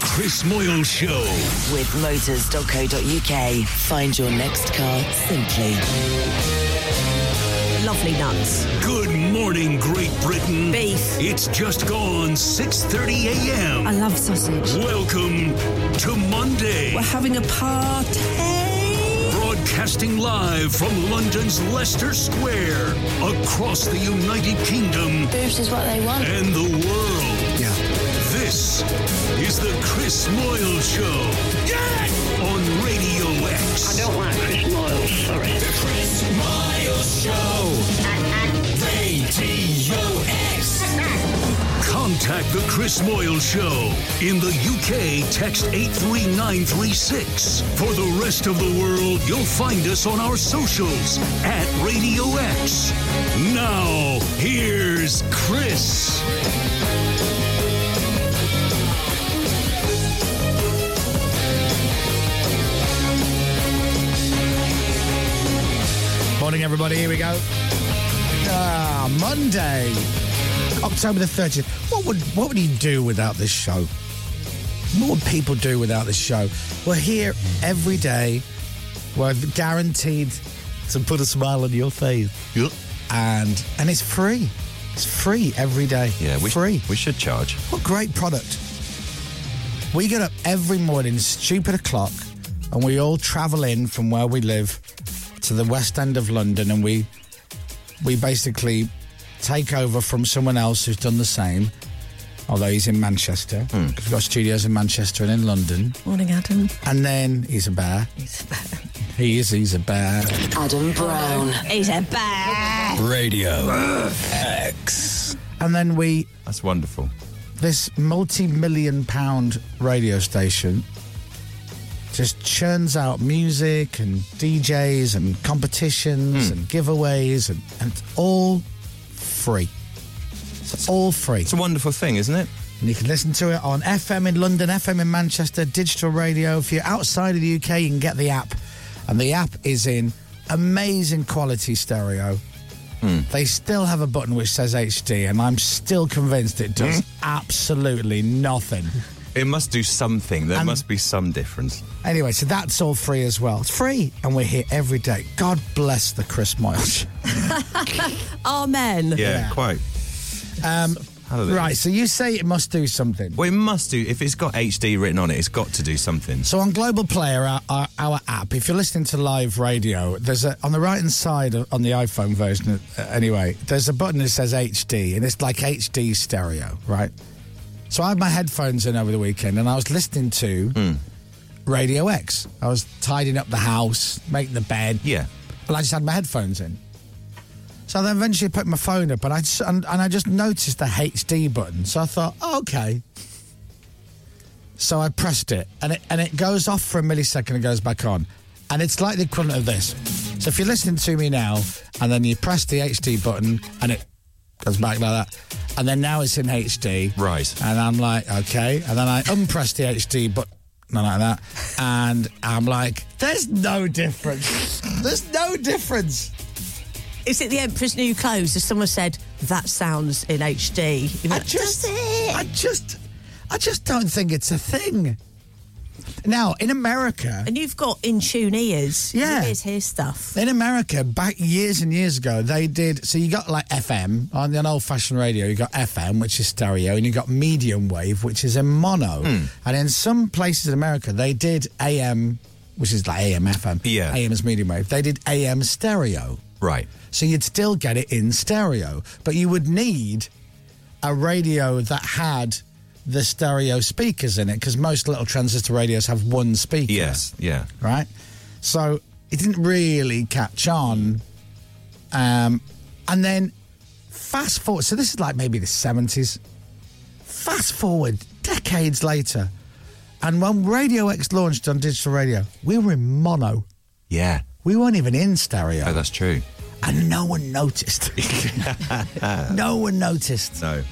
Chris Moyle Show. With motors.co.uk, find your next car simply. Lovely nuts. Good morning, Great Britain. Beef. It's just gone 6:30 a.m. I love sausage. Welcome to Monday. We're having a party. Broadcasting live from London's Leicester Square, across the United Kingdom Boobs is what they want. and the world. Yeah. This is the Chris Moyle Show. Yes! On Radio X. I don't like Chris Moyle, sorry. Chris Moyle Show. Radio X. Contact the Chris Moyle Show. In the UK, text 83936. For the rest of the world, you'll find us on our socials at Radio X. Now, here's Chris. Morning, everybody. Here we go. Ah, Monday, October the thirtieth. What would what would you do without this show? What would people do without this show? We're here every day. We're guaranteed to put a smile on your face. And and it's free. It's free every day. Yeah, we free. we should charge. What great product. We get up every morning, stupid o'clock, and we all travel in from where we live to the west end of London and we we basically take over from someone else who's done the same, although he's in Manchester. 'cause We've got studios in Manchester and in London. Morning, Adam. And then he's a bear. He is, he's a bear. Adam Brown. He's a bear. Radio X. And then we That's wonderful. this multi-million pound radio station just churns out music and DJs and competitions Hmm. and giveaways and, and it's all free. It's all free. It's a wonderful thing, isn't it? And you can listen to it on FM in London, FM in Manchester, digital radio. If you're outside of the UK, you can get the app. And the app is in amazing quality stereo. Hmm. They still have a button which says HD, and I'm still convinced it does Hmm? absolutely nothing. It must do something. There Um, must be some difference. Anyway, so that's all free as well. It's free, and we're here every day. God bless the Chris Moyles. Amen. Yeah, quite. Um, Hallelujah. right, so you say it must do something. Well, it must do. If it's got HD written on it, it's got to do something. So on Global Player, our, our, our app, if you're listening to live radio, there's a on the right hand side of- on the iPhone version. uh, Anyway, there's a button that says HD, and it's like HD stereo, right? So I had my headphones in over the weekend, and I was listening to Radio X. I was tidying up the house, making the bed, Yeah. and I just had my headphones in. So I then eventually put my phone up, and I just, and, and I just noticed the HD button. So I thought, oh, okay. So I pressed it, and it and it goes off for a millisecond and goes back on, and it's like the equivalent of this. So if you're listening to me now, and then you press the HD button, and it goes back like that, and then now it's in HD, Right. And I'm like, okay, and then I unpress the HD button. Like that, and I'm like, there's no difference. There's no difference. Is it the Emperor's New Clothes? If someone said, that sounds in HD. you'd be I like, just, "Does it?" I just, I just don't think it's a thing. Now in America, And you've got in tune ears. Yeah. Your ears hear stuff. in America, back years and years ago, they did. So you got like FM on an old-fashioned radio. You got FM, which is stereo, and you got medium wave, which is in mono. Hmm. And in some places in America, they did AM, which is like AM FM. Yeah. AM is medium wave. They did AM stereo. Right. So you'd still get it in stereo, but you would need a radio that had the stereo speakers in it because most little transistor radios have one speaker. Yes. Yeah. Right? So it didn't really catch on. Um, and then fast forward, so this is like maybe the 70s. Fast forward decades later, and when Radio X launched on digital radio, we were in mono. Yeah. We weren't even in stereo Oh, that's true. and no one noticed. no one noticed. No.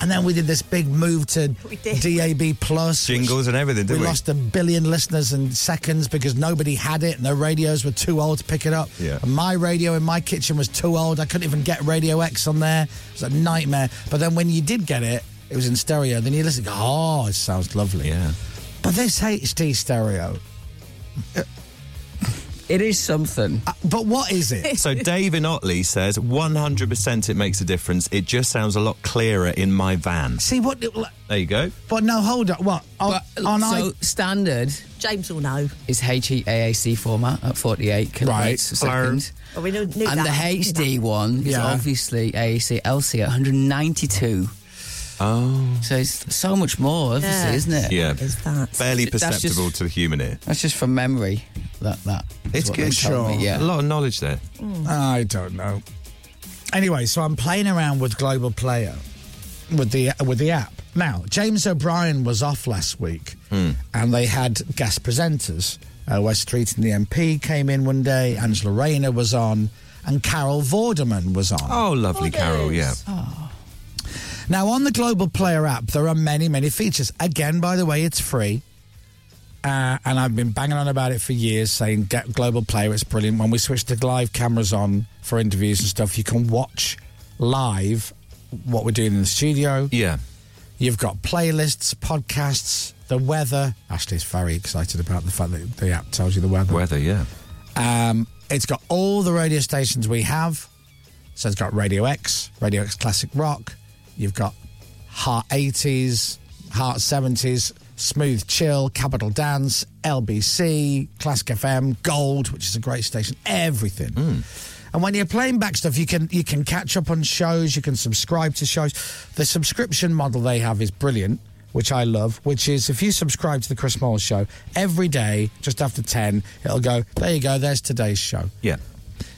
And then we did this big move to We did. DAB plus which Jingles and everything, We, didn't we? lost a billion listeners in seconds because nobody had it, and their radios were too old to pick it up. Yeah. And my radio in my kitchen was too old. I couldn't even get Radio X on there. It was a nightmare. But then when you did get it, it was in stereo. Then you listen, oh, it sounds lovely. Yeah. But this HD stereo. It is something. uh, But what is it? So Dave in Otley says 100% it makes a difference. It just sounds a lot clearer in my van. See what? There you go. But no, hold up. What on, But, on so i- standard James will know. is E HEAAC format at 48 kilobytes Right. a second. Well, we knew, knew And that. the HD one is Yeah. obviously AAC LC at 192. Oh. So it's so much more, obviously, Yeah. isn't it? Yeah. Is that? Barely That's just- perceptible to the human ear. That's just from memory. That that. is It's what they good, told me, sure. A Yeah. lot of knowledge there. I don't know. Anyway, so I'm playing around with Global Player with the with the app. Now, James O'Brien was off last week, and they had guest presenters. Uh, Wes Street and the MP came in one day. Angela Rayner was on, and Carol Vorderman was on. Oh, lovely, Carol. Yeah. Oh. Now, on the Global Player app, there are many, many features. Again, by the way, it's free. Uh, and I've been banging on about it for years, saying get Global Player, it's brilliant. When we switch the live cameras on for interviews and stuff, you can watch live what we're doing in the studio. Yeah. You've got playlists, podcasts, the weather. Ashley's very excited about the fact that the app tells you the weather. Weather, yeah. Um, it's got all the radio stations we have. So it's got Radio X, Radio X Classic Rock. You've got Heart 80s, Heart 70s, Smooth Chill, Capital Dance, LBC, Classic FM, Gold, which is a great station, everything. And when you're playing back stuff, you can you can catch up on shows, you can subscribe to shows. The subscription model they have is brilliant, which I love, which is if you subscribe to the Chris Moyle show every day, just after 10, it'll go, there you go, there's today's show. Yeah.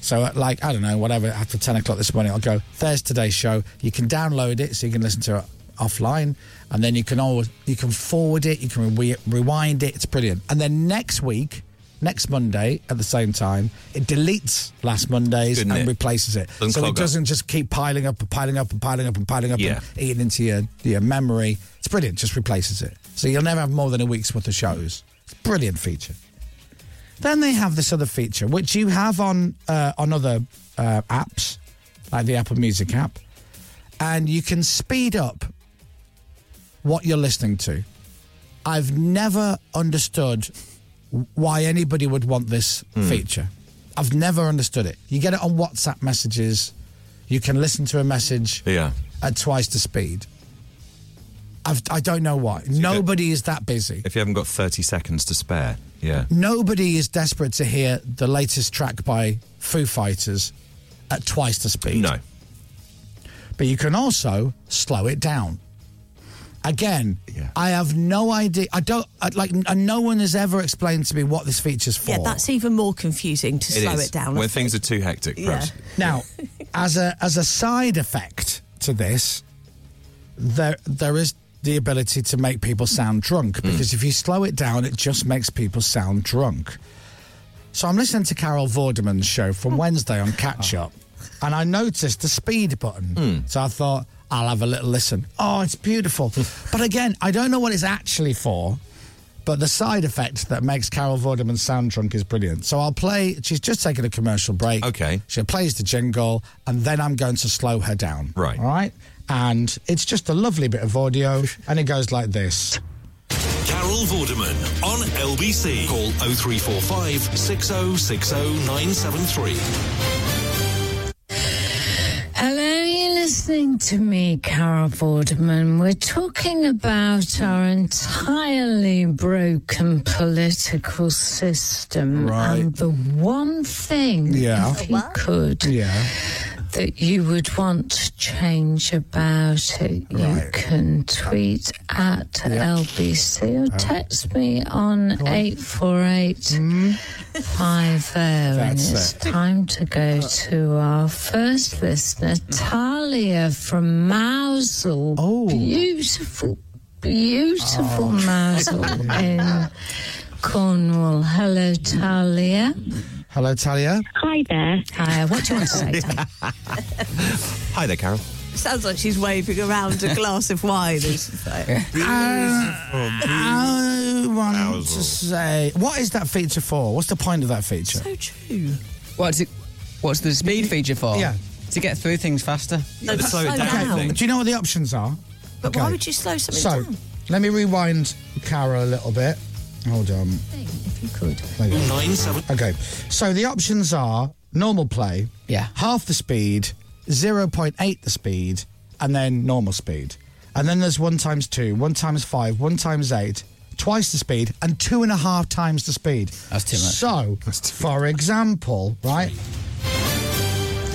So, at like, I don't know, whatever, after 10 o'clock this morning, I'll go, there's today's show. You can download it so you can listen to it offline. And then you can always, you can forward it, you can re- rewind it. It's brilliant. And then next week, next Monday at the same time, it deletes last Monday's Good, isn't and it? replaces it. Doesn't so clog up. it doesn't just keep piling up and piling up and piling up and piling up Yeah. and eating into your, your memory. It's brilliant, just replaces it. So you'll never have more than a week's worth of shows. It's a brilliant feature. Then they have this other feature, which you have on uh, on other uh, apps, like the Apple Music app, and you can speed up what you're listening to. I've never understood why anybody would want this feature. I've never understood it. You get it on WhatsApp messages. You can listen to a message Yeah. at twice the speed. I've, I don't know why. Nobody is that busy If you haven't got 30 seconds to spare. Yeah. nobody is desperate to hear the latest track by Foo Fighters at twice the speed. No. But you can also slow it down. Again, Yeah. I have no idea. I don't I, like. And no one has ever explained to me what this feature's for. Yeah, that's even more confusing to It slow is. it down. When I things are think. too hectic, perhaps. Now, as a as a side effect to this, there there is the ability to make people sound drunk because if you slow it down, it just makes people sound drunk. So I'm listening to Carol Vorderman's show from Wednesday on Catch Up, and I noticed the speed button. So I thought I'll have a little listen. Oh, it's beautiful, but again, I don't know what it's actually for. But the side effect that makes Carol Vorderman sound drunk is brilliant. So I'll play. She's just taken a commercial break. Okay. She plays the jingle, and then I'm going to slow her down. Right. All right. And it's just a lovely bit of audio, and it goes like this. Carol Vorderman on LBC. Call 0345 6060 973. Hello, you're listening to me, Carol Vorderman. We're talking about our entirely broken political system. Right. And the one thing, Yeah. if you could, Yeah. that you would want to change about it, you Right. can tweet at LBC Uh-huh. or text me on 848 50. And Hmm? That's it's it. Uh-huh. time to go to our first listener, Talia from Mousel. Oh. Beautiful, beautiful Mousel in Cornwall. Hello, Talia. Hello, Talia. Hi there. Hi, what do you want to say? Talia? Hi there, Carol. Sounds like she's waving around a glass of wine. Or something. I want to Arousal. say, what is that feature for? What's the point of that feature? so true. What's it? What's the speed feature for? Yeah. To get through things faster. No, Slow it down. Do you know what the options are? But Okay. why would you slow something So, down? Let me rewind Cara a little bit. Hold on. If you could. There you go. Nine seven. Okay. So the options are normal play, Yeah. half the speed, 0.8 the speed, and then normal speed. And then there's one times two, one times five, one times eight, twice the speed, and two and a half times the speed. That's too much. So, for example, right?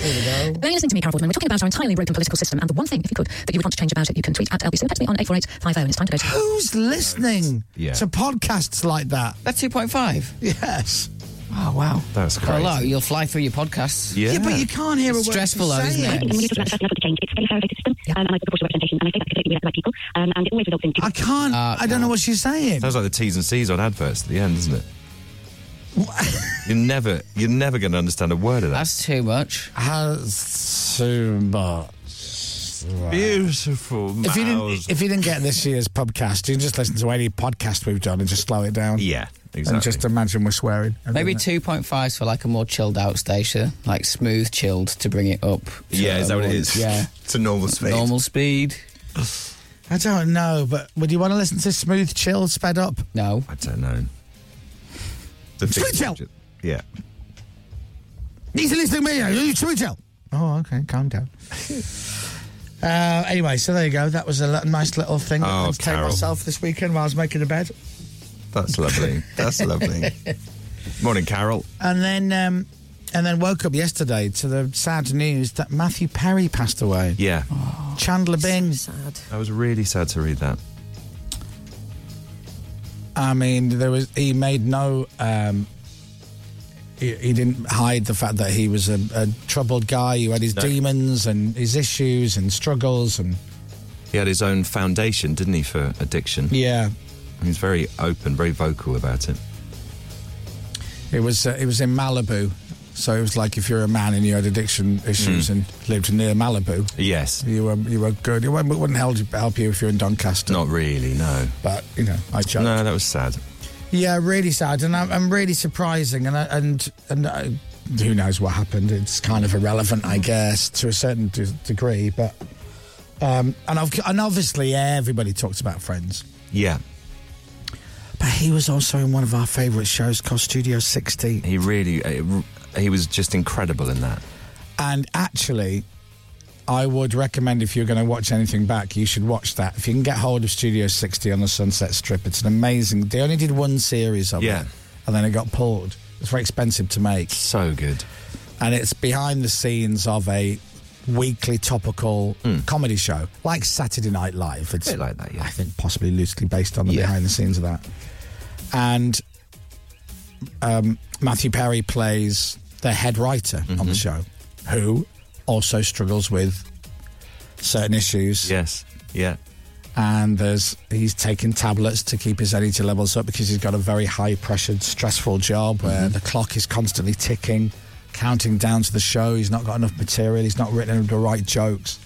Here we go. You're listening to me, Carol Vorderman. We're talking about our entirely broken political system, and the one thing, if you could, that you would want to change about it, you can tweet at LBC and text me on 84850, oh, and it's time to go to... Who's listening Yeah. to podcasts like that? That's 2.5. Yes. Oh, wow. That's crazy. Hello, you'll fly through your podcasts. Yeah. but you can't hear a It's word stressful, she's though, isn't saying. it? When It's you talk about the level to change, it's a very fair rate of system, um, and I support representation, and I think that's completely the right people, um, and it always results in... I can't. I don't know what she's saying. Sounds like the T's and C's on adverts at the end, isn't it? you're never, you're never going to understand a word of that. That's too much. Has too much. beautiful. If you didn't, if you didn't get this year's podcast, you can just listen to any podcast we've done and just slow it down. yeah, exactly. And just imagine we're swearing. Maybe 2.5s for like a more chilled out station, like smooth chilled to bring it up. to yeah, is that what it a- is? Yeah. it's a normal speed. Normal speed? I don't know, but would you want to listen to Smooth Chill sped up? No. I don't know. The Sweet big- gel. Yeah. Need to listen to me. You Smooth Chill. Oh, okay. Calm down. Uh, anyway, so there you go. That was a li- nice little thing that Oh, I entertained Carol. myself this weekend while I was making the bed. That's lovely. That's lovely. Morning, Carol. And then, um, and then woke up yesterday to the sad news that Matthew Perry passed away. Yeah. Chandler Bing. Sad. I was really sad to read that. I mean, there was he made no. Um, he, he didn't hide the fact that he was a, a troubled guy who had his No. demons and his issues and struggles and He had his own foundation, didn't he, for addiction? yeah, He was very open, very vocal about it. it was uh, it was in Malibu, so it was like if you're a man and you had addiction issues and lived near Malibu, Hmm. Yes. you were you were good. It wouldn't, wouldn't help you- help you if you're in Doncaster. Not really, no. But you know, I joked. No, that was sad. Yeah, really sad, and I'm, I'm really surprising, and I, and and I, who knows what happened? It's kind of irrelevant, Hmm. I guess, to a certain d- degree. But um, and I've, and obviously everybody talks about Friends, Yeah. but he was also in one of our favourite shows called Studio 60, He really, uh, he was just incredible in that. and actually. I would recommend if you're going to watch anything back, you should watch that. If you can get hold of Studio 60 on the Sunset Strip, it's an amazing. They only did one series of Yeah. it, and then it got pulled. It's very expensive to make. So good. and it's behind the scenes of a weekly topical comedy show like Saturday Night Live. It's Hmm. bit like that, yeah. I think possibly loosely based on the Yeah. behind the scenes of that. And um, Matthew Perry plays the head writer Mm-hmm. on the show, who also struggles with certain issues. Yes. Yeah. And there's he's taking tablets to keep his energy levels up because he's got a very high pressured, stressful job where the clock is constantly ticking, counting down to the show. He's not got enough material. He's not written the right jokes,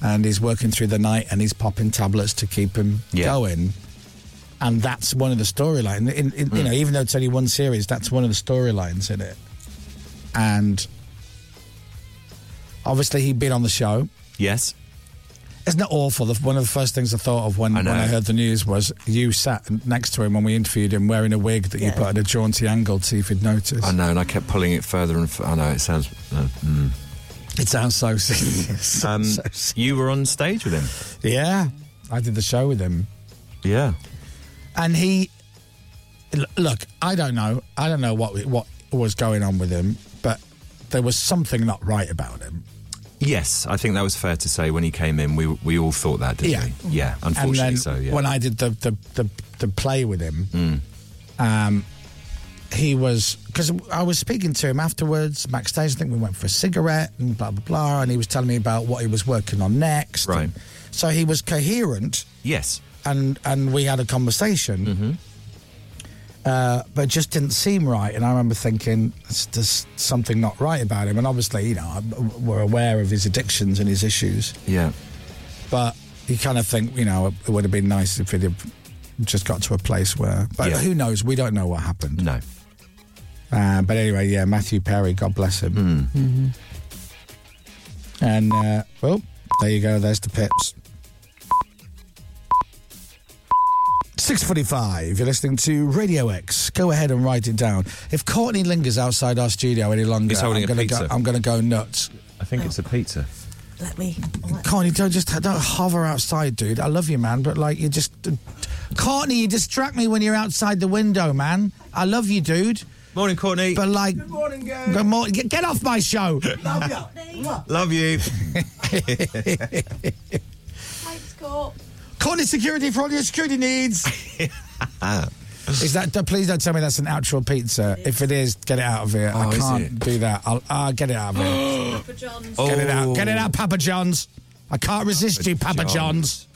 and he's working through the night and he's popping tablets to keep him Yeah. going. And that's one of the storylines. In, in, Hmm. You know, even though it's only one series, that's one of the storylines in it. And obviously, he'd been on the show. Yes. Isn't it awful? The, one of the first things I thought of when I I, when know. I heard the news was you sat next to him when we interviewed him wearing a wig that you Yeah. put at a jaunty angle to see if he'd notice. I know, and I kept pulling it further and f- I know it sounds. Uh, mm. It sounds so serious. So- um, so- you were on stage with him. yeah, I did the show with him. Yeah. and he l- look i don't know i don't know what what was going on with him but there was something not right about him Yes, I think that was fair to say when he came in. We we all thought that, didn't Yeah. we? Yeah. and Unfortunately, then so yeah. Hmm. when i did the the, the, the play with him um he was because I was speaking to him afterwards backstage. I think we went for a cigarette and blah blah blah, and he was telling me about what he was working on next. Right. And so he was coherent, yes. Mm-hmm. and and we had a conversation, uh, but it just didn't seem right. And I remember thinking, there's, there's something not right about him. And obviously, you know, I'm- we're aware of his addictions and his issues, Yeah. but you kind of think, you know, it would have been nice if he'd have just got to a place where. But Yeah. who knows? We don't know what happened. No. Uh, but anyway, yeah, Matthew Perry, God bless him. Mm-hmm. Hmm. And uh, well, there you go. There's the pips. 6.45, you're listening to Radio X. Go ahead and write it down. If Courtney lingers outside our studio any longer, He's holding I'm a gonna pizza. Go, I'm going to go nuts. I think it's a pizza. Let me. Ah. Courtney, don't just don't hover outside, dude. I love you, man, but like you just, Courtney, you distract me when you're outside the window, man. I love you, dude. Morning, Courtney. But like, good morning, Gary. Good morning. Get, get off my show. Love you. Thanks, Court. Courtney security for all your security needs. is that? don't- Please don't tell me that's an actual pizza. If it is, get it out of here. Oh, I is can't do that. I'll, I'll get it out of here. Papa John's. Get it out. Oh. Get it out, Papa John's. I can't resist you, Papa John's.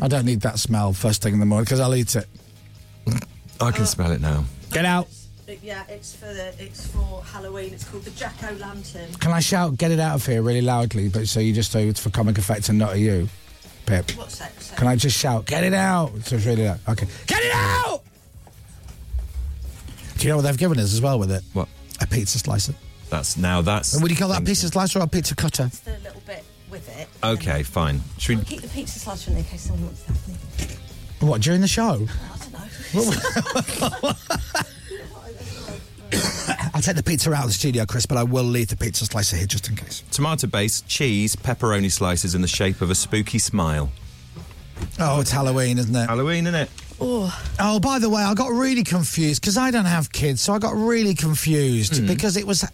I don't need that smell first thing in the morning because I'll eat it. I can smell it now. Get out. Yeah, it's for the it's for Halloween. It's called the Jack O' Lantern. Can I shout get it out of here really loudly, but so you just so it's for comic effect and not you, Pip? What's that? Say? Can I just shout get it out? So it's really loud. Okay. Get it out! Do you know what they've given us as well with it? What? A pizza slicer. That's now that's. Would you call that a pizza slicer or a pizza cutter? The little bit with it. Okay, fine. Should we? Keep the pizza slicer in there in case someone wants that. What during the show? I don't know. I'll take the pizza out of the studio, Chris, but I will leave the pizza slicer here just in case. Tomato base, cheese, pepperoni slices in the shape of a spooky smile. Oh, it's Halloween, isn't it? Halloween, isn't it? Oh. oh, by the way, I got really confused because I don't have kids, so I got really confused Hmm. because it was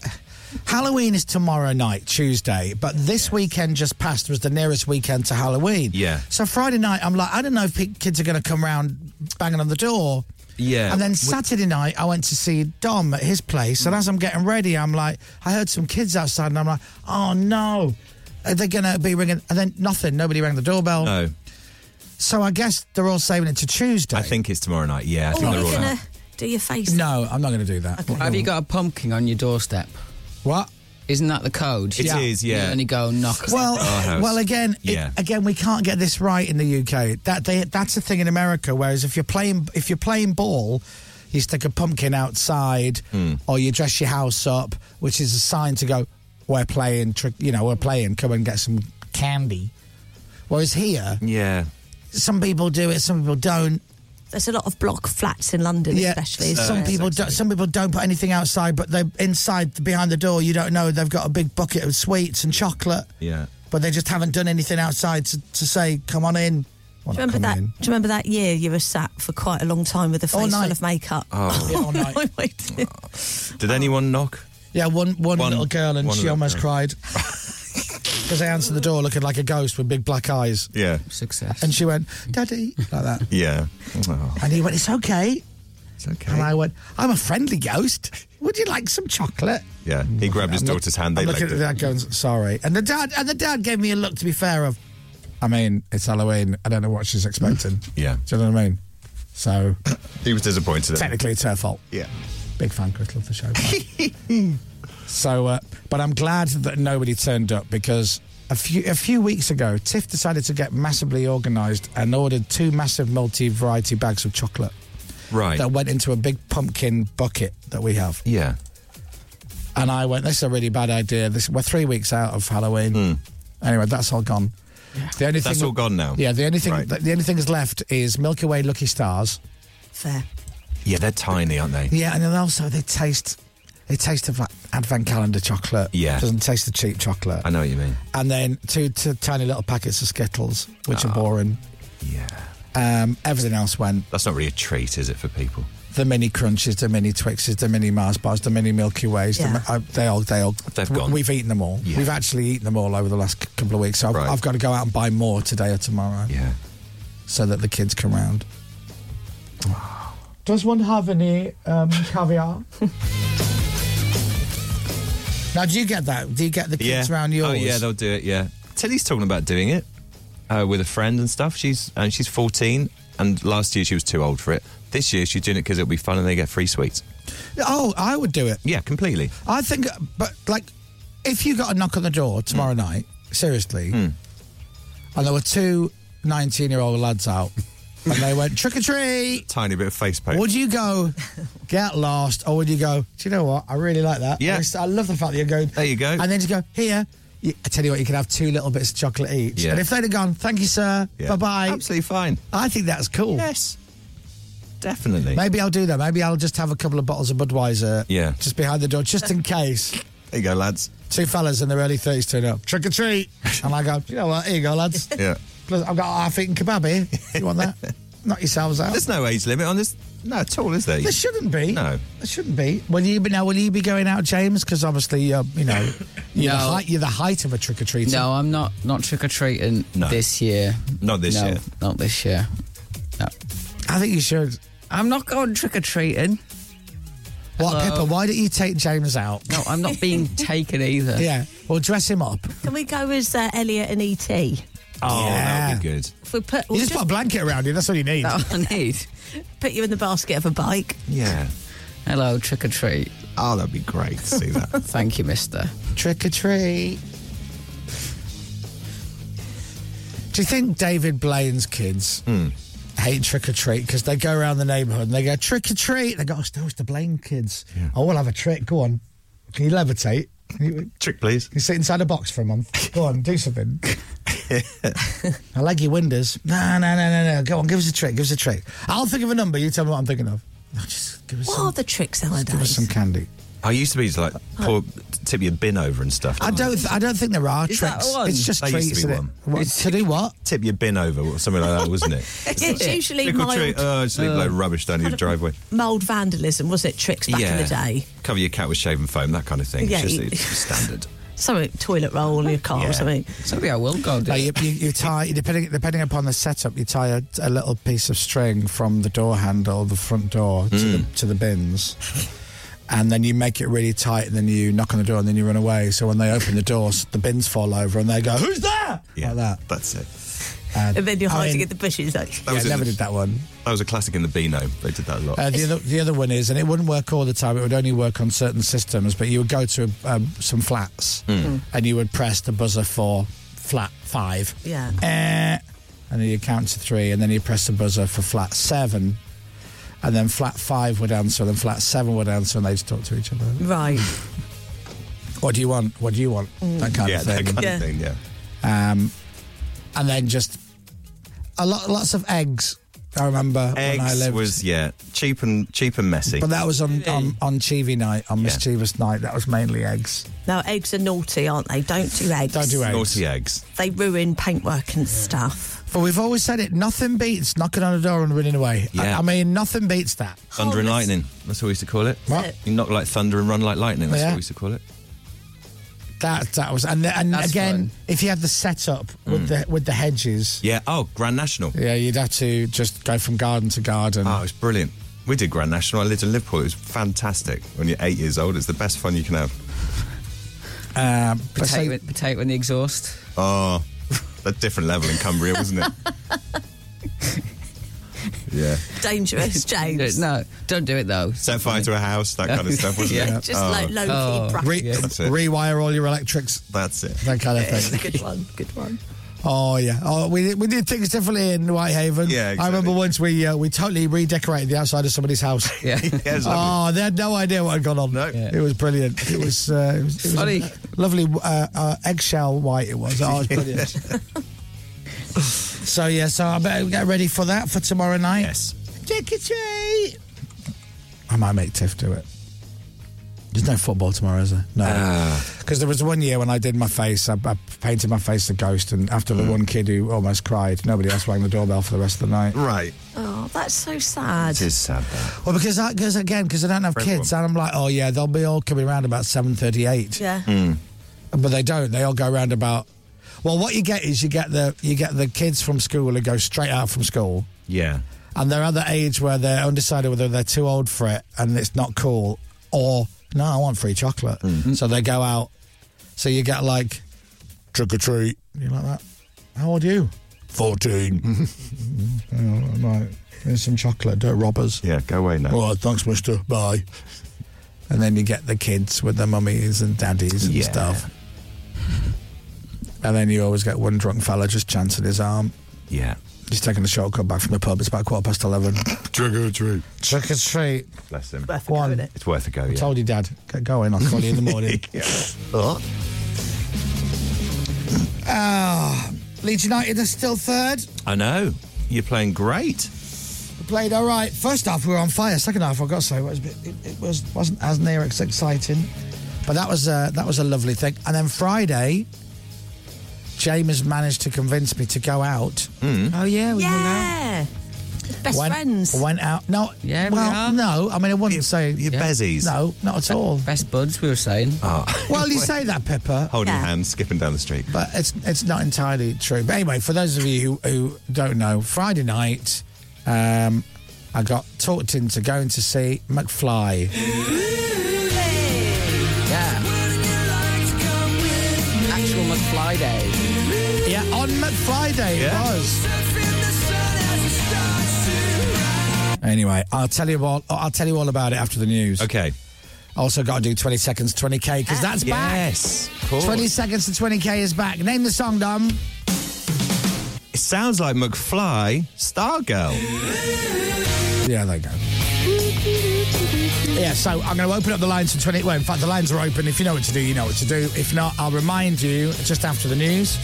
Halloween is tomorrow night, Tuesday, but this weekend just passed was the nearest weekend to Halloween. Yeah. So Friday night, I'm like, I don't know if pe- kids are going to come round banging on the door. Yeah. And then We- Saturday night, I went to see Dom at his place. And as I'm getting ready, I'm like, I heard some kids outside, and I'm like, oh no, are they going to be ringing? And then nothing, nobody rang the doorbell. No, So I guess they're all saving it to Tuesday. I think it's tomorrow night. Yeah, I Oh, think they're you're all gonna- out. Do your face. No, I'm not going to do that. Have you got a pumpkin on your doorstep? What? Isn't that the code? It Yeah. is, yeah. And you go knock. Well, well, again, it- Yeah. again, we can't get this right in the UK. That they, that's a thing in America. Whereas if you're playing, if you're playing ball, you stick a pumpkin outside, or you dress your house up, which is a sign to go. We're playing, tri- you know, we're playing. Come and get some candy. Whereas here, Yeah. some people do it, some people don't. There's a lot of block flats in London, especially. isn't some there? people don't, some people don't put anything outside, but they inside behind the door. You don't know they've got a big bucket of sweets and chocolate. Yeah. but they just haven't done anything outside to, to say, come on in. Well, Do you remember not come that? in. Do you remember that year you were sat for quite a long time with a face full of makeup? Oh. Yeah, all no, night. I waited. Did anyone knock? Yeah, one one One- little girl and one she little almost girl. cried because I answered the door looking like a ghost with big black eyes. Yeah. Success. And she went, Daddy, like that. Yeah. Oh. And he went, It's okay. It's okay. And I went, I'm a friendly ghost. Would you like some chocolate? Yeah. He grabbed his I'm look- daughter's hand. They I'm looking legged at the it. dad going, sorry. And the dad and the dad gave me a look to be fair of I mean, it's Halloween. I don't know what she's expecting. Yeah. Do you know what I mean? So He was disappointed. at technically it's her fault. Yeah. Big fan, Chris, love the show. so, uh, but I'm glad that nobody turned up because a few a few weeks ago, Tiff decided to get massively organised and ordered two massive multi-variety bags of chocolate Right. that went into a big pumpkin bucket that we have. Yeah. And I went, "This is a really bad idea. This we're three weeks out of Halloween. Hmm. Anyway, that's all gone. The only That's all gone now? Yeah, the only thing Oh. Right. the only thing that's left is Milky Way Lucky Stars. Fair. Yeah, they're tiny, aren't they? Yeah, and then also they taste they taste of like advent calendar chocolate. Yeah. Doesn't taste the cheap chocolate. I know what you mean. And then two, two tiny little packets of Skittles, which Ah. are boring. Yeah. Um, everything else went. That's not really a treat, is it, for people? The mini crunches, the mini Twixes, the mini Mars bars, the mini Milky Ways. Yeah. The, mi- I, they all, they all. They've w- gone. We've eaten them all. Yeah. We've actually eaten them all over the last c- couple of weeks. So I've, I've got to go out and buy more today or tomorrow. Yeah. So that the kids come round. Does one have any um, caviar? now, do you get that? Do you get the kids yeah. round yours? Oh yeah, they'll do it. Yeah, Tilly's talking about doing it uh, with a friend and stuff. She's and she's 14, and last year she was too old for it. This year she's doing it because it'll be fun and they get free sweets. Oh, I would do it. Yeah, completely. I think, but like, if you got a knock on the door tomorrow Hmm. night, seriously, and there were two 19 year old lads out and they went, trick or treat, Tiny bit of face paint. would you go get lost or would you go, do you know what? I really like that. Yeah. I love the fact that you're going, There you go. And then just go, here, you- I tell you what, you could have two little bits of chocolate each. Yeah. And if they'd have gone, thank you, sir, Yeah. bye bye. Absolutely fine. I think that's cool. Yes. Definitely. Maybe I'll do that. Maybe I'll just have a couple of bottles of Budweiser Yeah. just behind the door, just in case. There you go, lads. Two fellas in their early 30s turn up, trick or treat. And I go, you know what? Here you go, lads. Yeah. Plus, I've got a half eaten kebab here. You want that? Knock yourselves out. There's no age limit on this. No, at all, is there? There shouldn't be. No. There shouldn't be. Will you be now? Will you be going out, James? Because obviously, uh, you know, you're, the No. height, you're the height of a trick or treater. No, I'm not not trick or treating No. this year. Not this No, year. Not this year. No. I think you should. I'm not going trick or treating. What, Hello. Pippa? Why don't you take James out? No, I'm not being taken either. Yeah, we'll dress him up. Can we go as uh, Elliot and ET? If Oh, that Yeah. would be good. we put, you we'll just, just Oh, put a blanket around you. That's all you need. That I need. put you in the basket of a bike. Yeah. Hello, trick or treat. Oh, that'd be great to see that. Thank you, Mister. Trick or treat. Do you think David Blaine's kids Hmm. hate trick or treat because they go around the neighbourhood and they go trick or treat? They go, oh, it's those the Blaine kids. Oh, we'll have a trick. Go on. Can you levitate? Can you, can Trick, please. you sit inside a box for a month? Go on, do something. I like your windows. No, no, no, no, no. Go on, give us a trick. Give us a trick. I'll think of a number. You tell me what I'm thinking of. No, just give us, What some, are the tricks give us nowadays? some candy. I used to be like pour, tip your bin over and stuff. Uh, I didn't don't. Th- I don't think there are Is that tricks. one? It's just That treats. used to be isn't it? one. What- to do what? Tip your bin over or something like that, wasn't it? It's usually Trick or treat. mild, Oh, just leave a load of rubbish down your driveway. mild vandalism, wasn't it? Tricks back in the day. Cover your cat with shaving foam, that kind of thing. Yeah, it's just you- it's standard. Something toilet roll in your car Yeah. Oh, or something. Maybe I will go. Do Like you, you, you tie depending depending upon the setup, you tie a, a little piece of string from the door handle, the front door to, the, Hmm. to the bins, and then you make it really tight, and then you knock on the door, and then you run away. So when they open the doors, the bins fall over, and they go, "Who's there?" Yeah, Like that. That's it. And then you're Uh, I hiding mean- in the bushes. Like, That Yeah, was I in never the- did that one. That was a classic in the Beano. They did that a lot. Uh, the other the other one is, and it wouldn't work all the time. It would only work on certain systems. But you would go to um, some flats, Hmm. Hmm. and you would press the buzzer for flat five. Yeah. Eh, and then you count to three, and then you press the buzzer for flat seven, and then flat five would answer, and then flat seven would answer, and they'd talk to each other. right. Mm. What do you want? What do you want? That kind yeah, of that thing. kind Yeah. of thing. Yeah. um, and then just a lot, lots of eggs. I remember when I Eggs lived. was yeah cheap and cheap and messy. But that was on on, on Cheevy night, on mischievous night. That was mainly eggs. Now, eggs are naughty, aren't they? Don't do eggs. Don't do eggs. Naughty eggs. They ruin paintwork and stuff. But we've always said it. Nothing beats knocking on a door and running away. I- Yeah. I, mean, nothing beats that. Thunder and that's- lightning. That's what we used to call it. What? Oh, You knock like thunder and run like lightning. That's Yeah. what we used to call it. That that was. And and That's again, fun. if you had the setup with the with the hedges, Yeah. Oh, Grand National. yeah, you'd have to just go from garden to garden. Oh, it's brilliant. We did Grand National. I lived in Liverpool. It was fantastic. When you're eight years old, it's the best fun you can have. Um, but so- Potato, potato in the exhaust. Oh, a different level in Cumbria, wasn't it? yeah. Dangerous, James. No, don't do it though. Set fire to a house, that kind of stuff, wasn't Yeah. it? Just Oh, like low Oh. key bracket. re- That's it. rewire all your electrics, That's it. that kind of thing. Good one. Good one. Oh yeah. Oh, we did- we did things differently in Whitehaven. Yeah, I exactly. remember once we uh, we totally redecorated the outside of somebody's house. Yeah. Yeah, it's lovely. Oh, they had no idea what had gone on. No. Yeah. It was brilliant. It was, uh, it was, it was Funny. a lovely uh, uh, eggshell white. It was. Oh, it was brilliant. so yeah, so I better get ready for that for tomorrow night. Yes. Trick or treat. I might make Tiff do it. There's no football tomorrow, is there? No. Ah. Because there was one year when I did my face, I, I painted my face a ghost, and after Hmm. the one kid who almost cried, nobody else rang the doorbell for the rest of the night. Right. Oh, that's so sad. It is sad, though. Well, because I, cause again, because I don't have For kids, and I'm like, oh yeah, they'll be all coming around about seven thirty-eight. Yeah. Hmm. but they don't. They all go around about. Well, what you get is you get the you get the kids from school who go straight out from school, Yeah. and they're at the age where they're undecided whether they're too old for it and it's not cool, or no, I want free chocolate. So they go out. So you get like trick or treat. You like that? How old are you? Fourteen. Mm, all right. Here's some chocolate. Don't rob us. Yeah, go away now. All right, thanks, mister. Bye. And then you get the kids with their mummies and daddies and Yeah. stuff. And then you always get one drunk fella just chancing his arm. Yeah. He's taking a shortcut back from the pub. It's about quarter past 11. Trick or treat. Trick or treat. Bless him. Worth a One. go, isn't it? It's worth a go, yeah. Told you, Dad. Get going. I'll call you in the morning. yeah. Ah, Leeds United are still third. I know. You're playing great. We played all right. First half we were on fire. Second half I got to say it was a bit, it, it was wasn't as near as exciting, but that was a, that was a lovely thing. And then Friday, James managed to convince me to go out. Hmm. Oh yeah, we yeah. Best went, friends. Went out. No. Yeah, we Well, are. no. I mean, I wouldn't say your Yeah. bezies. No, not at all. Best buds, we were saying. Oh. Well, you say that, Pippa. Holding Yeah. hands, skipping down the street. but it's it's not entirely true. But anyway, for those of you who, who don't know, Friday night, um, I got talked into going to see Yeah. McFly. Actual McFly Day. Yeah, on McFly Day Yeah. it was. Anyway, I'll tell you all. I'll tell you all about it after the news. Okay. Also, got to do twenty seconds, twenty k because that's back. Yes, of course. twenty seconds to twenty k is back. Name the song, Dom. It sounds like McFly Stargirl. Yeah, there you go. Yeah, so I'm going to open up the lines for 20. Well, in fact, the lines are open. If you know what to do, you know what to do. If not, I'll remind you just after the news.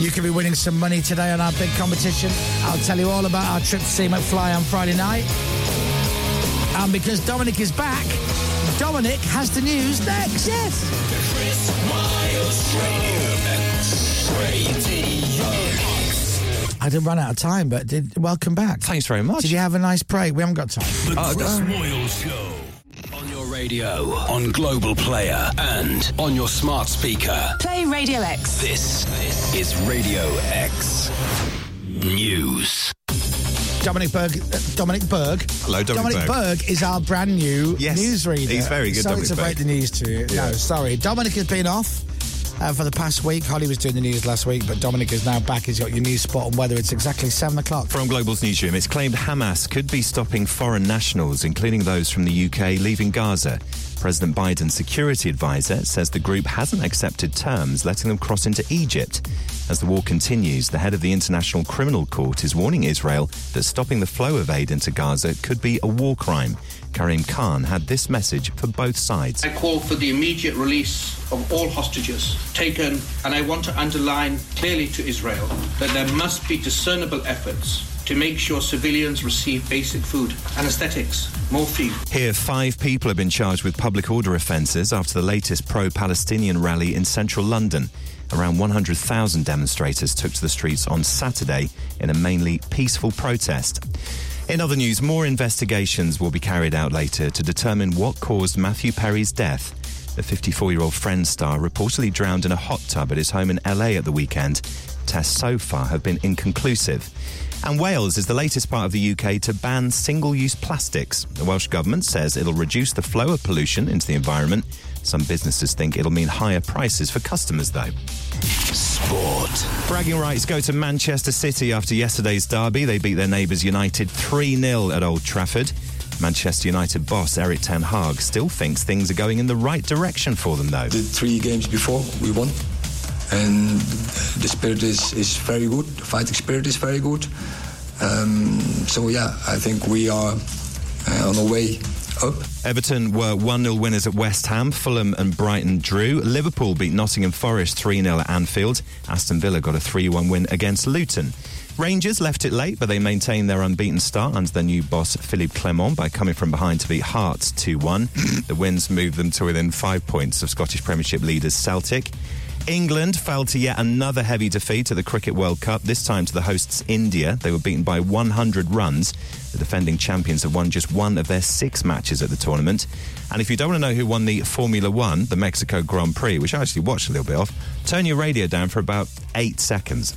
You could be winning some money today on our big competition. I'll tell you all about our trip to see McFly on Friday night. And because Dominic is back, Dominic has the news next. Yes. I did run out of time, but did, welcome back. Thanks very much. Did you have a nice break? We haven't got time. Oh, The Chris Moyle Show. On your radio, on Global Player, and on your smart speaker. Play Radio X. This is Radio X News. Dominic Berg. uh, Dominic Berg. Hello, Dominic Dominic Berg. Berg. is our brand new Yes, newsreader. he's very good, Sorry Dominic to break Berg. the news to you. Yeah. No, sorry. Dominic has been off uh, for the past week. Holly was doing the news last week, but Dominic is now back. He's got your news spot on weather. It's exactly seven o'clock. From Global's newsroom, it's claimed Hamas could be stopping foreign nationals, including those from the UK, leaving Gaza. President Biden's security advisor says the group hasn't accepted terms, letting them cross into Egypt. As the war continues, the head of the International Criminal Court is warning Israel that stopping the flow of aid into Gaza could be a war crime. Karim Khan had this message for both sides. I call for the immediate release of all hostages taken, and I want to underline clearly to Israel that there must be discernible efforts to make sure civilians receive basic food, anesthetics, morphine, Here, five people have been charged with public order offences after the latest pro Palestinian rally in central London. Around 100,000 demonstrators took to the streets on Saturday in a mainly peaceful protest. In other news, more investigations will be carried out later to determine what caused Matthew Perry's death. The 54 year old Friends star reportedly drowned in a hot tub at his home in LA at the weekend. Tests so far have been inconclusive. And Wales is the latest part of the UK to ban single use plastics. The Welsh Government says it'll reduce the flow of pollution into the environment. Some businesses think it'll mean higher prices for customers, though. Sport. Bragging rights go to Manchester City after yesterday's derby. They beat their neighbours United 3 0 at Old Trafford. Manchester United boss Eric Ten Hag still thinks things are going in the right direction for them, though. The three games before we won, and the spirit is, is very good. The fighting spirit is very good. Um, so yeah, I think we are uh, on the way up. Everton were 1 0 winners at West Ham, Fulham and Brighton drew. Liverpool beat Nottingham Forest 3 0 at Anfield. Aston Villa got a 3 1 win against Luton. Rangers left it late, but they maintained their unbeaten start under their new boss Philippe Clement by coming from behind to beat Hearts 2 1. the wins moved them to within five points of Scottish Premiership leaders Celtic. England fell to yet another heavy defeat at the Cricket World Cup, this time to the hosts India. They were beaten by 100 runs. The defending champions have won just one of their six matches at the tournament. And if you don't want to know who won the Formula One, the Mexico Grand Prix, which I actually watched a little bit of, turn your radio down for about eight seconds.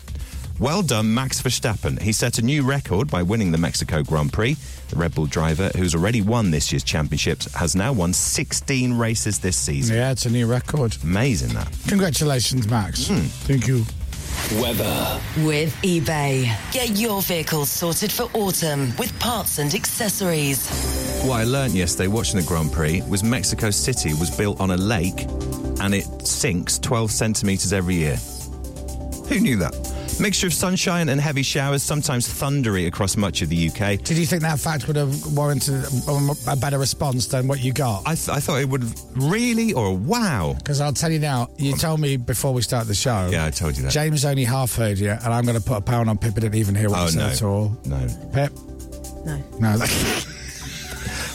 Well done, Max Verstappen. He set a new record by winning the Mexico Grand Prix. The Red Bull driver, who's already won this year's championships, has now won 16 races this season. Yeah, it's a new record. Amazing that. Congratulations, Max. Thank you. Weather. With eBay. Get your vehicle sorted for autumn with parts and accessories. What I learnt yesterday watching the Grand Prix was Mexico City was built on a lake and it sinks 12 centimetres every year. Who knew that? Mixture of sunshine and heavy showers, sometimes thundery across much of the UK. Did you think that fact would have warranted a- a better response than what you got? I, th- I thought it would really or wow. Because I'll tell you now, you told me before we start the show. Yeah, I told you that. James only half heard you, and I'm going to put a pound on Pippa didn't even hear what Oh, you said no. at all. No. Pip? No. No.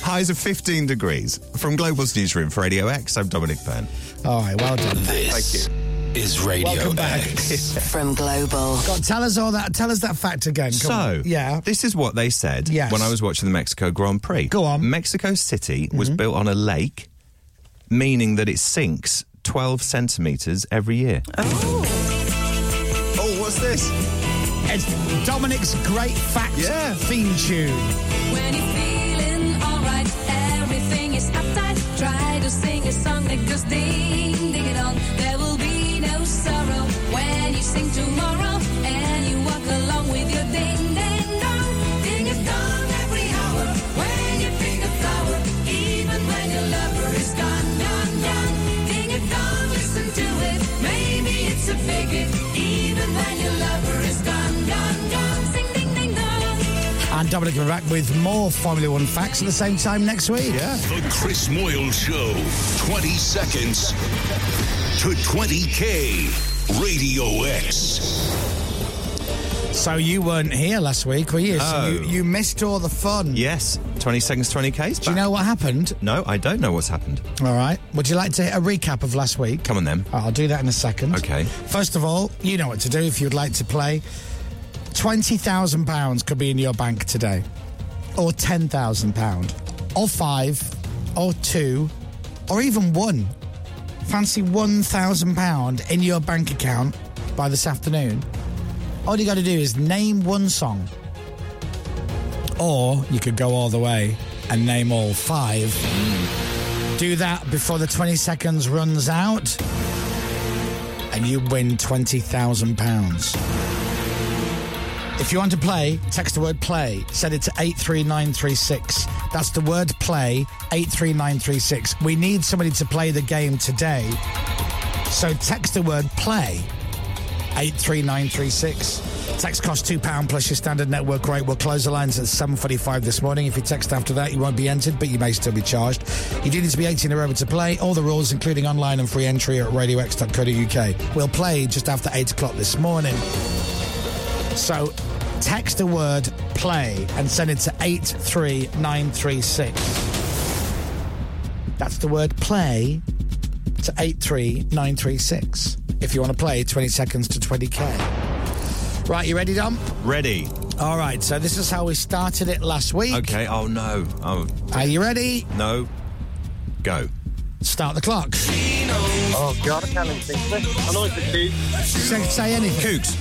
Highs of 15 degrees. From Global's newsroom for Radio X, I'm Dominic Byrne. All right, well done. This is Radio Welcome back. From Global. God, tell us all that. Tell us that fact again. Come So, on. yeah. this is what they said Yes. when I was watching the Mexico Grand Prix. Go on. Mexico City Mm-hmm. was built on a lake, meaning that it sinks 12 centimetres every year. Oh, what's this? It's Dominic's Great Fact theme tune. When you're feeling alright, everything is uptight. Try to sing a song that goes ding, ding it on. There will be no sorrow when you sing tomorrow and you walk along with your ding, ding, dong. Ding a dong every hour when you pick a flower, even when your lover is gone, gone, gone. Ding a dong, listen to it. Maybe it's a figure, even when your lover is gone, gone, gone. Sing ding, ding, dong. And Dominic will be back with more Formula One facts at the same time next week. The Chris Moyle Show. 20 seconds to 20K. Radio X. So you weren't here last week, were you? Oh. So you, you missed all the fun. Yes, 20 seconds, 20Ks. Do you know what happened? No, I don't know what's happened. All right. Would you like to hit a recap of last week? Come on then. I'll do that in a second. Okay. First of all, you know what to do if you'd like to play. £20,000 could be in your bank today, or £10,000, or five, or two, or even one. Fancy £1,000 in your bank account by this afternoon. All you got to do is name one song. Or you could go all the way and name all five. Do that before the 20 seconds runs out, and you win £20,000. If you want to play, text the word play. Send it to 83936. That's the word play, 83936. We need somebody to play the game today. So text the word play 83936. Text costs £2 plus your standard network rate. We'll close the lines at 7.45 this morning. If you text after that, you won't be entered, but you may still be charged. You do need to be 18 or over to play. All the rules, including online and free entry, are at radiox.co.uk. We'll play just after 8 o'clock this morning. So text the word play and send it to 83936. That's the word play to 83936 if you want to play 20 seconds to 20k. Right, you ready, Dom? Ready? All right, so this is how we started it last week. Okay, oh no. Oh, Are you ready? no. Go. Start the clock. Oh God, I can't even think of it. I know it's a she. Say, say anything. Kooks.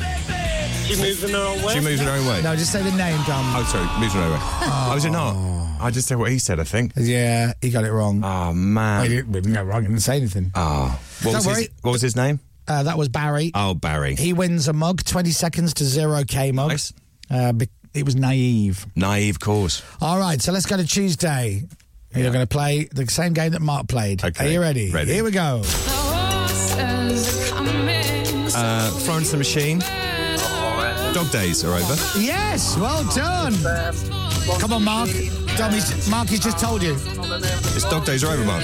She moves in her own way. She moves in her own way. No, just say the name, Dom. Oh, sorry, moves in her own way. Oh, was it not? I just said what he said, I think. Yeah, he got it wrong. Oh, man. Oh, you didn't- we didn't go wrong. He didn't say anything. Oh. What Don't was, worry. his, what was his name? Uh, that was Barry. Oh, Barry. He wins a mug, 20 seconds to 0k mugs. Uh, be- it was naive. Naive course. All right, so let's go to Tuesday. You're going to play the same game that Mark played. Are you ready? ready. Here we go. Uh, Florence the Machine. Dog days are over. Yes, well done. Come on, Mark. Dom, he's, Mark, he's just told you. It's dog days are over, Mark.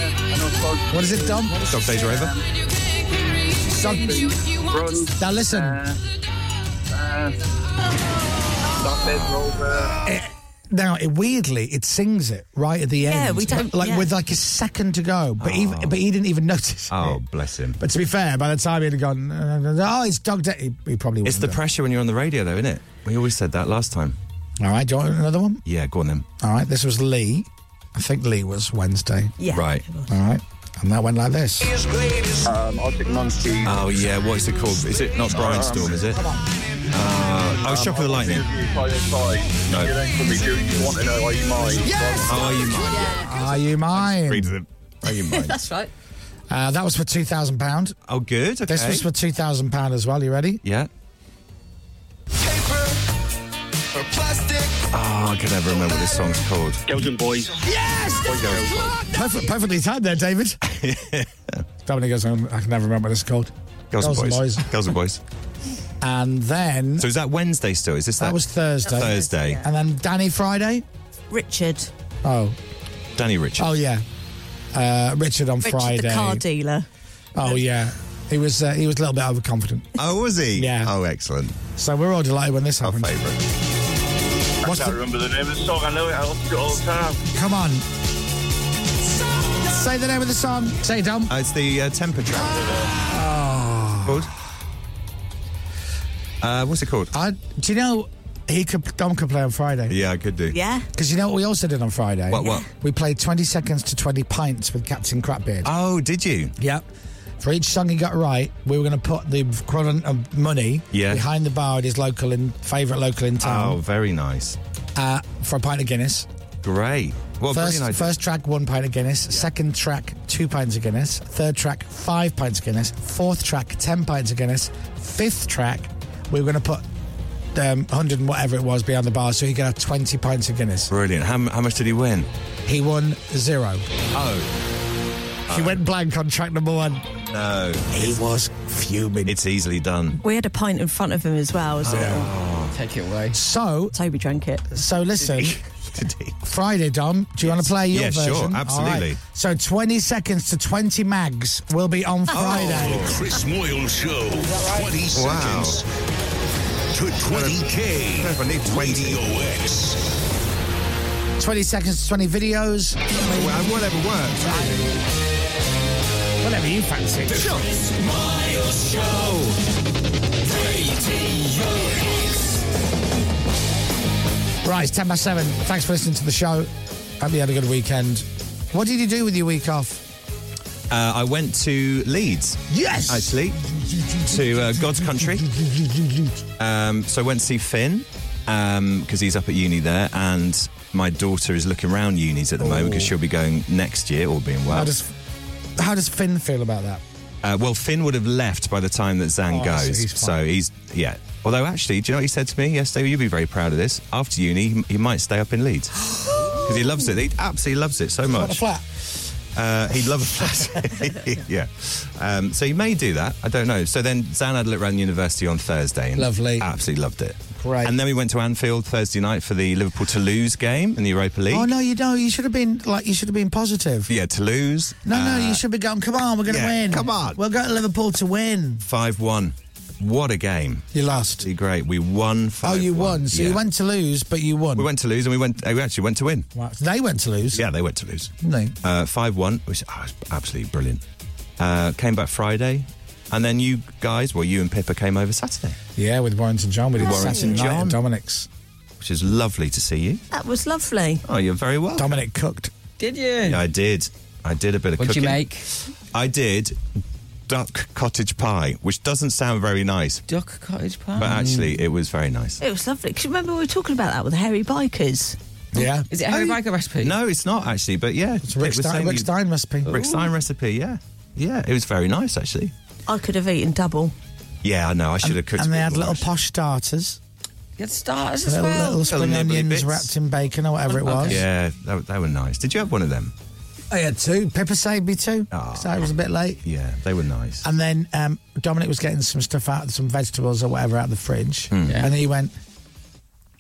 What is it, Dom? Dog days are over. Dog- Now listen. It- now, it, weirdly, it sings it right at the end. Yeah, we don't- like yeah. with like a second to go, but even but he didn't even notice. Oh, bless him. But to be fair, by the time he'd have gone, oh, it's dog day. He, he probably It's wouldn't the have. pressure when you're on the radio, though, isn't it? We always said that last time. All right, do you want another one? Yeah, go on then. All right, this was Lee. I think Lee was Wednesday. Yeah. Right. All right, and that went like this. Um, Arctic Monkey. Oh, yeah, what is it called? Is it not Brian Storm, is it? Uh, oh, Shock of the Lightning. No. Oh, You don't call me Duke, you want to know, are you mine? Yes! Are you mine? Are you mine? Read them. Are you mine? That's right. Uh, that was for two thousand pound. Oh, good. Okay. This was for two thousand pound as well. You ready? Yeah. Oh, I can never remember what this song's called. Girls and boys. Yes! Perfect, perfectly timed there, David. Dominic goes, "Um, I can never remember what it's called. Girls, and boys. and Girls and boys. And then. So is that Wednesday still? Is this that? That was Thursday. Thursday. And then Danny Friday? Richard. Oh. Danny Richard. Oh, yeah. Uh, Richard on Richard, Friday. the car dealer. Oh, yeah. He was, uh, he was a little bit overconfident. Oh, was he? Yeah. Oh, excellent. So we're all delighted when this happened. favourite. I can't remember the name of the song. I know it. I listen to it all the time. Come on. Say the name of the song. Say it, Dom. Uh, it's the uh, temper track. Ah. Called? Uh, what's it called? I, do you know he could Dom could play on Friday? Yeah, I could do. Because you know what we also did on Friday? What, what? Yeah. We played 20 seconds to 20 pints with Captain Crapbeard. Oh, did you? Yep. For each song he got right, we were going to put the equivalent of money Yeah. behind the bar at his local in favourite local in Oh, town very nice. uh, for a pint of Guinness. Great. What a first, brilliant idea. first track, one pint of Guinness. Second track, two pints of Guinness. Third track, five pints of Guinness. Fourth track, ten pints of Guinness. Fifth track, we were going to put um, hundred and whatever it was behind the bar, so he could have twenty pints of Guinness. Brilliant. How, m- how much did he win? He won zero. Oh. He went blank on track number one. No. He was fuming. It's easily done. We had a pint in front of him as well. So Oh, Take it away. So Toby drank it. So listen, Friday, Dom. Do you want to play your Yeah, sure, version? absolutely. All right. So twenty seconds to twenty mags will be Oh. on Friday. The Oh, Chris Moyle Show. 20 Wow. seconds to 20K. Radio X. 20 seconds to 20 videos. whatever works. Whatever you fancy. Chris Moyle Show. Radio X. Right, it's 10 past 7. Thanks for listening to the show. Hope you had a good weekend. What did you do with your week off? Uh, I went to Leeds. Yes! Actually, to uh, God's country. Um, so I went to see Finn because he's up at uni there, and my daughter is looking around unis at the moment Oh. because she'll be going next year, all being well. How does how does Finn feel about that? Uh, well, Finn would have left by the time that Zan Oh, goes. so he's fine. so he's yeah. Although actually, do you know what he said to me yesterday? You'll be very proud of this. After uni, he, he might stay up in Leeds because he loves it. He absolutely loves it so Got a much. flat. Uh, he'd love a flat. yeah. Um, so he may do that. I don't know. So then Zan had a look around the university on Thursday. And Lovely. Absolutely loved it. Great. And then we went to Anfield Thursday night for the Liverpool Toulouse game in the Europa League. Oh no, you know, you should have been like you should have been positive. Yeah, Toulouse. Uh, No, no, you should be going, come on, we're gonna yeah, win. come on. We'll go to Liverpool to win. Five one. What a game. You lost. Great. We won Oh, five. you won. So yeah. you went to lose, but you won. We went to lose, and we went. uh, We actually went to win. Wow. They went to lose. Yeah, they went to lose. didn't they? Uh, Five one, which oh, was absolutely brilliant. Uh, came back Friday, and then you guys, well, you and Pippa came over Saturday, Yeah, with Warrington John. We did Warrington Saturday night at John. Dominic's. which is lovely to see you. That was lovely. Oh, you're very well. Dominic cooked. Did you? Yeah, I did. I did a bit of What'd you cooking. make? I did duck cottage pie, which doesn't sound very nice, Duck cottage pie. but actually it was very nice. It was lovely. Because remember we were talking about that with the hairy bikers. Yeah. Is it Harry Biker recipe? Oh, No, it's not actually, but yeah, It's a Rick, Stein, Rick Stein recipe. Rick Stein recipe. Yeah, yeah, it was very nice actually. I could have eaten double. Yeah, I know. I should have cooked. And a they bit had more, little actually. posh starters. Get starters as Little, well. little spring nibbly onions bits. wrapped in bacon or whatever it was. Yeah, that, that were nice. Did you have one of them? I had two. Pepper saved me two. Ah. So I was a bit late. Yeah, they were nice. And then um, Dominic was getting some stuff out, some vegetables or whatever out of the fridge. Hmm. Yeah. And he went,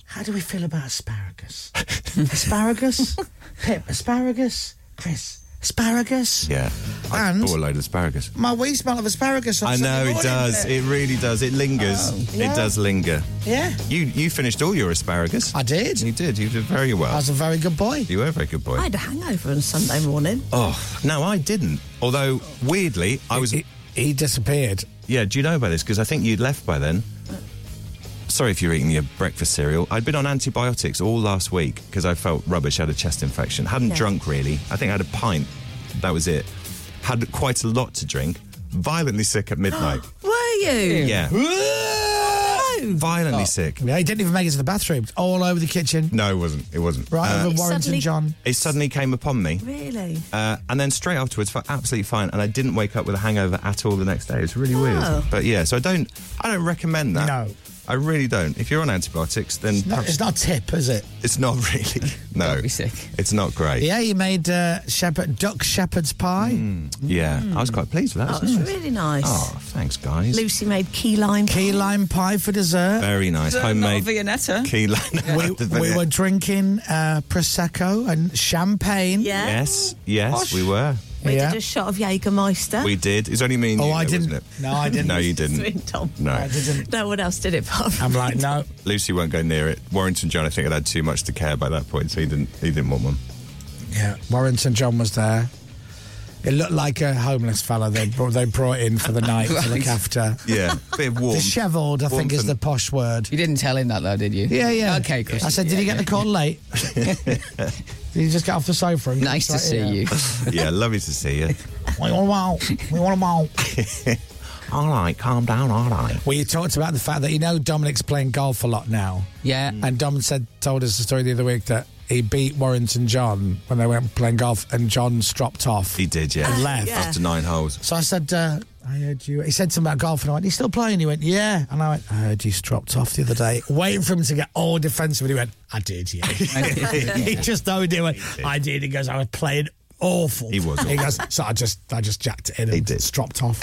How do we feel about asparagus? asparagus? Pip, asparagus? Chris, asparagus? Yeah. I And- bought a load of asparagus. My wee smell of asparagus. on I Sunday know it morning, does. isn't It really does. It lingers. Oh, yeah. It does linger. Yeah. You you finished all your asparagus. I did. You did. You did very well. I was a very good boy. you were a very good boy. I had a hangover on Sunday morning. Oh no, I didn't. Although weirdly, I was. He disappeared. Yeah. Do you know about this? Because I think you'd left by then. Sorry if you're eating your breakfast cereal. I'd been on antibiotics all last week because I felt rubbish. had a chest infection. Hadn't Yeah. drunk really. I think I had a pint. That was it. Had quite a lot to drink. Violently sick at midnight. Were you? Oh. yeah. Violently sick. Yeah, he didn't even make it to the bathroom. All over the kitchen. No, it wasn't. It wasn't. Right Uh, over Warrington suddenly- John. it suddenly came upon me. Really? Uh, and then straight afterwards felt absolutely fine and I didn't wake up with a hangover at all the next day. It was really Oh. weird. But yeah, so I don't I don't recommend that. No. I really don't. If you're on antibiotics, then No, it's not a tip, is it? It's not really. No. It's not great. Yeah, you made uh, shepherd duck shepherd's pie. Mm, Yeah, I was quite pleased with that. That It's was nice. really nice. Oh, thanks, guys. Lucy made key lime key lime pie for dessert. Very nice, Dessert, not homemade a Viennetta. Key lime. We, we were drinking uh, prosecco and champagne. Yeah. Yes, yes, we were. We did a shot of Jägermeister. We did. It's only me and Oh, you. I though, didn't. Wasn't it? No, I didn't. no, you didn't. Sweet Tom. No. I didn't. No one else did it. apart from- no. Lucy won't go near it. Warrington John, I think, had had too much to care by that point, so he didn't. He didn't want one. Yeah, Warren St John was there. It looked like a homeless fella they brought, they brought in for the night to look Right. after. Yeah, bit of warmth. Dishevelled, I think, Warmth is the and- posh word. You didn't tell him that though, did you? Yeah, yeah. Okay, Chris. I said, did he get the call late? the call? Did he just get off the sofa? And nice to Right, see yeah. you. yeah, lovely to see you. We want 'em all. We want 'em all. all right, calm down. All right. Well, you talked about the fact that you know Dominic's playing golf a lot now. Yeah. And Dom said told us the story the other week that he beat Warrington John when they went playing golf, and John dropped off. He did. Yeah. And left. after nine holes. So I said, uh, I heard you. He said something about golf, and I went, "You still playing?" He went, "Yeah." And I went, "I heard you dropped off the other day." Waiting for him to get all defensive, and he went, "I did, yeah." he just know he went, "I did." He goes, "I was playing awful." He was He awful. goys, "So I just, I just jacked it in and just dropped off."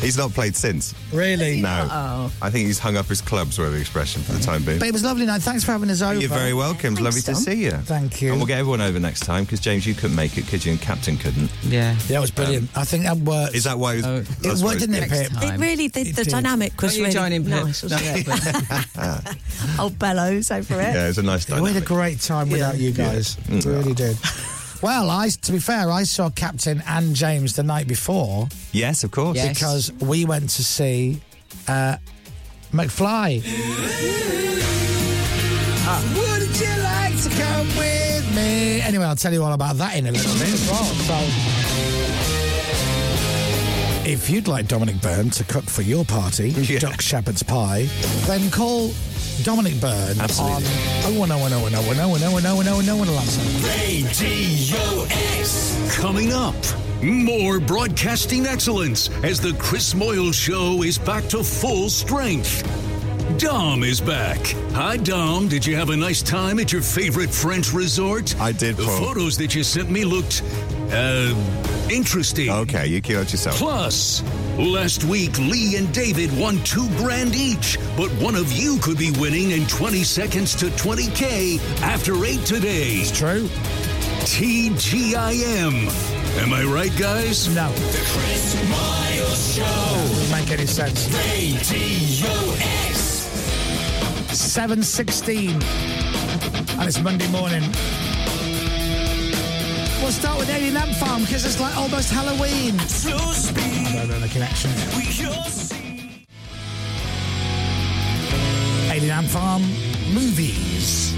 He's not played since. really? No. Oh. I think he's hung up his clubs, were the expression for the time being. But it was lovely. No, thanks for having us over. You're very welcome. It's lovely to see you. Thank you. And we'll get everyone over next time because James, you couldn't make it, could you? And Captain couldn't. Um, Yeah. Yeah, it was brilliant. I think that worked. Is that why? Oh, It, was, It worked, didn't it, Pip? It really, the, the dynamic was Don't you really join in, Pip. nice, wasn't No. it? Ah. Old bellows over it. Yeah, it was a nice We had a great time without you guys. Yeah. We really did. Well, I to be fair, I saw Captain and James the night before Yes, of course. because we went to see uh, McFly. Would you like to come with me? Anyway, I'll tell you all about that in a little bit as well. So. If you'd like Dominic Byrne to cook for your party, Duck Shepherd's Pie, then call Dominic Byrne Absolutely. on 0101010101011. Radio X. Coming up, more broadcasting excellence as the Chris Moyle Show is back to full strength. Dom is back. Hi, Dom. Did you have a nice time at your favorite French resort? I did, The Paul. photos that you sent me looked uh, interesting. Okay, you kill it yourself. Plus, last week Lee and David won two grand each, but one of you could be winning in 20 seconds to 20K after 8 today. It's true. TGIM. Am I right, guys? No. The Chris Miles Show. Doesn't make any sense. Radio X. 7.16 and it's Monday morning. We'll start with Daily Lamp Farm because it's like almost Halloween. I don't know the connection. Daily Lamp Farm movies.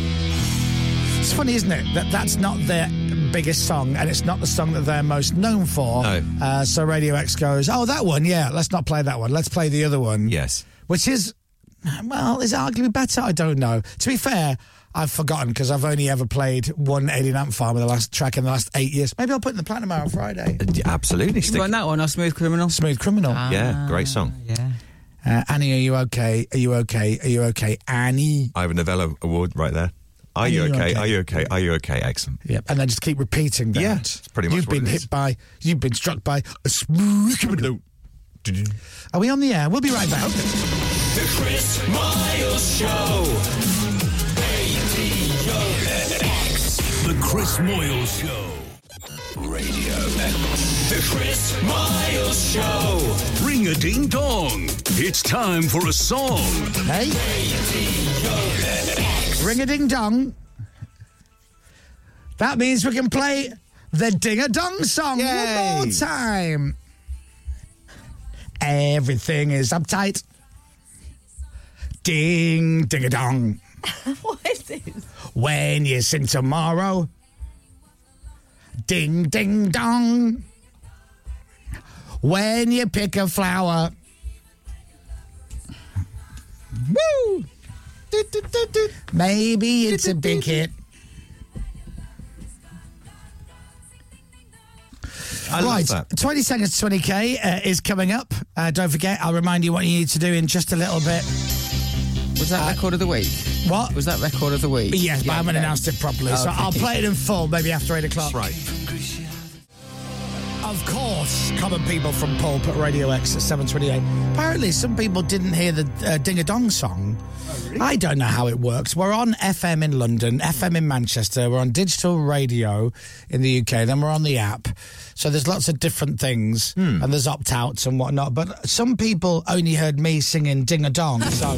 It's funny, isn't it, that that's not their biggest song and it's not the song that they're most known for. No. Uh, so Radio X goes, oh, that one, yeah, let's not play that one. Let's play the other one. Yes. Which is, well, is arguably better. I don't know. To be fair, I've forgotten because I've only ever played one Alien Ant Farm in the last track in the last eight years. Maybe I'll put it in the Platinum Hour on Friday. Uh, Absolutely. You Stick. run that one, or Smooth Criminal? Ah, Smooth Criminal. yeah, great song. Yeah. Uh, Annie, are you okay? Are you okay? Are you okay? Annie. I have a Novello Award right there. Are you okay? Are you okay? Are you okay? Excellent. Yep. And I just keep repeating that. Yeah, it's pretty much You've what been it hit is. by, you've been struck by a smooth criminal. Are we on the air? We'll be right back. The Chris Miles Show. Radio X. The Chris Moyle Show. Radio X. The Chris Miles Show. Ring a ding dong. It's time for a song. Hey. Ring a ding dong. That means we can play the ding a dong song one more time. Everything is uptight. Ding, ding a dong. what is this? When you sing tomorrow. Ding, ding, dong. When you pick a flower. Woo! Maybe it's a big hit. I right, love that. 20 seconds to 20k uh, is coming up. Uh, don't forget, I'll remind you what you need to do in just a little bit. Was that record of the week? What? Was that record of the week? Yes, but I haven't okay. announced it properly, so Okay. I'll play it in full maybe after eight o'clock. right. Of course, common people from Pulp at Radio X at 728. Apparently, some people didn't hear the uh, Ding a Dong song. I don't know how it works. We're on FM in London, FM in Manchester, we're on digital radio in the UK, then we're on the app. So there's lots of different things, and there's opt outs and whatnot. But some people only heard me singing Ding a Dong, so.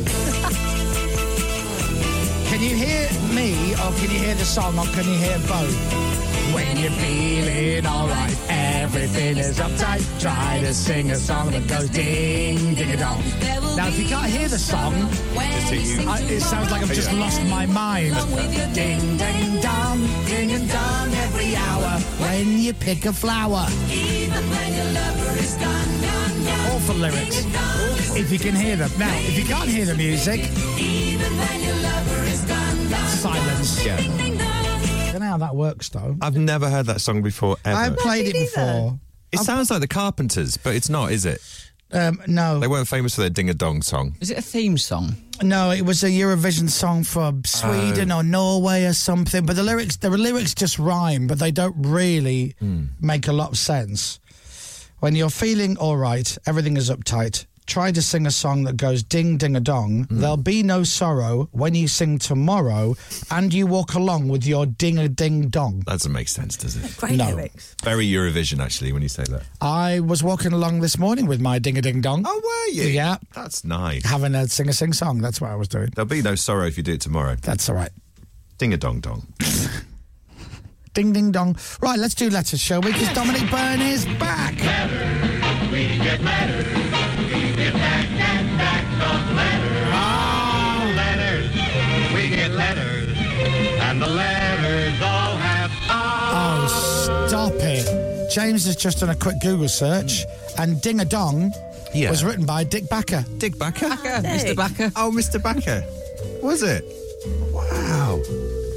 Can you hear me or can you hear the song or can you hear both? When you're feeling alright, everything is uptight. Try to sing a song that goes ding, ding a dong. Now, if you can't hear the song, I, it sounds like I've just lost my mind. ding, ding, dong, ding and dong every hour. When you pick a flower. Awful lyrics. If you can hear them. Now, if you can't hear the music, silence. Yeah. don't know how that works, though. I've never heard that song before ever. I played it before. It sounds like the Carpenters, but it's not, is it? Um, no, They weren't famous for their ding a dong song. Is it a theme song? no, it was a Eurovision song from Sweden Oh. or Norway or something. But the lyrics, the lyrics just rhyme, but they don't really Hmm. make a lot of sense. When you're feeling all right, everything is uptight. Try to sing a song that goes ding ding a dong. Hmm. There'll be no sorrow when you sing tomorrow, and you walk along with your ding a ding dong. That doesn't make sense, does it? Great No. lyrics. Very Eurovision, actually, when you say that. I was walking along this morning with my ding a ding dong. Oh, were you? Yeah, That's nice. having a sing a sing song. That's what I was doing. There'll be no sorrow if you do it tomorrow. That's all right. Ding a dong dong. Ding ding dong. Right, let's do letters, shall we? Because Dominic Byrne is back. We get letters, and the letters all have Oh, stop it. James has just done a quick Google search, and Ding a Dong Yeah. was written by Dick Backer. Dick Backer? Mr. Backer. Oh, Mr. Backer. Was it? Wow.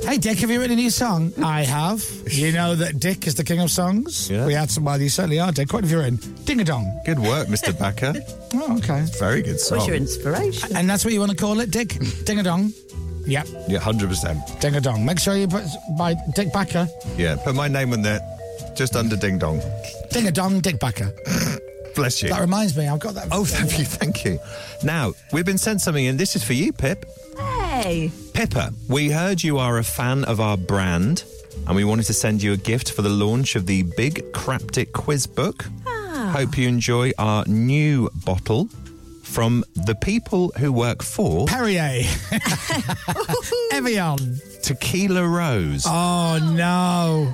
Hey, Dick, have you written a new song? I have. You know that Dick is the king of songs? Yeah. We had somebody, you certainly are, Dick. What have you written? Ding a Dong. Good work, Mr. Backer. Oh, okay. Very good song. inspiration? And that's what you want to call it, Dick? Ding a Dong? Yep, Yeah, 100%. Ding a Dong. Make sure you put by Dick Backer. Yeah, put my name on there. Just under ding dong. Ding a Dong, Dick Backer. Bless you. That reminds me, I've got that. Oh, thank you, thank you. Now, we've been sent something, and this is for you, Pip. Hey. Pippa, we heard you are a fan of our brand, and we wanted to send you a gift for the launch of the Big Craptic Quiz Book. Hope you enjoy our new bottle from the people who work for Perrier. Evian. Tequila Rose. Oh no.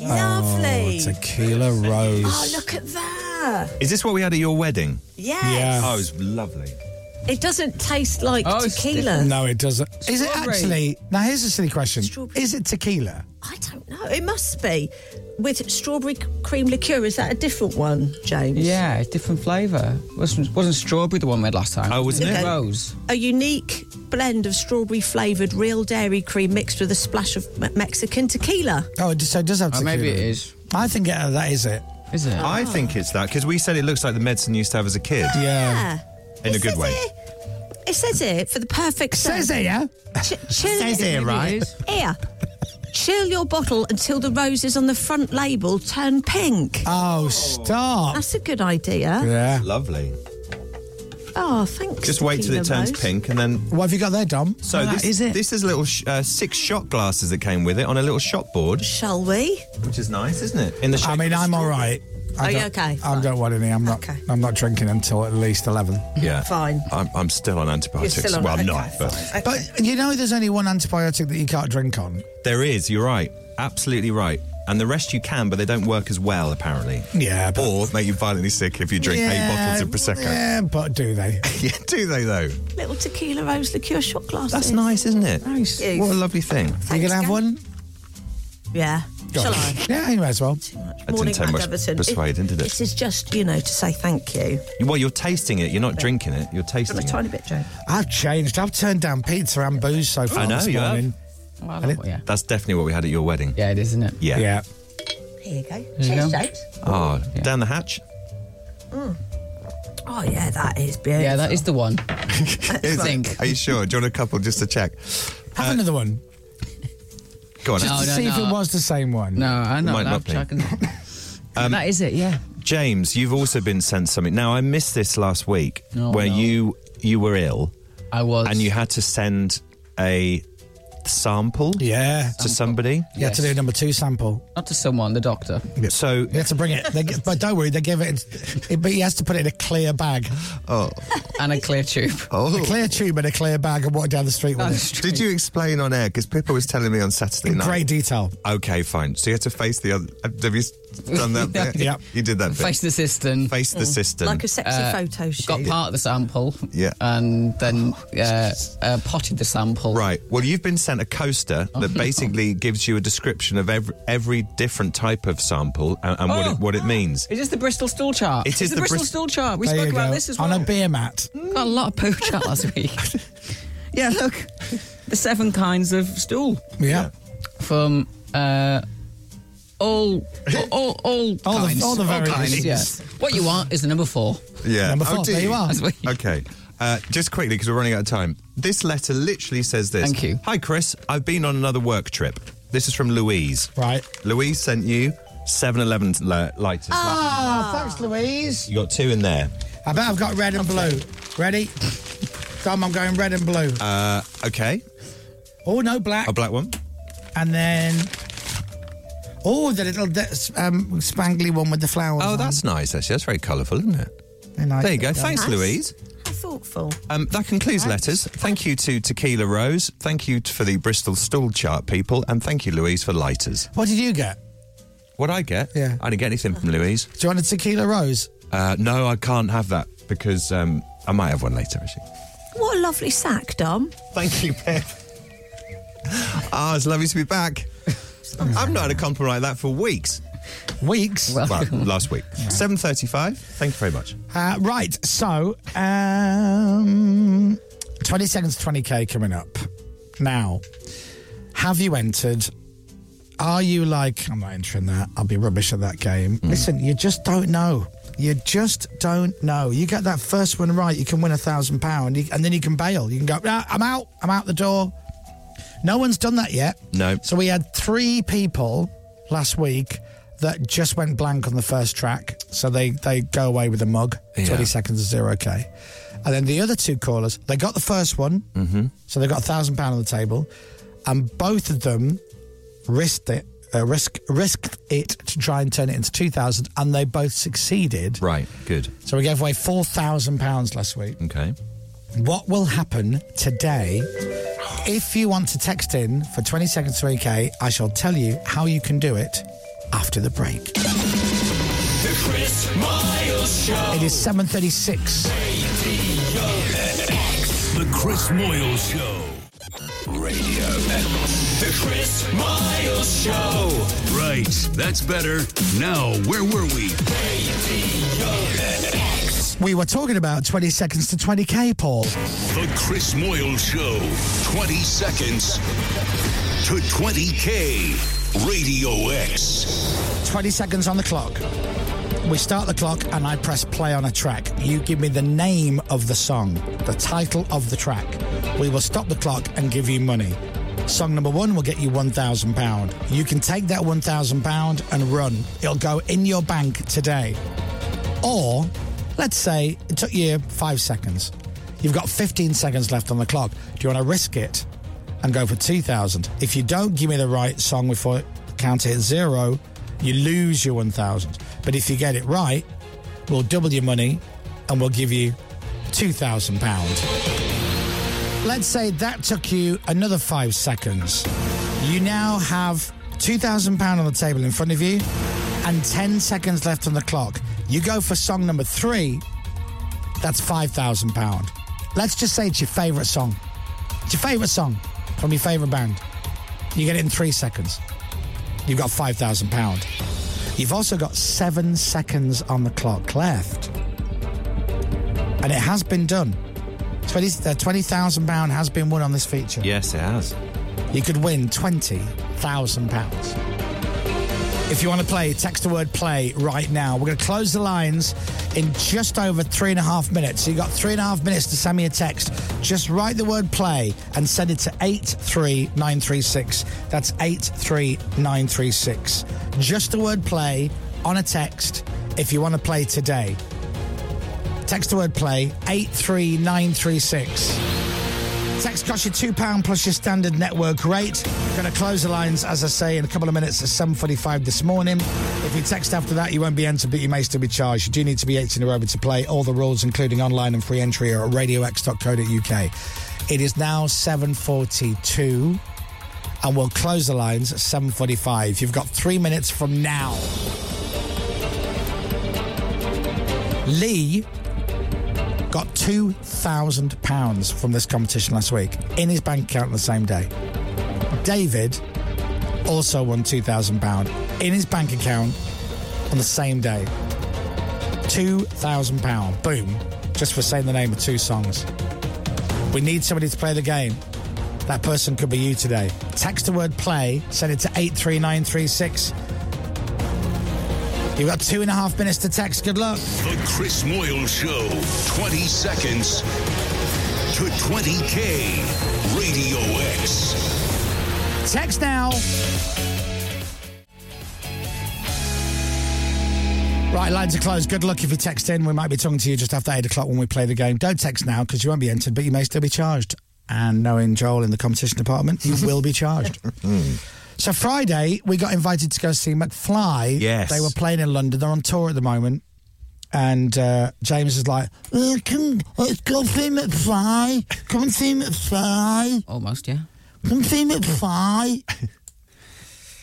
Lovely. tequila Oh, rose. look at that. Is this what we had at your wedding? Yes. Oh, it was lovely. It doesn't taste like Oh, it's tequila. different. No, it doesn't. Is it Strawberry. actually? Now here's a silly question. Is it tequila? I don't know. It must be. With strawberry c- cream liqueur, is that a different one, James? Yeah, different flavour. Wasn't, wasn't strawberry the one we had last time? Oh, wasn't it? Okay. Rose. A unique blend of strawberry flavoured real dairy cream mixed with a splash of me- Mexican tequila. Oh, it, just, so it does have Oh, tequila. maybe it is. I think uh, that is it. Is it? I think it's that because we said it looks like the medicine you used to have as a kid Yeah. Yeah. in a It good says way. here- It says here for the perfect Says it, yeah. Ch- chill- Maybe it is. Here. Chill your bottle until the roses on the front label turn pink. Oh, stop. That's a good idea. Yeah. Lovely. Oh, thanks. Just wait till it Tequila turns Rose. pink and then What have you got there, Dom? So Oh, that this is it. This is little sh- uh, six shot glasses that came with it on a little shot board, Shall we? which is nice, isn't it? In the shape I mean, of a I'm all straw. right. Are I you don't- okay? I Fine. don't want any. I'm not. Okay. I'm not drinking until at least eleven. Yeah, Fine. I'm, I'm still on antibiotics. You're still on- well, I'm okay, not, but fine. Okay. But you know, there's only one antibiotic that you can't drink on. there is. You're right. Absolutely right. And the rest you can, but they don't work as well, apparently. Yeah, but- Or make you violently sick if you drink eight bottles of prosecco. Yeah. Yeah, but do they? do they though? little tequila rose liqueur shot glasses. That's nice, isn't it? Nice. Yes. What a lovely thing. you gonna have one? Yeah. Go Shall on. I? Yeah, you might as well. That didn't Morning take at much Everton. persuading, did it? This is just, you know, to say thank you. Well, you're tasting it. You're not drinking it. You're tasting A it. tiny bit, Joe. I've changed. I've turned down pizza and booze so far I know this you have. morning. Well, I don't- yeah. That's definitely what we had at your wedding. yeah, it is, isn't it? Yeah. Ah, Yeah. Here you go. you Cheers, go. James. Oh, down the hatch. Oh yeah, that is beautiful. Yeah, that is the one. Is it? Are you sure? Do you want a couple just to check? Uh, Have another one. Go on. Just Alex. to see if it was the same one. No, I know. Might that. not be. I can- Um, that is it. Yeah. James, you've also been sent something. Now I missed this last week Oh, where no. you you were ill. I was. And you had to send a sample yeah to somebody. You had to do a number two sample. Not to someone, the doctor. So You had to bring it. They, g- but don't worry, they give it, it. But he has to put it in a clear bag. Oh. And a clear tube. Oh. A clear tube and a clear bag and walk down the street with it. Did you explain on air? Because Pippa was telling me on Saturday In night. great detail. Okay, fine. So you had to face the other. uh, Have you s- done that bit? Yeah. You did that bit. Face the Mm. Uh, cistern. Face the cistern. Like a sexy photo shoot. Got part of the sample. Yeah. And then Oh, uh, uh, potted the sample. Oh, Right. Well, you've been sent a coaster that basically gives you a description of every, every different type of sample and, and what, Oh. it, what it means. Is this the Bristol stool chart? It is It's the, the Bristol Brist- stool chart. We There spoke you about go. this as well. On a beer mat. Got a lot of poo chart last week. yeah, look. The seven kinds of stool. Yeah. From uh, all, all, all, all All the- kinds. all the variations. kinds, yeah. What you want is the number four. Yeah. Number four, Oh, there dear. you are. That's what- Okay. Uh, just quickly, because we're running out of time. This letter literally says this. Thank you. Hi, Chris. I've been on another work trip. This is from Louise. Right. Louise sent you 7 Eleven uh, lighters. Ah, thanks, Louise. You got two in there. I bet I've got red and blue. Ready? Come, I'm going red and blue. Uh, okay. Oh no, black. A black one. And then, oh, the little de- um, spangly one with the flowers. Oh, on. that's nice, actually. That's very colourful, isn't it? I like There you go. that. Thanks, Louise. How thoughtful. Um, that concludes letters. Thank you to Tequila Rose. Thank you t- for the Bristol stool chart, people. And thank you, Louise, for lighters. What did you get? What I get? Yeah. I didn't get anything from Louise. Do you want a tequila rose? Uh, no, I can't have that because um, I might have one later, actually. What a lovely sack, Dom. Thank you, Pip. Ah, it's lovely to be back. I've not had a compliment like that for weeks. Weeks. Well, last week. 7.35. Thank you very much. Uh, right. So, um, twenty seconds, twenty k coming up. Now, have you entered? Are you like I'm not entering that? I'll be rubbish at that game. Hmm. Listen, you just don't know. You just don't know. You get that first one right, you can win a thousand pound, You- and then you can bail. You can go. "Nah, I'm out. I'm out the door. No one's done that yet. No. So we had three people last week that just went blank on the first track. So they, they go away with a mug, Yeah. 20 seconds of zero K. And then the other two callers, they got the first one. Mm-hmm. So they got a thousand pound on the table. And both of them risked it. Uh, risk, risked it to try and turn it into 2000 and they both succeeded. Right, good. So we gave away £4,000 last week. Okay. What will happen today? If you want to text in for 20 seconds to 8K, I shall tell you how you can do it after the break. The Chris Miles Show. It is 7.36. The Chris Moyles Show. Radio X. The Chris Miles Show. Right, that's better. Now, where were we? We were talking about 20 seconds to 20K, Paul. The Chris Moyle Show. 20 seconds to 20K. Radio X. 20 seconds on the clock. We start the clock and I press play on a track. You give me the name of the song, the title of the track. We will stop the clock and give you money. Song number one will get you £1,000. You can take that £1,000 and run. It'll go in your bank today. Or, let's say it took you five seconds. You've got 15 seconds left on the clock. Do you want to risk it and go for 2,000? If you don't give me the right song before it count it at zero, you lose your 1,000. But if you get it right, we'll double your money and we'll give you £2,000. Let's say that took you another five seconds. You now have £2,000 on the table in front of you and 10 seconds left on the clock. You go for song number three, that's £5,000. Let's just say it's your favourite song. It's your favourite song from your favourite band. You get it in three seconds. You've got £5,000. You've also got seven seconds on the clock left. And it has been done. Twenty uh, £20,000 has been won on this feature Yes, it has. you could win £20,000. If you want to play, text the word play right now. We're going to close the lines in just over three and a half minutes. So you've got three and a half minutes to send me a text. Just write the word play and send it to 83936. That's 83936. Just the word play on a text if you want to play today. Text the word play 83936. Text costs you £2 plus your standard network rate. Going to close the lines, as I say, in a couple of minutes at 7.45 this morning. If you text after that, you won't be entered, but you may still be charged. You do need to be 18 or over to play. All the rules, including online and free entry, are at radiox.co.uk. It is now 7.42, and we'll close the lines at 7.45. You've got three minutes from now. Lee got £2,000 from this competition last week in his bank account on the same day. David also won £2,000 in his bank account on the same day. £2,000. Boom. Just for saying the name of two songs. We need somebody to play the game. That person could be you today. Text the word play, send it to 83936. You've got two and a half minutes to text. Good luck. The Chris Moyle Show. 20 seconds to 20K. Radio X. Text now. Right, lines are closed. Good luck if you text in. We might be talking to you just after eight o'clock when we play the game. Don't text now because you won't be entered, but you may still be charged. And knowing Joel in the competition department, you will be charged. So Friday, we got invited to go see McFly. Yes. They were playing in London. They're on tour at the moment. And uh, James is like, "Uh, come, let's go see McFly. Come and see McFly. Almost, yeah. Come see McFly.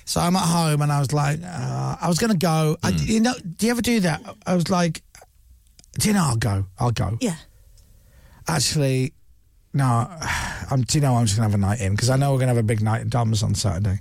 so I'm at home and I was like, uh, I was going to go. I, you know, do you ever do that? I was like, do you know, I'll go. I'll go. Yeah. Actually, no, I'm, do you know, I'm just going to have a night in because I know we're going to have a big night at Dom's on Saturday.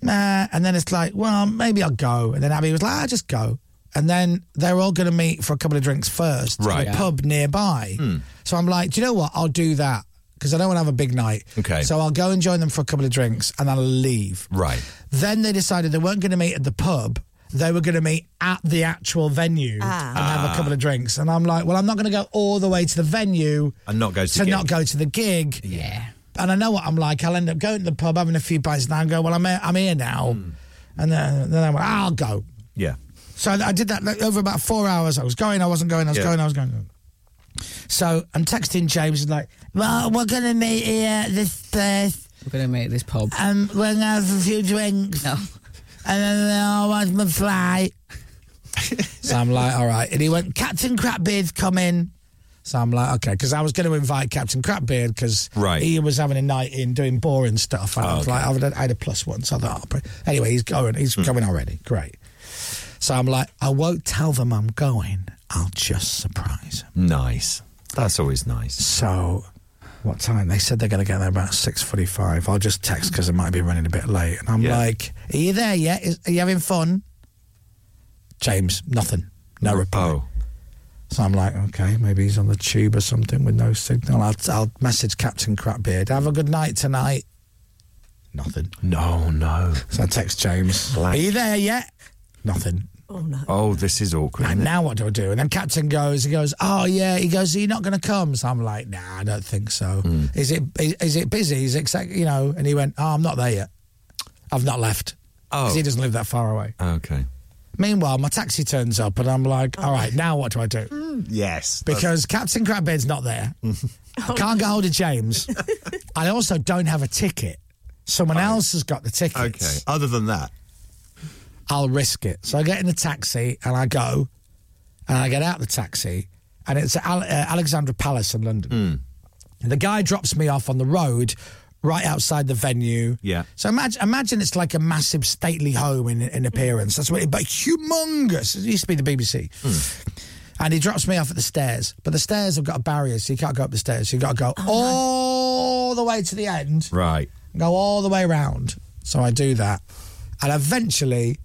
Nah. And then it's like, well, maybe I'll go. And then Abby was like, I'll just go. And then they're all going to meet for a couple of drinks first Right. at Yeah. a pub Mm. nearby. So I'm like, do you know what? I'll do that because I don't want to have a big night. Okay. So I'll go and join them for a couple of drinks and I'll leave. Right. Then they decided they weren't going to meet at the pub. They were going to meet at the actual venue and have a couple of drinks. And I'm like, well, I'm not going to go all the way to the venue And not go to, to the not gig. go to the gig. Yeah. And I know what I'm like. I'll end up going to the pub, having a few bites, and I go, well, I'm here, I'm here now. Hmm. And then, then I went, I'll go. Yeah. So I did that like, over about four hours. I was going, I wasn't going, I was Yeah. going, I was going. So I'm texting James and like, well, we're going to meet here this place. We're going to meet at this pub. Um, we're going to have a few drinks. And then I want my fly. so I'm like, all right. And he went, Captain Crapbeard's coming. So I'm like, okay, because I was going to invite Captain Crapbeard because Right. he was having a night in doing boring stuff. And I Oh, was okay. Hmm. like, I, had, I had a plus one. So I thought, oh, but anyway, he's going. He's coming already. Great. So I'm like, I won't tell them I'm going. I'll just surprise them. Nice. That's always nice. So, what time? They said they're going to get there about six forty-five. I'll just text because I might be running a bit late. And I'm Yeah. like, "Are you there yet? Is, are you having fun?" James, nothing, no reply. Oh. So I'm like, okay, maybe he's on the tube or something with no signal. I'll, I'll message Captain Crapbeard. Have a good night tonight. Nothing. No, no. So I text James. Black. Are you there yet? Nothing. Oh no. Oh, this is awkward. And isn't it? now what do I do? And then Captain goes, he goes, oh yeah, he goes, are you not going to come? So I'm like, nah, I don't think so. Hmm. Is it is, is it busy? Is it exact, you know? And he went, oh, I'm not there yet. I've not left. Oh. 'Cause he doesn't live that far away. Okay. Meanwhile, my taxi turns up, and I'm like, all right, now what do I do? Yes. Oh, Because Captain Crabbeard's not there. I can't get hold of James. I also don't have a ticket. Someone else has got the tickets. Okay. Other than that. I'll risk it. So I get in the taxi and I go, and I get out the taxi, and it's at Al- uh, Alexandra Palace in London. Hmm. And the guy drops me off on the road right outside the venue. Yeah. So imagine, imagine it's like a massive stately home in, in appearance. That's what it, but humongous. It used to be the BBC. Hmm. And he drops me off at the stairs, but the stairs have got a barrier, so you can't go up the stairs. So you've got to go all the way to the end Right. go all the way round. So I do that, and eventually,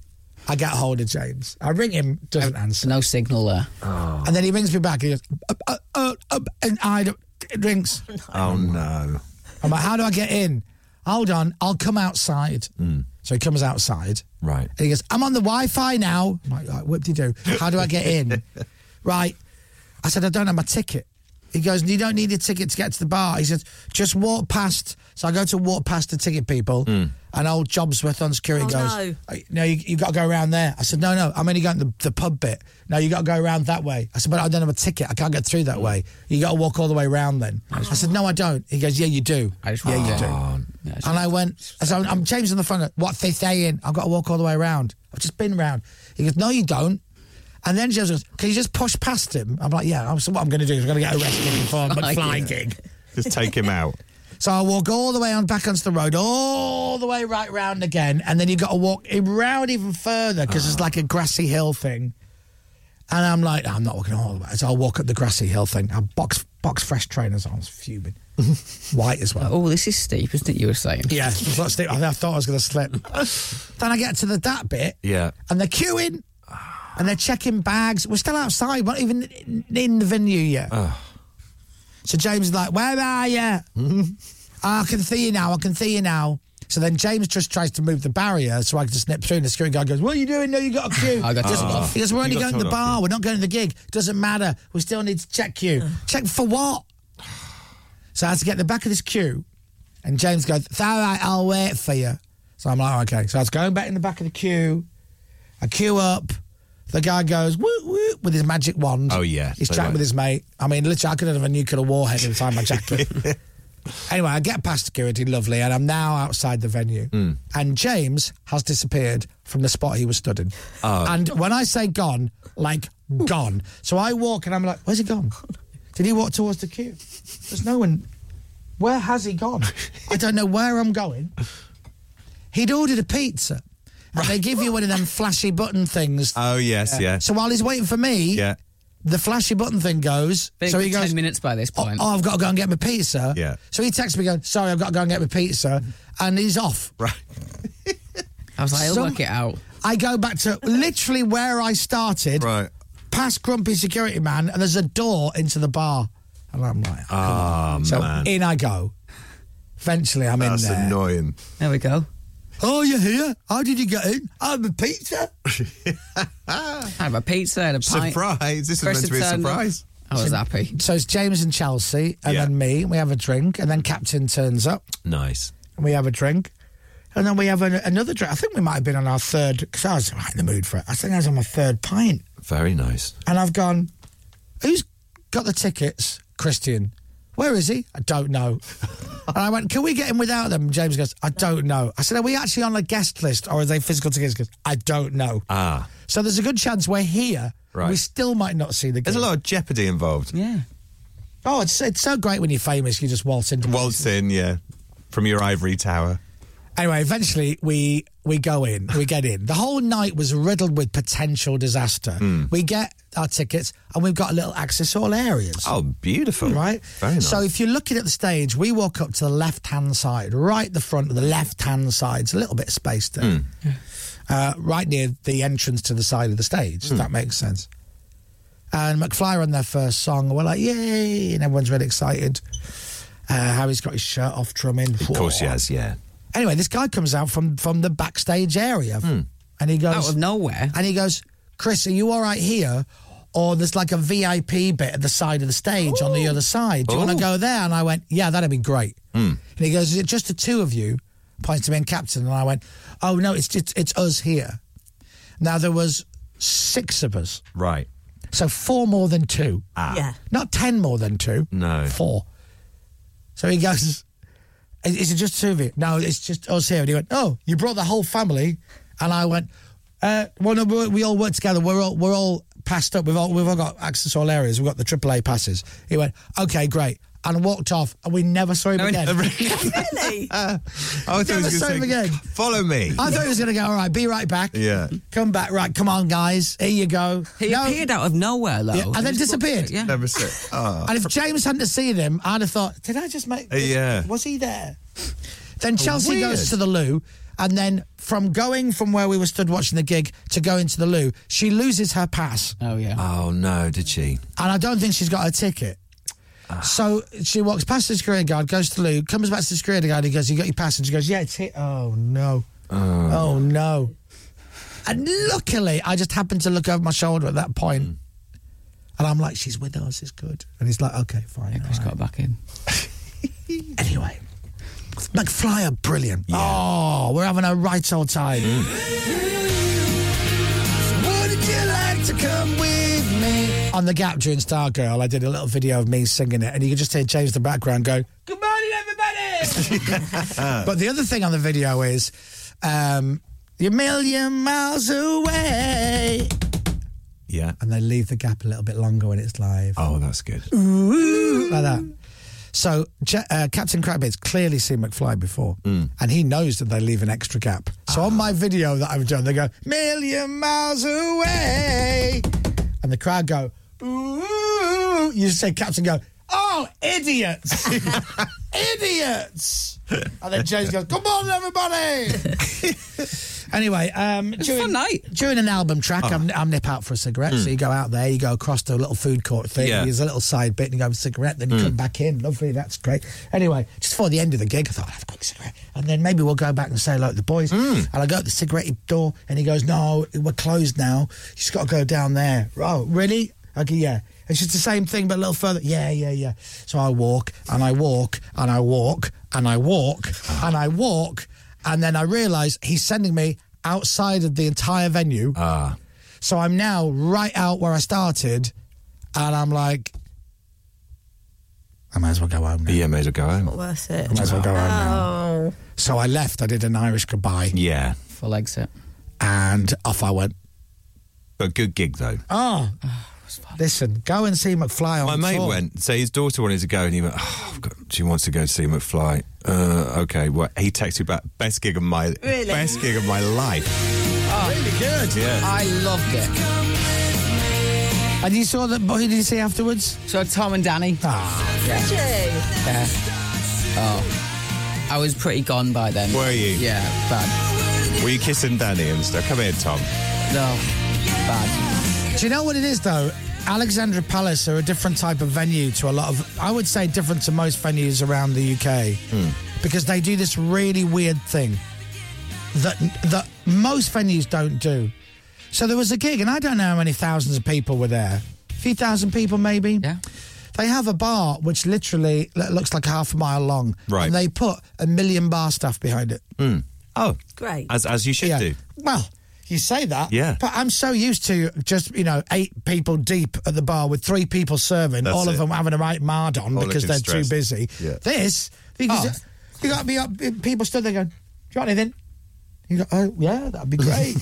I get hold of James. I ring him, doesn't answer, No signal there. and then he rings me back. He goes, uh, uh, uh, uh, and I don't- it rings. Oh, no. I'm like, how do I get in? hold on, I'll come outside. Mm. So he comes outside. Right. And he goes, I'm on the Wi Fi now. I'm like, "Right, what do you do? How do I get in? right. I said, I don't have my ticket. He goes, You don't need a ticket to get to the bar. He says, Just walk past. So I go to walk past the ticket people, Mm. and old Jobsworth on security Oh, goes, no. "Hey, No, you, you've got to go around there. I said, No, no, I'm only going to the, the pub bit. No, you got to go around that way. I said, But I don't have a ticket. I can't get through Mm. that way. You got to walk all the way around then. I said, No, I don't. He goes, Yeah, you do. I just yeah, walked you in. do. Oh, and I went, so I'm, I'm James on the phone. What they saying? I've got to walk all the way around. I've just been round. He goes, no, you don't. And then James goes, can you just push past him? I'm like, yeah. I'm- So what I'm going to do is I'm going to get arrested before I'm Oh, at flying yeah. gig. Just take him out. So I walk all the way on back onto the road, all the way right round again, and then you've got to walk i- round even further because Ah. it's like a grassy hill thing. And I'm like, I'm not walking all the way. So I'll walk up the grassy hill thing. I box box fresh trainers on. I was fuming, white as well. Oh, this is steep, isn't it? You were saying. Yeah, I thought, Steve- I thought I was going to slip. then I get to the that bit, Yeah. and they're queuing, and they're checking bags. We're still outside, we're not even in- in the venue yet. So James is like, "Where are you? Hmm? I can see you now. I can see you now." So then James just tries to move the barrier so I can just snip through, and the security guy goes, "What are you doing? No, you got a queue." I got He goes, told off. He goes, "We're You only got going to told the off, bar. yeah. We're not going to the gig. Doesn't matter. We still need to check you. check for what?" So I had to get the back of this queue, and James goes, "It's all right. I'll wait for you." So I'm like, "Okay." So I was going back in the back of the queue. I queue up. The guy goes woo woo with his magic wand. Oh, yeah. he's So chatting like- with his mate. I mean, literally, I could have a nuclear warhead inside my jacket. anyway, I get past security, lovely, and I'm now outside the venue. And James has disappeared from the spot he was stood in. Oh. And when I say gone, like gone. So I walk and I'm like, where's he gone? Did he walk towards the queue? There's no one. Where has he gone? I don't know where I'm going. He'd ordered a pizza. And they give you one of them flashy button things. Oh, yes, yeah. So while he's waiting for me, Yeah. the flashy button thing goes. Been so a he good goes, ten minutes by this point. Oh, I've got to go and get my pizza. Yeah. So he texts me going, sorry, I've got to go and get my pizza. And he's off. Right. I was like, he'll Some- work it out. I go back to literally where I started. Right. Past Grumpy Security Man, and there's a door into the bar. And I'm like, Ah, so man. in I go. Eventually, I'm That's in there. annoying. There we go. Oh, you're here? How did you get in? I'm a pizza. I had a pizza, I had a pint. Surprise. This is meant Preston to be a turned up. surprise. I was happy. So it's James and Chelsea, and then me. We have a drink, and then Captain turns up, Nice. and we have a drink, and then we have an, another drink. I think we might have been on our third because I was right in the mood for it. I think I was on my third pint, Very nice. and I've gone, "Who's got the tickets?" Christian. Where is he? I don't know. and I went, "Can we get him without them?" James goes, "I don't know." I said, "Are we actually on a guest list, or are they physical tickets?" He goes, "I don't know." Ah. So there's a good chance we're here. Right. We still might not see the. There's a gig. lot of jeopardy involved. Yeah. Oh, it's it's so great when you're famous. You just waltz into Waltz in, yeah. From your ivory tower. Anyway, eventually we we go in, we get in. The whole night was riddled with potential disaster. Hmm. We get our tickets, and we've got little access all areas. Oh, beautiful. Right? Very nice. So if you're looking at the stage, we walk up to the left hand side, right the front of the left hand side. It's a little bit of space there. Uh, right near the entrance to the side of the stage, Hmm. if that makes sense. And McFly are on their first song. We're like, yay! And everyone's really excited. Uh, Harry's got his shirt off drumming. of course he has, yeah. Anyway, this guy comes out from from the backstage area, Hmm. and he goes Out of nowhere. and he goes, "Chris, are you all right here?" Or there's like a VIP bit at the side of the stage on the other side. Do you want Ooh. Oh. to go there? And I went, "Yeah, that'd be great." And he goes, "Is it just the two of you?" Points to me and Captain, and I went, "Oh no, it's it's, it's us here." Now there was six of us, Right. so four more than two. Ah. Yeah. Not ten more than two. No. Four. So he goes, Is is it just two of you? No, it's just us here. And he went, Oh, you brought the whole family. And I went, uh, Well, no, we, we all work together. We're all, we're all passed up. We've all, we've all got access to all areas. We've got the AAA passes. He went, Okay, great. And walked off. And we never saw him No, again. never- Really? Oh, I thought he Never was saw going him to say, again. follow me. I thought he was going to go, All right, be right back. Yeah. Come back. Right, come on, guys. Here you go. He No. appeared out of nowhere, though. Yeah, and then He just walked- disappeared. Yeah. Never said. Oh. And if James hadn't have seen him, I'd have thought, did I just make? Uh, yeah. Oh, Was he there? Then Chelsea weird. goes to the loo, and then from going from where we were stood watching the gig to go into the loo, she loses her pass, Oh, yeah. Oh, no, did she? and I don't think she's got her ticket. So she walks past the security guard, goes to Lou, comes back to the security guard, he goes, You got your pass? And she goes, Yeah, it's here. Oh, no. Oh, no. And luckily, I just happened to look over my shoulder at that point. And I'm like, She's with us, it's good. And he's like, Okay, fine. Yeah, got back in. anyway, McFly are brilliant. Oh, we're having a right old time. Would you like to come with me? On the gap during Stargirl, I did a little video of me singing it, and you could just hear James in the background go, Good morning, everybody! Ah. but the other thing on the video is um, you're a million miles away. Yeah. And they leave the gap a little bit longer when it's live. Oh, that's good. Ooh, like that. So Ja- uh, Captain Crabbett's clearly seen McFly before, and he knows that they leave an extra gap. So on my video that I've done, they go million miles away, and the crowd go ooh. You just say Captain go, oh idiots, idiots, and then James goes, come on everybody. anyway, um, during, during an album track, I'm, I'm nip out for a cigarette. So you go out there, you go across to a little food court thing. Yeah. There's a little side bit, and you go have a cigarette. Then you Mm. come back in. Lovely, that's great. Anyway, just before the end of the gig, I thought I'll have a quick cigarette, and then maybe we'll go back and say hello to the boys. And I go to the cigarette door, and he goes, "No, we're closed now. You just got to go down there." Oh, really? Okay, yeah. It's just the same thing, but a little further. Yeah, yeah, yeah. So I walk and I walk and I walk and I walk and I walk, and then I realise he's sending me outside of the entire venue. Ah. So I'm now right out where I started, and I'm like, I might as well go home. Now. Yeah, may as well go home. worth it. I might as well go home now. So I left. I did an Irish goodbye. Yeah. Full exit. And off I went. But good gig, though. Oh, listen, go and see McFly on My mate tour. went, so his daughter wanted to go, and he went, oh, I've got- she wants to go see McFly. Uh, okay, well, he texted back, best gig of my Really? best gig of my life. really good. Yeah. I loved it. And you saw that? Who did you see afterwards? So Tom and Danny. Ah, yeah. Yeah. Oh, I was pretty gone by then. Were you? Yeah, bad. Were you kissing Danny and stuff? Come here, Tom. No, bad. Do you know what it is though? Alexandra Palace are a different type of venue to a lot of, I would say, different to most venues around the UK, because they do this really weird thing that that most venues don't do. So there was a gig, and I don't know how many thousands of people were there. A few thousand people, maybe. Yeah. They have a bar which literally lo- looks like half a mile long. Right. And they put a million bar stuff behind it. Mm. Oh, Great. as as you should do. Well, you say that. Yeah. But I'm so used to just, you know, eight people deep at the bar with three people serving, That's all it. of them having a right mard on All because looking they're stressed. too busy. Yeah. This, you, can Oh. just- you got me up, people stood there going, Do you want anything? You go, Oh, yeah, that'd be great.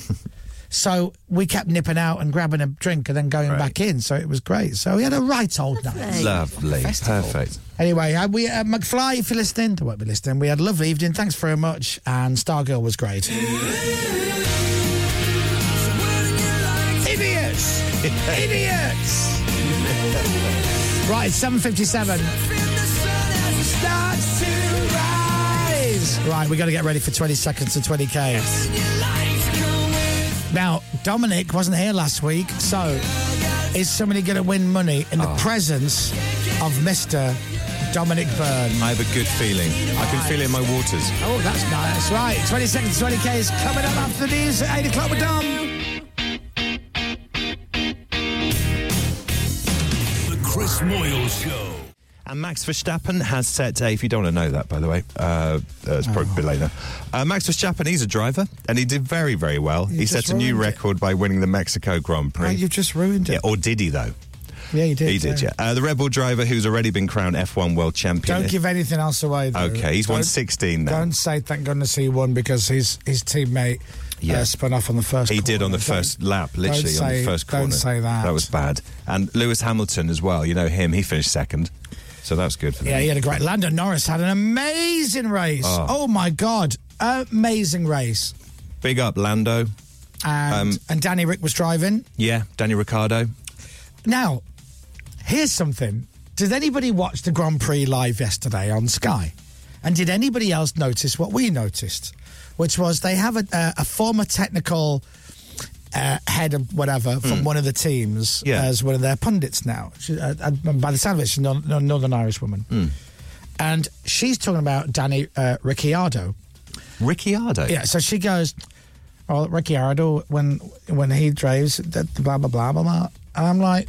so we kept nipping out and grabbing a drink and then going back in. So it was great. So we had a right old night. Lovely. Perfect. Anyway, uh, we uh, McFly, if you're listening, they won't be listening. We had a lovely evening. Thanks very much. And Stargirl was great. Idiots! Idiots! right, it's 7.57. Right, we got to get ready for 20 seconds to 20K. Now, Dominic wasn't here last week, so is somebody going to win money in Oh. the presence of Mr. Dominic Byrne? I have a good feeling. I can feel it in my waters. Oh, that's nice. Right, 20 seconds, 20k is coming up after the news at 8 o'clock with Dom. The Chris Moyle Show. And Max Verstappen has set a, if you don't want to know that, by the way, uh, uh, it's probably a Oh. bit later. Uh, Max Verstappen, he's a driver, and he did very, very well. he You just set a new ruined it. record by winning the Mexico Grand Prix. Oh, you've just ruined it. yeah, or did he, though? Yeah, you did. He did, yeah. Uh, the Red Bull driver who's already been crowned F1 world champion. Don't give anything else away. Though. Okay, he's won Don't- 16 now. Don't say thank goodness he won because his his teammate Yeah. uh, spun off on the first. He did on the corner. Don't- 1st lap, literally don't on the say- first don't corner. say that. That was bad. And Lewis Hamilton as well. You know him. He finished second, so that's good for them. Yeah, he had a great. Lando Norris had an amazing race. Oh. Oh, my god, amazing race! Big up Lando. And Um, and Danny Rick was driving. Yeah, Daniel Ricciardo. Now, here's something. Did anybody watch the Grand Prix live yesterday on Sky? And did anybody else notice what we noticed, which was they have a, a, a former technical uh, head of whatever from one of the teams Hmm. Yeah. as one of their pundits now. She, uh, and by the sound of it, she's a Nor- Nor- Northern Irish woman. Hmm. And she's talking about Danny uh, Ricciardo. Ricciardo? Yeah, so she goes, oh, Ricciardo, when when he drives, that blah, blah, blah, blah, blah. And I'm like,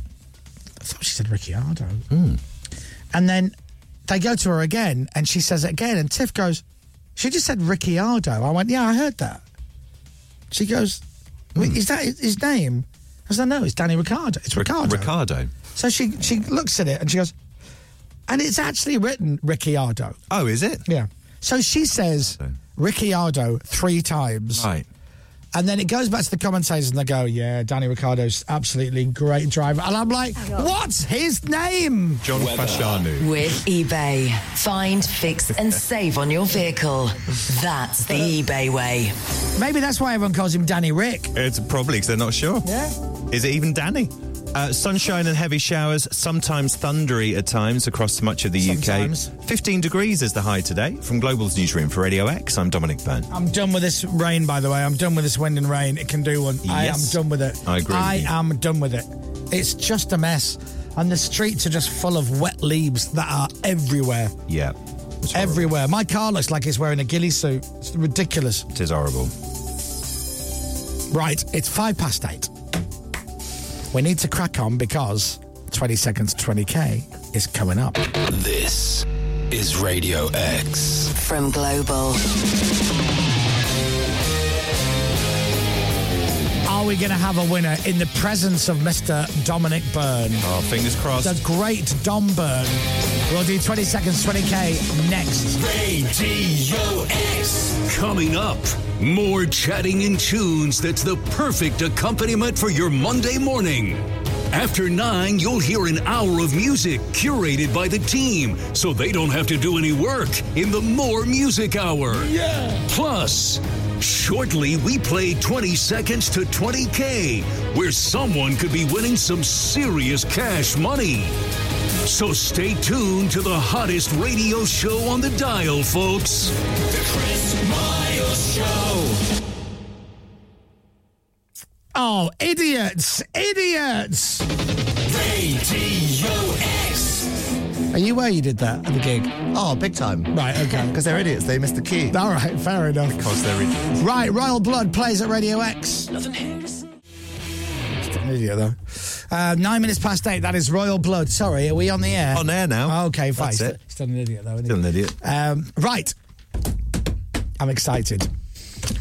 I thought she said Ricciardo. And then they go to her again, and she says it again. And Tiff goes, She just said Ricciardo. I went, Yeah, I heard that. She goes, "Wait, Is that his name? I said, No, it's Danny Ricardo. It's Ricardo. Ricardo. so she, she looks at it and she goes, And it's actually written Ricciardo. Oh, is it? Yeah. So she says Ricciardo three times. Right. And then it goes back to the commentators and they go, Yeah, Danny Ricardo's absolutely great driver. And I'm like, What's his name? John Fashanu. With eBay. Find, fix, and save on your vehicle. That's the eBay way. Maybe that's why everyone calls him Danny Rick. It's probably because they're not sure. Yeah. Is it even Danny? Uh, sunshine and heavy showers, sometimes thundery at times across much of the Sometimes. UK. 15 degrees is the high today. From Global's newsroom for Radio X, I'm Dominic Byrne. I'm done with this rain, by the way. I'm done with this wind and rain. It can do one. I am Yes. done with it. I agree with I you. am done with it. It's just a mess. And the streets are just full of wet leaves that are everywhere. Yeah, Everywhere. My car looks like it's wearing a ghillie suit. It's ridiculous. it is horrible. Right, it's five past eight. We need to crack on because 20 seconds to 20K is coming up. This is Radio X. From Global. Are we going to have a winner in the presence of Mr. Dominic Byrne? Oh, fingers crossed. The great Dom Byrne. We'll do 20 seconds, 20K next. Radio X. Coming up, more chatting in tunes that's the perfect accompaniment for your Monday morning. After nine, you'll hear an hour of music curated by the team so they don't have to do any work in the More Music Hour. Yeah. Plus, shortly we play 20 Seconds to 20K, where someone could be winning some serious cash money. So stay tuned to the hottest radio show on the dial, folks. The Chris Miles Show. Oh, idiots! Idiots! Radio X. Are you aware you did that at the gig? Oh, big time. Right, okay. Because they're idiots, they missed the key. All right, fair enough. Because they're idiots. Right, Royal Blood plays at Radio X. An idiot, though. Uh, nine minutes past eight, that is Royal Blood. Sorry, are we on the air? On air now. Okay, fine. That's Still, it. still an idiot, though, isn't he? Still an idiot. Um, right. I'm excited.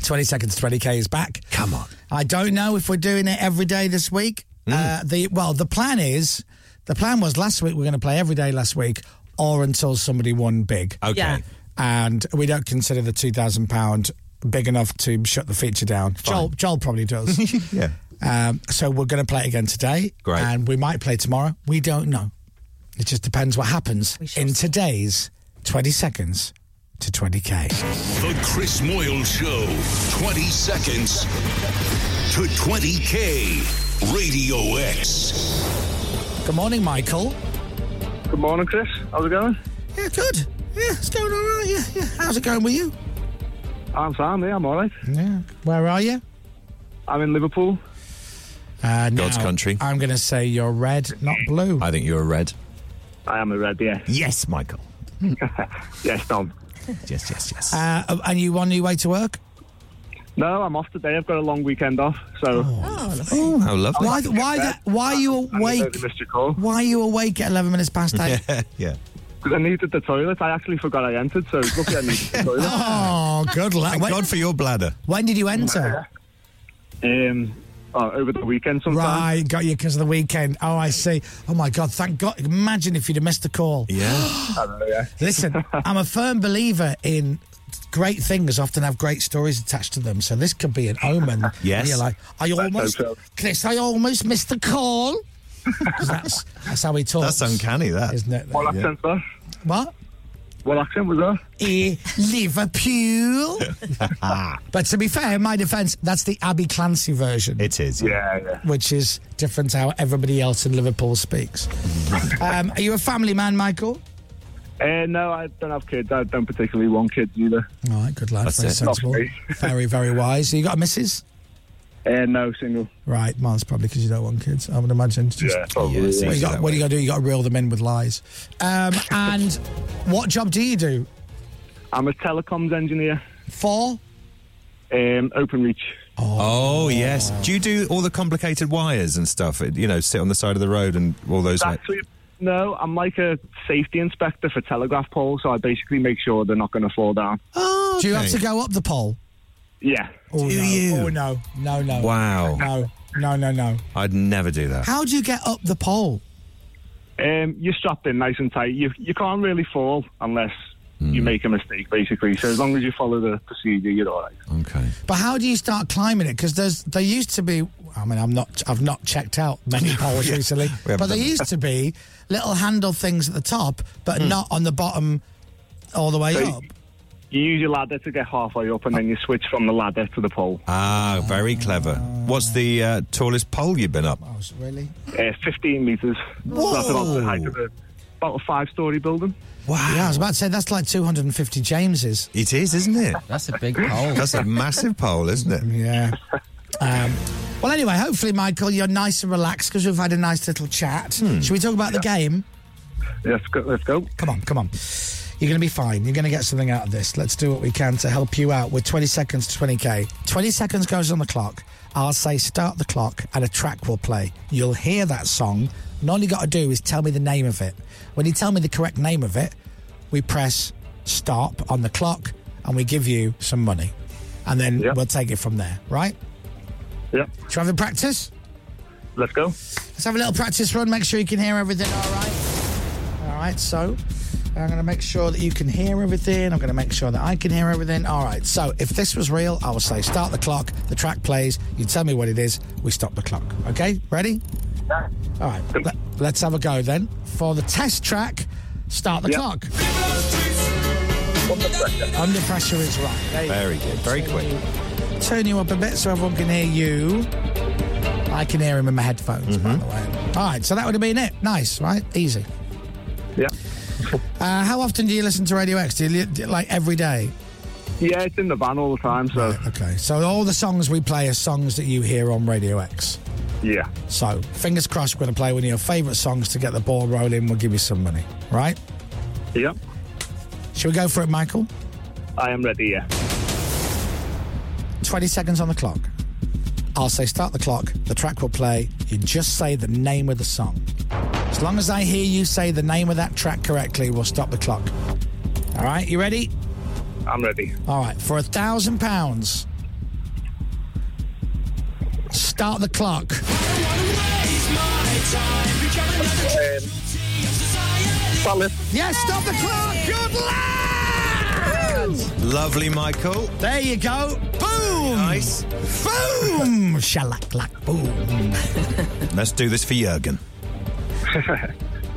20 seconds, 20K is back. Come on. I don't know if we're doing it every day this week. Hmm. Uh, the Well, the plan is, the plan was last week we're going to play every day last week or until somebody won big. Okay. Yeah. And we don't consider the £2,000 big enough to shut the feature down. Joel, Joel probably does. yeah. Um, so we're going to play it again today. Great. And we might play tomorrow. We don't know. It just depends what happens in today's 20 seconds to 20K. The Chris Moyle Show. 20 seconds to 20K. Radio X. Good morning, Michael. Good morning, Chris. How's it going? Yeah, good. Yeah, it's going all right. Yeah, yeah. How's it going with you? I'm fine, yeah, I'm all right. Yeah. Where are you? I'm in Liverpool. Uh, God's now, country. I'm going to say you're red, not blue. I think you're a red. I am a red, yeah. Yes, Michael. yes, Dom. Yes, yes, yes. Uh, and you on your way to work? No, I'm off today. I've got a long weekend off, so. Oh, how lovely. Why, why, that, why are you awake? missed your call. Why are you awake at 11 minutes past 8? yeah. Because I needed the toilet. I actually forgot I entered, so lucky I needed the toilet. Oh, good luck. Thank When- God for your bladder. When did you enter? Um, oh, over the weekend sometime. Right, got you because of the weekend. Oh, I see. Oh my God, thank God! Imagine if you'd have missed the call. I don't know, yeah. Listen, I'm a firm believer in great things often have great stories attached to them. So this could be an omen. Yes. And you're like, I Let's almost, hope Chris, I almost missed the call. 'Cause that's that's how he talks. That's uncanny, that. Isn't it? What Yeah. accent was What? that? What accent was that? Eh, Liverpool. but to be fair, in my defence, that's the Abby Clancy version. It is. Yeah, yeah. which is different to how everybody else in Liverpool speaks. um, are you a family man, Michael? Uh, no, I don't have kids. I don't particularly want kids either. All right, good lad. That's very it. sensible. Lovely. very, very wise. You got a missus? Uh, no, single. Right, mine's probably because you don't want kids. I would imagine. It's Just, Yeah, probably, What yeah. you got? What you got to do? You got to reel them in with lies. Um, and what job do you do? I'm a telecoms engineer. For? Um, open reach. Oh, yes. Do you do all the complicated wires and stuff? You know, sit on the side of the road and all those. like- Actually, no, I'm like a safety inspector for telegraph poles, so I basically make sure they're not going to fall down. Oh, do you have to go up the pole? Yeah. Oh, no. you? Oh no, no, no. Wow. No, no, no, no. I'd never do that. How do you get up the pole? Um, you're strapped in nice and tight. You you can't really fall unless Hmm. you make a mistake, basically. So as long as you follow the procedure, you're all right. Okay. But how do you start climbing it? Because there's there used to be. I mean, I'm not. I've not checked out many poles recently, haven't but there done that. Hmm. used to be little handle things at the top, but not on the bottom, all the way So up. You use your ladder to get halfway up, and then you switch from the ladder to the pole. Ah, very clever. What's the uh, tallest pole you've been up? Really? Uh, 15 metres. That's about the height of a, about a five-storey building. Wow. Yeah, I was about to say that's like 250 Jameses. It is, isn't it? That's a big pole. That's a massive pole, isn't it? Yeah. Um, well, anyway, hopefully, Michael, you're nice and relaxed because we've had a nice little chat. Hmm. Should we talk about the game? Let's go. Let's go. Come on, come on. You're going to be fine. You're going to get something out of this. Let's do what we can to help you out with 20 seconds to 20k. 20 seconds goes on the clock. I'll say start the clock and a track will play. You'll hear that song, and all you got to do is tell me the name of it. When you tell me the correct name of it, we press stop on the clock and we give you some money. And then we'll take it from there, right? Yep. Do you have a practice? Let's go. Let's have a little practice run. Make sure you can hear everything all right. All right, so I'm going to make sure that you can hear everything. I'm going to make sure that I can hear everything. All right, so if this was real, I would say start the clock, the track plays, you tell me what it is, we stop the clock. Okay, ready? All right, let, us have a go then. For the test track, start the clock. Under pressure is right. There you go. Very good. Very quick. Turn you up a bit so everyone can hear you. I can hear him in my headphones, by the way. All right, so that would have been it. Nice, right? Easy. Yeah. Uh, how often do you listen to Radio X? Do you, li- do you- like every day? Yeah, it's in the van all the time. So Okay, so all the songs we play are songs that you hear on Radio X. yeah. So fingers crossed, we're going to play one of your favourite songs to get the ball rolling. We'll give you some money, right? Yep. Shall we go for it, Michael? I am ready. Yeah. 20 seconds on the clock. I'll say start the clock, the track will play, you just say the name of the song. As long as I hear you say the name of that track correctly, we'll stop the clock. All right, you ready? I'm ready. All right, for a thousand pounds, start the clock. Yes, stop the clock. Good lad. Lovely, Michael. There you go. Boom. Nice. Boom. Shellac, lack, boom. Um, Let's do this for Jurgen.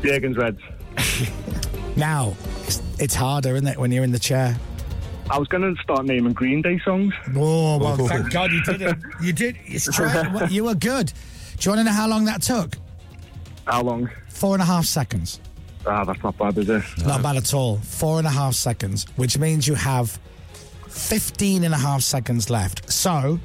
Jurgen's Reds. Now, it's, it's harder, isn't it, when you're in the chair? I was going to start naming Green Day songs. Oh, well, thank God you did it. You did. It's true. Well, you were good. Do you want to know how long that took? How long? Four and a half seconds. Ah, that's not bad, is it? Not bad at all. Four and a half seconds, which means you have 15 and a half seconds left. So,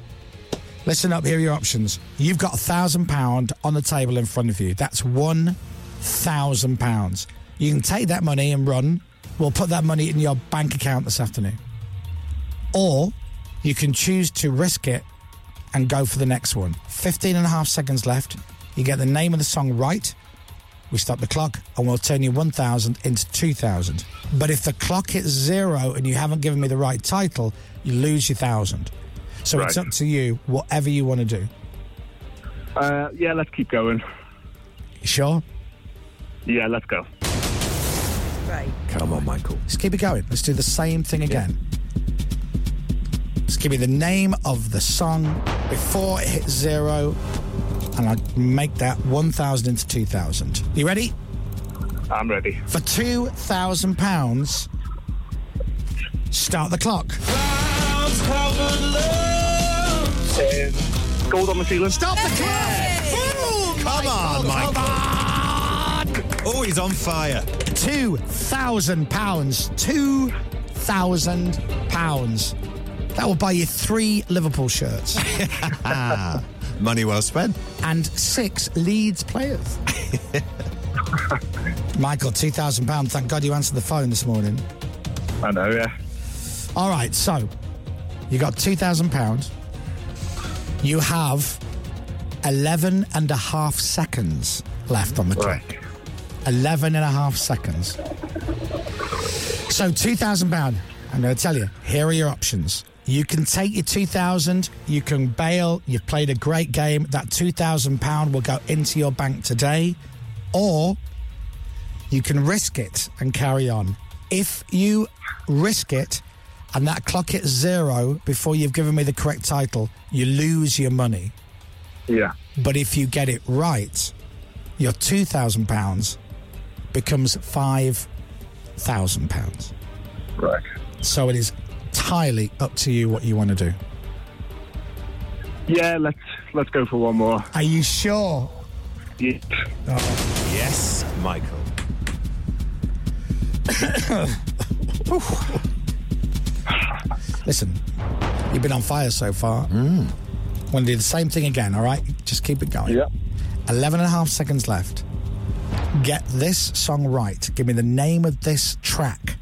listen up. Here are your options. You've got a thousand pound on the table in front of you. That's one thousand pounds. You can take that money and run. We'll put that money in your bank account this afternoon. Or you can choose to risk it and go for the next one. 15 and a half seconds left. You get the name of the song right. We stop the clock and we'll turn your 1,000 into 2,000. But if the clock hits zero and you haven't given me the right title, you lose your 1,000. So it's Right. up to you, whatever you want to do. Uh, yeah, let's keep going. You sure? Yeah, let's go. Come on, Michael. Let's keep it going. Let's do the same thing again. Just give me the name of the song before it hits zero, and I'll make that 1,000 into 2,000. You ready? I'm ready. For £2,000, start the clock. Um, gold on the ceiling. Stop the clock! Boom! Come on, Michael. Oh, he's on fire. Two thousand pounds. Two thousand pounds. That will buy you three Liverpool shirts. Money well spent. and six Leeds players. Michael, two thousand pounds. Thank God you answered the phone this morning. I know, yeah. All right, so you got two thousand pounds. You have 11 and a half seconds left on the clock. 11 and a half seconds. So £2,000. I'm going to tell you, here are your options. You can take your 2000, you can bail, you've played a great game, that 2000 pound will go into your bank today, or you can risk it and carry on. If you risk it and that clock hits zero before you've given me the correct title, you lose your money. Yeah. But if you get it right, your two thousand pounds becomes five thousand pounds. Right. So it is entirely up to you what you want to do. Yeah, let's let's go for one more. Are you sure? Oh, Yeah. Yes, Michael. Listen, you've been on fire so far. Hmm. Want to do the same thing again? All right, just keep it going. Yeah. Eleven and a half seconds left. Get this song right. Give me the name of this track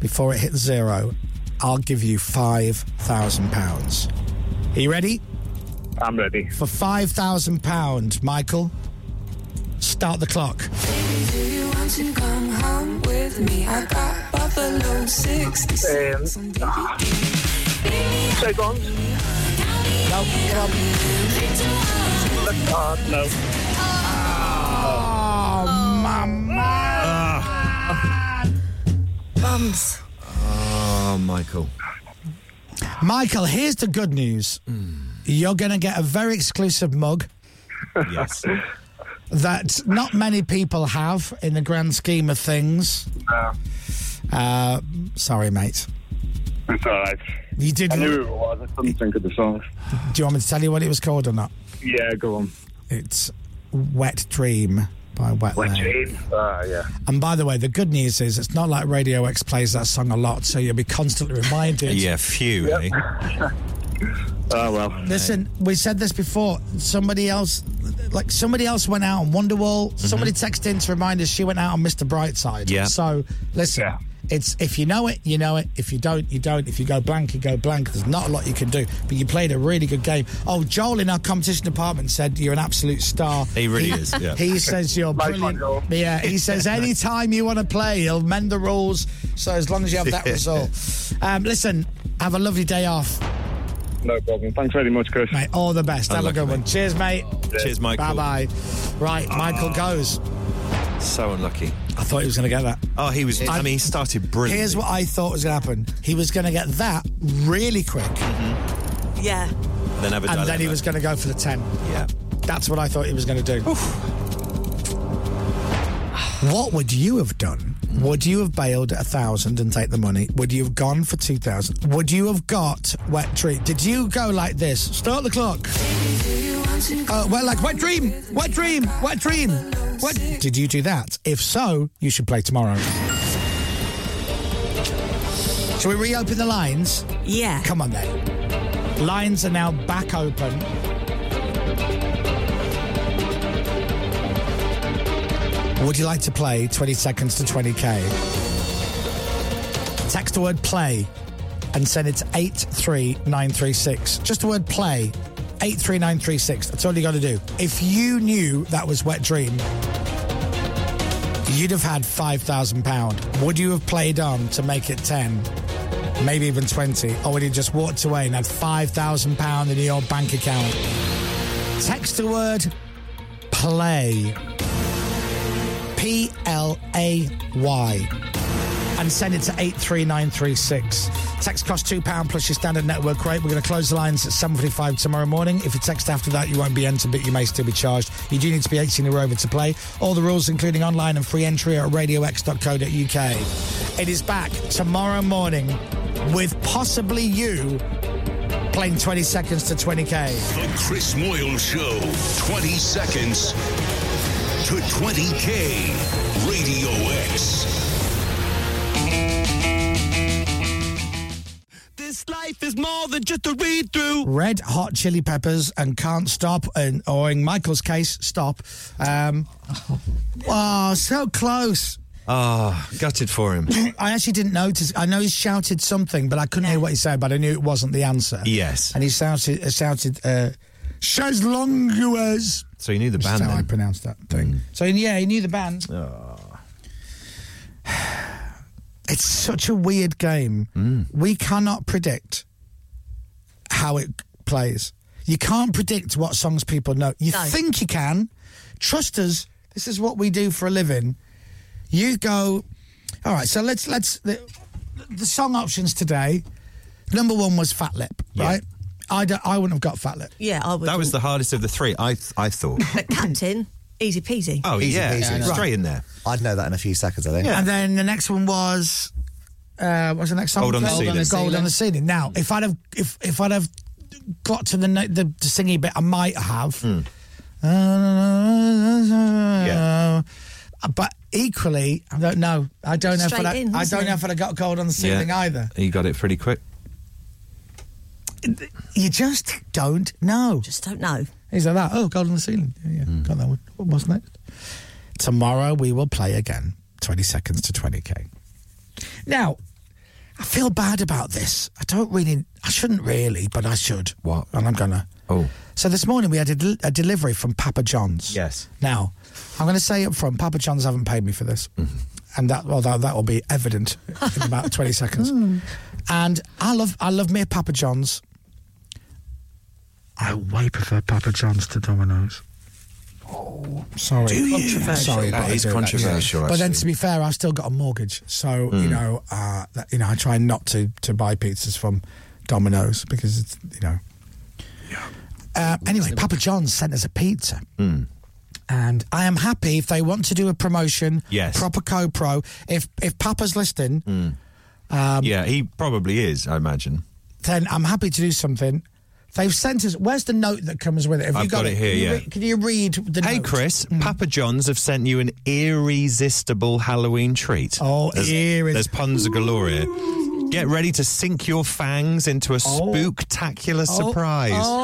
before it hits zero. I'll give you five thousand pounds. Are you ready? I'm ready. For five thousand pounds, Michael, start the clock. Do you want to come home with me? I got Buffalo 66. Um, No, come on. no. Oh, Bums. Oh, Michael. Michael, here's the good news. You're going to get a very exclusive mug Yes. that not many people have in the grand scheme of things. Uh, sorry, mate. It's all right. You did. I knew who it was. I couldn't think of the song. Do you want me to tell you what it was called or not? Yeah, go on. It's Wet Dream by Wet, Wet Lane. Dream. Ah, yeah. And by the way, the good news is it's not like Radio X plays that song a lot, so you'll be constantly reminded. Yeah, phew, eh? Oh well. Listen, we said this before. Somebody else, like somebody else, went out on Wonderwall. Somebody texted in to remind us she went out on Mr. Brightside. Mm-hmm. Yeah. So listen, it's if you know it, you know it. If you don't, you don't. If you go blank, you go blank. There's not a lot you can do. But you played a really good game. Oh, Joel in our competition department said you're an absolute star. He really is, yeah. He says you're Nice one, brilliant. Joel. yeah. He says anytime you want to play, he'll mend the rules. So as long as you have that Yeah. result, um, listen. Have a lovely day off. No problem. Thanks very much, Chris. Mate, all the best. Have a Unlucky, good one. Cheers, mate. Cheers, Michael. Bye bye. Right, Michael goes. So unlucky. I thought he was going to get that. Oh, he was. I, I- mean, he started brilliantly. Here's what I thought was going to happen he was going to get that really quick. Yeah. Then have a and then he dilemma. was going to go for the 10. Yeah. That's what I thought he was going to do. What would you have done? Would you have bailed at a thousand and take the money? Would you have gone for two thousand? Would you have got wet dream? Did you go like this? Start the clock. Uh, well, like wet dream, wet dream, wet dream. What did you do that? If so, you should play tomorrow. Shall we reopen the lines? Yeah. Come on then. Lines are now back open. Would you like to play 20 seconds to 20k? Text the word play and send it to 83936. Just the word play, 83936. That's all you got to do. If you knew that was Wet Dream, you'd have had £5,000. Would you have played on to make it 10? Maybe even 20? Or would you just walked away and had £5,000 in your bank account? Text the word play. P L A Y. And send it to 83936. Text costs £2 plus your standard network rate. We're going to close the lines at 7.45 tomorrow morning. If you text after that, you won't be entered, but you may still be charged. You do need to be 18 or over to play. All the rules, including online and free entry, are at radiox.co.uk. It is back tomorrow morning with possibly you playing 20 seconds to 20k. The Chris Moyle Show. 20 seconds to 20K. Radio X. This life is more than just a read through. Red Hot Chili Peppers and Can't Stop, and or in Michael's case, Stop. Um, oh, so close. Ah, gutted for him. I actually didn't notice. I know he shouted something, but I couldn't hear what he said. But I knew it wasn't the answer. Yes. And he shouted, uh, shouted, uh, Shazlonguez. So you knew the Which is band. how I then. Mm. Ah. pronounced that thing. So yeah, he knew the band. It's such a weird game. Mm. We cannot predict how it plays. You can't predict what songs people know. You No. think you can. Trust us. This is what we do for a living. You go. All right. So let's let's the, the song options today. Number one was Fat Lip, right? I don't, I wouldn't have got Fat Lip. Yeah, I would. That was the hardest of the three. I th- I thought. But Captain, easy peasy. Oh yeah, straight in there. I'd know that in a few seconds, I think. And then the next one was uh, what's the next song? Gold on the Gold Ceiling. Gold on the ceiling. Now, if I'd have if if I'd have got to the ne- the, the singing bit, I might have. Hmm. Yeah. Uh, But equally, I don't know. I don't know if Straight I'd, in, I wasn't don't know it? if I'd have got gold on the ceiling either. You got it pretty quick. You just don't know. Just don't know. He's like that. Oh, gold on the ceiling. Yeah, yeah. Hmm. got that one. What was next? Tomorrow we will play again. Twenty seconds to twenty k. Now, I feel bad about this. I don't really. I shouldn't really, but I should. What? And I'm gonna. Oh. So this morning we had a, del- a delivery from Papa John's. Yes. Now, I'm going to say up front, Papa John's haven't paid me for this, Mm-hmm. and that although that will be evident in about 20 seconds. And I love I love me a Papa John's. I way prefer Papa John's to Domino's. Oh, sorry. Do you? Controversial. Sorry, That but I is do controversial, But then, actually. to be fair, I've still got a mortgage, so you Mm. know, uh, that, you know, I try not to to buy pizzas from Domino's because it's you know. Uh, anyway, Papa John's sent us a pizza. Hmm. And I am happy if they want to do a promotion. Yes. Hmm. Proper co-pro. If if Papa's listening, um, yeah, he probably is. I imagine. then I'm happy to do something. They've sent us. Where's the note that comes with it? Have you I've got, got it here, Can you yeah. re- can you read the Hey, note? Hmm. Chris, Papa John's have sent you an irresistible Halloween treat. Oh, there's, irres- there's puns galore here. Get ready to sink your fangs into a Oh. spooktacular Oh. surprise. Oh.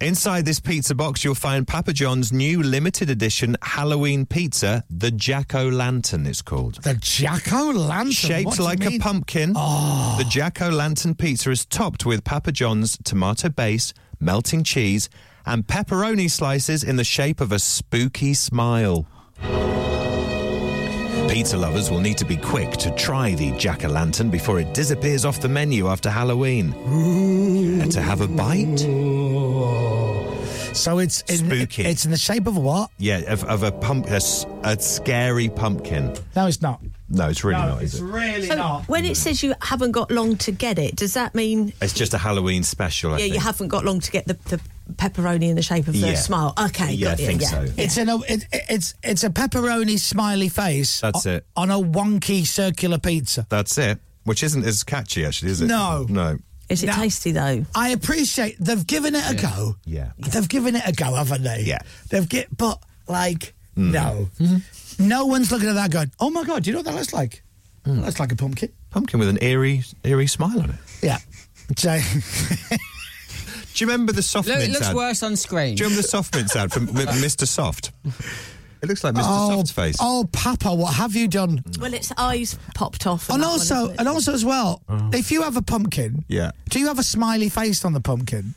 Inside this pizza box, you'll find Papa John's new limited edition Halloween pizza, the Jack O' Lantern, it's called. The Jack O' Lantern. Shaped What do you like a mean? Oh, pumpkin, the Jack O' Lantern pizza is topped with Papa John's tomato base, melting cheese, and pepperoni slices in the shape of a spooky smile. Pizza lovers will need to be quick to try the Jack O' Lantern before it disappears off the menu after Halloween. Care to have a bite? So it's in, Spooky. It's in the shape of a what? Yeah, of, of a pump, a, s- a scary pumpkin. No, it's not. No, it's really No, not. Is it's it? really So when it says you haven't got long to get it, does that mean it's just a Halloween special. I yeah, you think. haven't got long to get the, the pepperoni in the shape of the Yeah. smile? Okay, Yeah, got I you, think yeah. so. It's in a it, it's it's a pepperoni smiley face. Oh, That's o- it. on a wonky circular pizza. That's it. Which isn't as catchy, actually, is it? No. No. Is it tasty though? I appreciate they've given it a Yeah. go. Yeah. They've given it a go, haven't they? Yeah. They've get but like Hmm. no. No one's looking at that going, Oh my god, do you know what that looks like? Hmm. That's like a pumpkin. Pumpkin with an eerie, eerie smile on it. Yeah. So Do you remember the soft Look, it mints looks ad? worse on Do screen. you remember the soft mints ad from M- Mr. Soft? It looks like Mr. Oh, Soft's face. oh Papa, what have you done? Well, its eyes popped off, And that one, also isn't it? and also as well, if you have a pumpkin, Yeah. do you have a smiley face on the pumpkin?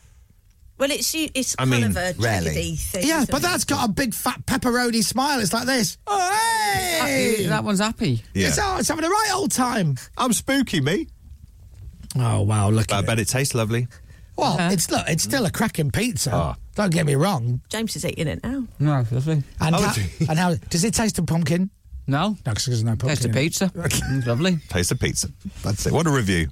well, it's you. It's I kind mean, of a rarely. jaggedy thing. Yeah, isn't but it? that's got a big fat pepperoni smile. It's like this. Oh, hey! That one's happy. It's, oh, it's having a right old time. I'm spooky, me. Oh wow! Look, I bet it tastes lovely. Well, Uh-huh. it's look, it's still a cracking pizza. Ah. Don't get me wrong. James is eating it now. No, lovely. And, Oh, how, and how does it taste of pumpkin? No, no, because there's no pumpkin. Taste of in it. pizza. Mm, lovely. Taste of pizza. That's it. What a review.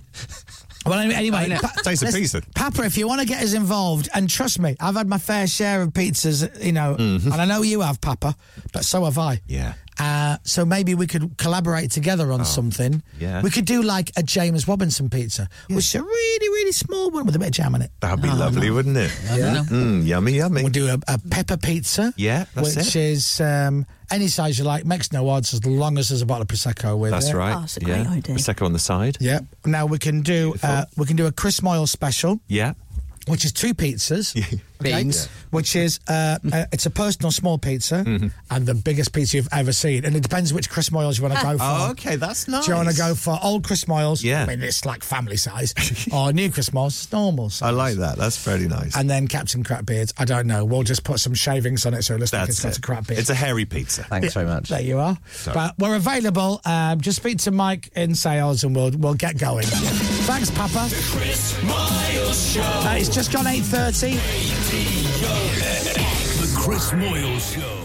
Well, anyway, anyway pa- Taste of pizza. listen, Papa, if you want to get us involved, and trust me, I've had my fair share of pizzas, you know, and I know you have, Papa, but so have I. Mm-hmm. Yeah. Oh, Uh, so maybe we could collaborate together on something. yeah. We could do like a James Robinson pizza, which is a really, really small one with a bit of jam in it. That'd be lovely, wouldn't it? Yeah. Mm, yummy, yummy. We'll do a, a pepper pizza. Yeah, that's it. which is um, any size you like, makes no odds as long as there's a bottle of prosecco with That's it. right. yeah. Prosecco on the side. Yep. Now we can do uh, we can do a Chris Moyle special, Yeah. which is two pizzas. okay? Beans. Which is uh, uh, it's a personal small pizza Mm-hmm. and the biggest pizza you've ever seen, and it depends which Chris Moyles you want to go for. Oh, okay, that's Do you want to nice. go for old Chris Moyles? Yeah. I mean it's like family size, or new Chris Moyles, it's normal size. I like that. That's very nice. And then Captain Crapbeard. I don't know. We'll just put some shavings on it so it looks like That's it. it's got a crap beard. It's a hairy pizza. Yeah, There you are. But we're available. Um, just speak to Mike in sales, and we'll we'll get going. Thanks, Papa. Chris Miles Show. Uh, it's just gone eight thirty. The Chris Moyles Show.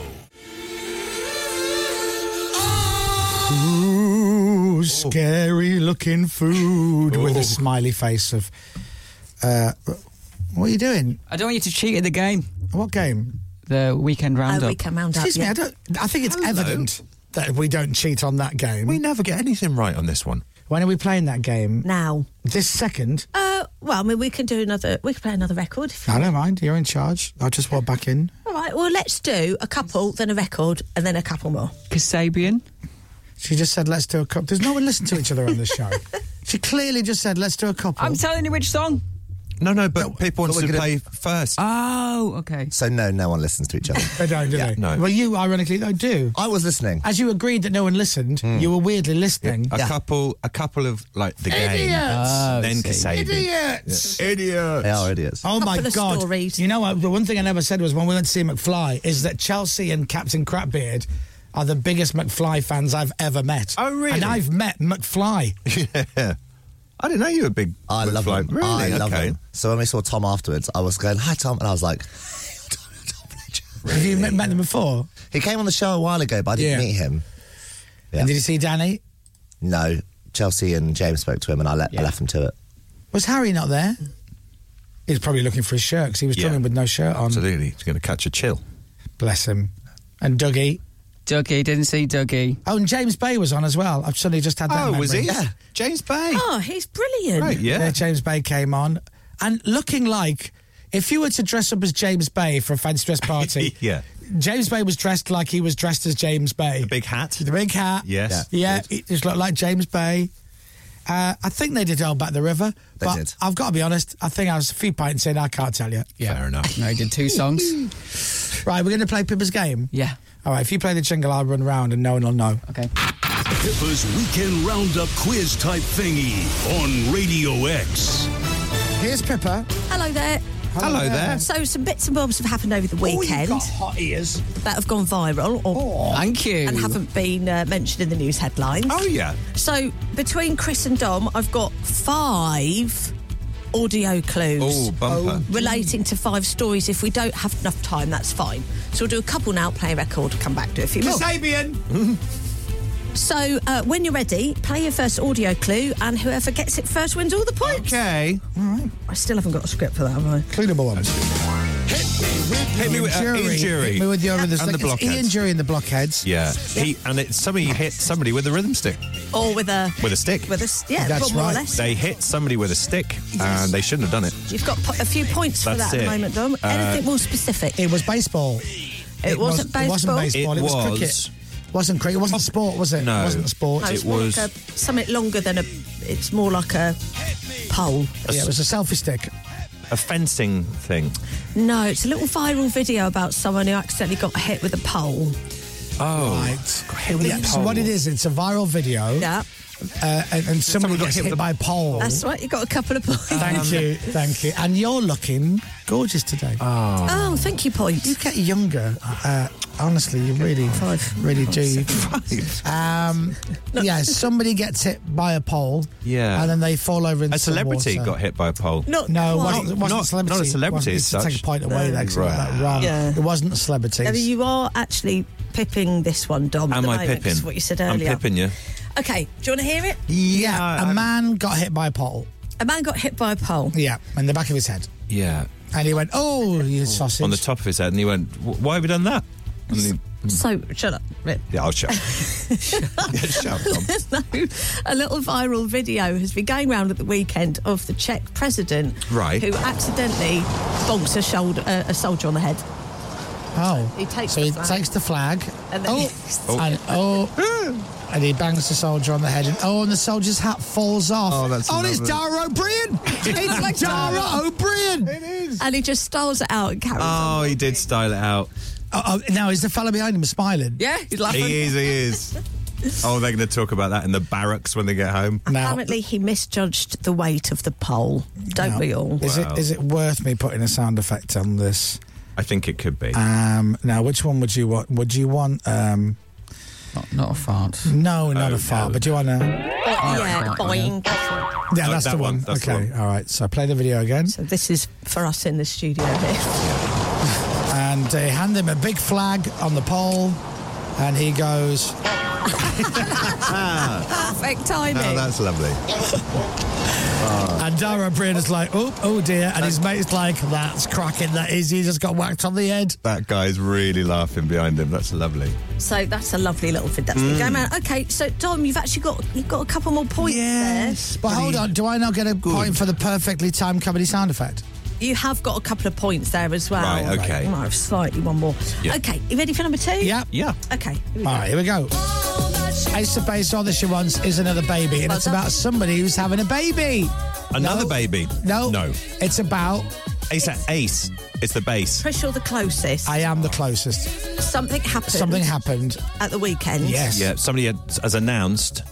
Ooh, scary looking food with Oh. a smiley face of. Uh, what are you doing? I don't want you to cheat at the game. What game? The weekend roundup. Excuse me. I don't. I think it's Hello. evident that we don't cheat on that game. We never get anything right on this one. When are we playing that game? Now. This second. Uh, well, I mean, we can do another. We can play another record. If I don't mind. You're in charge. I'll just walk back in. All right. Well, let's do a couple, then a record, and then a couple more. Kasabian. She just said, "Let's do a couple." Does no one listen to each other on this show? she clearly just said, "Let's do a couple." I'm telling you which song. No, no, but people want we're to gonna- play first. Oh, okay. So no, no one listens to each other. They don't, do they? no. Well, you ironically though do. I was listening. As you agreed that no one listened, you were weirdly listening. A couple, a couple of like the game, Idiots! Oh, then see. Kasabian. Idiots! idiots. They are idiots. Oh my Couple of god! You know what? The one thing I never said was when we went to see McFly is that Chelsea and Captain Crapbeard are the biggest McFly fans I've ever met. Oh really? And I've met McFly. Yeah. I didn't know you were a big. I love McFly. him. Really? I love Okay. him. So when we saw Tom afterwards, I was going, "Hi, Tom," and I was like, "Have you met, met him before?" He came on the show a while ago, but I didn't Yeah. meet him. And did you see Danny? No, Chelsea and James spoke to him, and I, let, I left him to it. Was Harry not there? He was probably looking for his shirt because he was coming with no shirt on. Absolutely, he's going to catch a chill. Bless him. And Dougie. Dougie, didn't see Dougie. Oh, and James Bay was on as well. I've suddenly just had that. Oh, was memory. he? Yeah. James Bay. Oh, he's brilliant. James Bay came on, and looking like if you were to dress up as James Bay for a fancy dress party, Yeah. James Bay was dressed like he was dressed as James Bay. The big hat. The big hat. Yes. Yeah, it just looked like James Bay. Uh, I think they did Old Back the River. They but did. I've got to be honest, I think I was a few pints in, I can't tell you. Yeah. Fair enough. No, he did two songs. Right, we're going to play Pippa's game. Yeah. All right, if you play the jingle, I'll run round and no one will know. Okay. Pippa's weekend roundup quiz type thingy on Radio X. Here's Pippa. Hello there. Hello there. there. So, some bits and bobs have happened over the weekend Oh, hot ears. that have gone viral, or Thank you. and haven't been uh, mentioned in the news headlines. Oh yeah. So, between Chris and Dom, I've got five audio clues. Oh, bumper. Relating to five stories. If we don't have enough time, that's fine. So, we'll do a couple now, play a record, come back, do a few more. Oh. So, uh, when you're ready, play your first audio clue, and whoever gets it first wins all the points. Okay. All right. I still haven't got a script for that, have I? Clue number one. Hit me with uh, Ian Jury. Hit me with your and rhythm stick. the It's Ian blockheads. Jury and the blockheads. Yeah. He and it, somebody hit somebody with a rhythm stick. Or with a With a stick. with a s- yeah, That's more or right. less. They hit somebody with a stick, and they shouldn't have done it. You've got po- a few points for That's that at it. the moment, Dom. Uh, Anything more specific? It was baseball. It, wasn't It baseball. wasn't baseball. It, was, was. cricket. Wasn't cricket. It wasn't sport, was it? No. It wasn't sport. No, it's more like a, something longer than a. It's more like a pole. yeah, it was a selfie stick. A fencing thing. No, it's a little viral video about someone who accidentally got hit with a pole. Oh. Right. So what it is, it's a viral video. Yeah, Uh, and, and somebody got hit, by a pole. that's right. You got a couple of points. Oh. Um, Thank you, thank you. And you're looking gorgeous today. Oh. Oh, thank you, points. You get younger. Uh, honestly, you really, really do. Um, yeah, somebody gets hit by a pole. Yeah. And then they fall over into A celebrity water. got hit by a pole. Not No, quite. wasn't, wasn't Not- celebrity. not a celebrity Wasn't- as you should such. Take a point No. away there, 'cause it was Right. like wrong. Yeah. It wasn't a celebrity. I mean, you are actually pipping this one, Dom. at Am the I moment, 'cause pipping? What you said I'm earlier. pipping you. Okay, do you want to hear it? yeah, a man got hit by a pole. A man got hit by a pole. Yeah, in the back of his head, Yeah. and he went, "Oh, you sausage!" On the top of his head, and he went, "Wh- "Why have we done that?" And he Mm. So shut up, Rip. Yeah, I'll shut. shut up, Dom. no, a little viral video has been going round at the weekend of the Czech president, Right. who accidentally bonks a shoulder uh, a soldier on the head. Oh, He takes so he the flag. takes the flag. And then oh, Oh. and oh, and he bangs the soldier on the head, and oh, and the soldier's hat falls off. Oh, that's and it's another- Dara O'Brien. it's like Dara O'Brien. It is. And he just styles it out and carries on. Oh, he did style it out. Oh, oh, now is the fella behind him smiling? Yeah, he's laughing. He is. He is. Oh, they're going to talk about that in the barracks when they get home. Apparently, he misjudged the weight of the pole. Don't Now, we all? Is Wow. it is it worth me putting a sound effect on this? I think it could be. Um, now, which one would you want? Would you want? Um, not, not a fart. No, not Oh, a fart. no. But do you want to? yeah, boing. Yeah, Oh, that's that the one, one. that's the okay, all right. So play the video again. So this is for us in the studio here. And they hand him a big flag on the pole, and he goes. Perfect timing. Oh, lovely. Uh. And Dara Breen is like, oh, oh dear. And his mate's like, that's cracking. That is, he just got whacked on the head. That guy's really laughing behind him. That's lovely. So that's a lovely little thing that's Mm. been going around. Okay, so Dom, you've actually got you've got a couple more points there. But hold on, do I not get a point for the perfectly timed comedy sound effect? You have got a couple of points there as well. Right, okay. You might have slightly one more. Yeah. Okay, you ready for number two? Yeah. Yeah. Okay. Here we All right, here we go. Ace of Base, all that she wants is another baby. And it's about somebody who's having a baby. Another baby. No. No. It's about. Ace. Ace. It's the base. Chris, you're the closest. I am the closest. Something happened. Something happened. At the weekend. Yeah. Somebody had, has announced.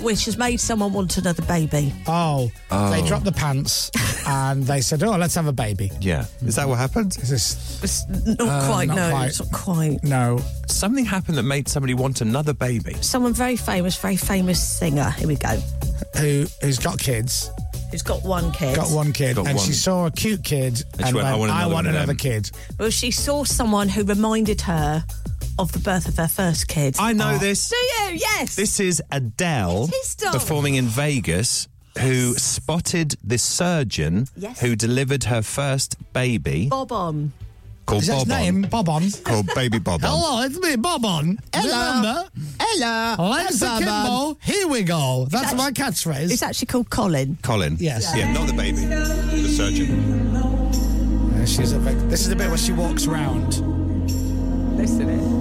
Which has made someone want another baby. Oh. Oh. They dropped the pants and they said, oh, let's have a baby. Yeah. Is that what happened? Is this? uh, It's not quite, no. It's not quite. No. Something happened that made somebody want another baby. Someone very famous, very famous singer. Here we go. Who who's got kids? Who's got one kid? Got one kid. Got and one. she saw a cute kid she and, went, went, "I want I another one want of another them." kid. Well, she saw someone who reminded her of the birth of her first kid. I Ah. know this. Do you? Yes. This is Adele It is, Dom. performing in Vegas, who spotted the surgeon Yes. who delivered her first baby Bob on. called Is that his Bob. name? Bob on. Called Baby Bob. Hello, it's me, Bob on. Remember? Hello. Lance Hello, Akimbo, here we go. That's my catchphrase. It's actually called Colin. Colin. Yes. Yeah, not the baby. The surgeon. Uh, she's a bit, this is the bit where she walks round. Listen in.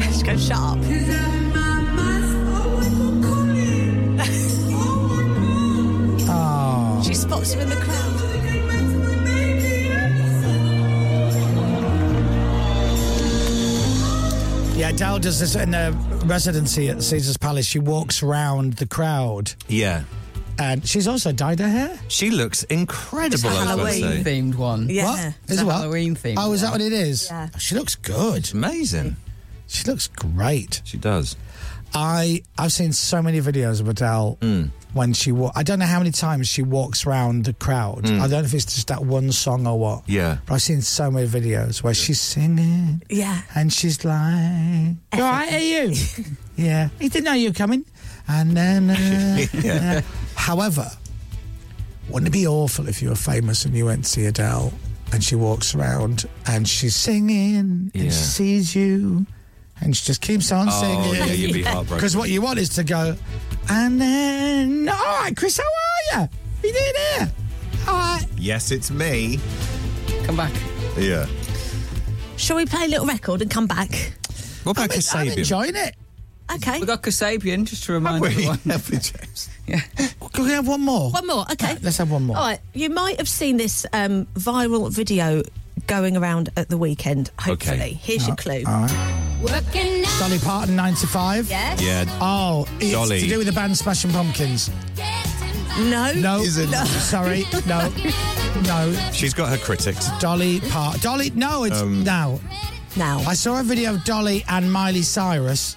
Just go shut up. Oh. She spots him in the crowd. Yeah, Adele does this in her residency at Caesar's Palace. She walks round the crowd. Yeah. And she's also dyed her hair. She looks incredible. I was about to Halloween say. themed one. Yeah. What? It's Is a it what? Halloween theme, Oh, is yeah. that what it is? Yeah. She looks good. Amazing. She looks great. She does. I I've seen so many videos of Adele Mm. when she wa- I don't know how many times she walks round the crowd. Mm. I don't know if it's just that one song or what. Yeah. But I've seen so many videos where she's singing Yeah. and she's like, "You all right? Are you? yeah. He didn't know you were coming." And then, uh, Yeah. however, wouldn't it be awful if you were famous and you went to see Adele and she walks around and she's singing and Yeah. she sees you and she just keeps on Oh, singing? yeah, you'd be heartbroken. Because what you want is to go, and then, all right, Chris, how are you? You doing here? All right. Yes, it's me. Come back. Yeah. Shall we play a little record and come back? What about I'm Kasabian? enjoying it. Okay. We got Kasabian, just to remind everyone. Can we have one more? One more. Okay. Let's have one more. All right. You might have seen this um, viral video going around at the weekend, hopefully. Okay. Here's your clue. All right. Working now. Dolly Parton, 95. Yes. Yeah. Oh, it's Dolly. to do with the band Smashing Pumpkins. No. No. Isn't. no. Sorry. No. No. She's got her critics. Dolly Parton. Dolly. No, it's Um, now. Now, I saw a video of Dolly and Miley Cyrus.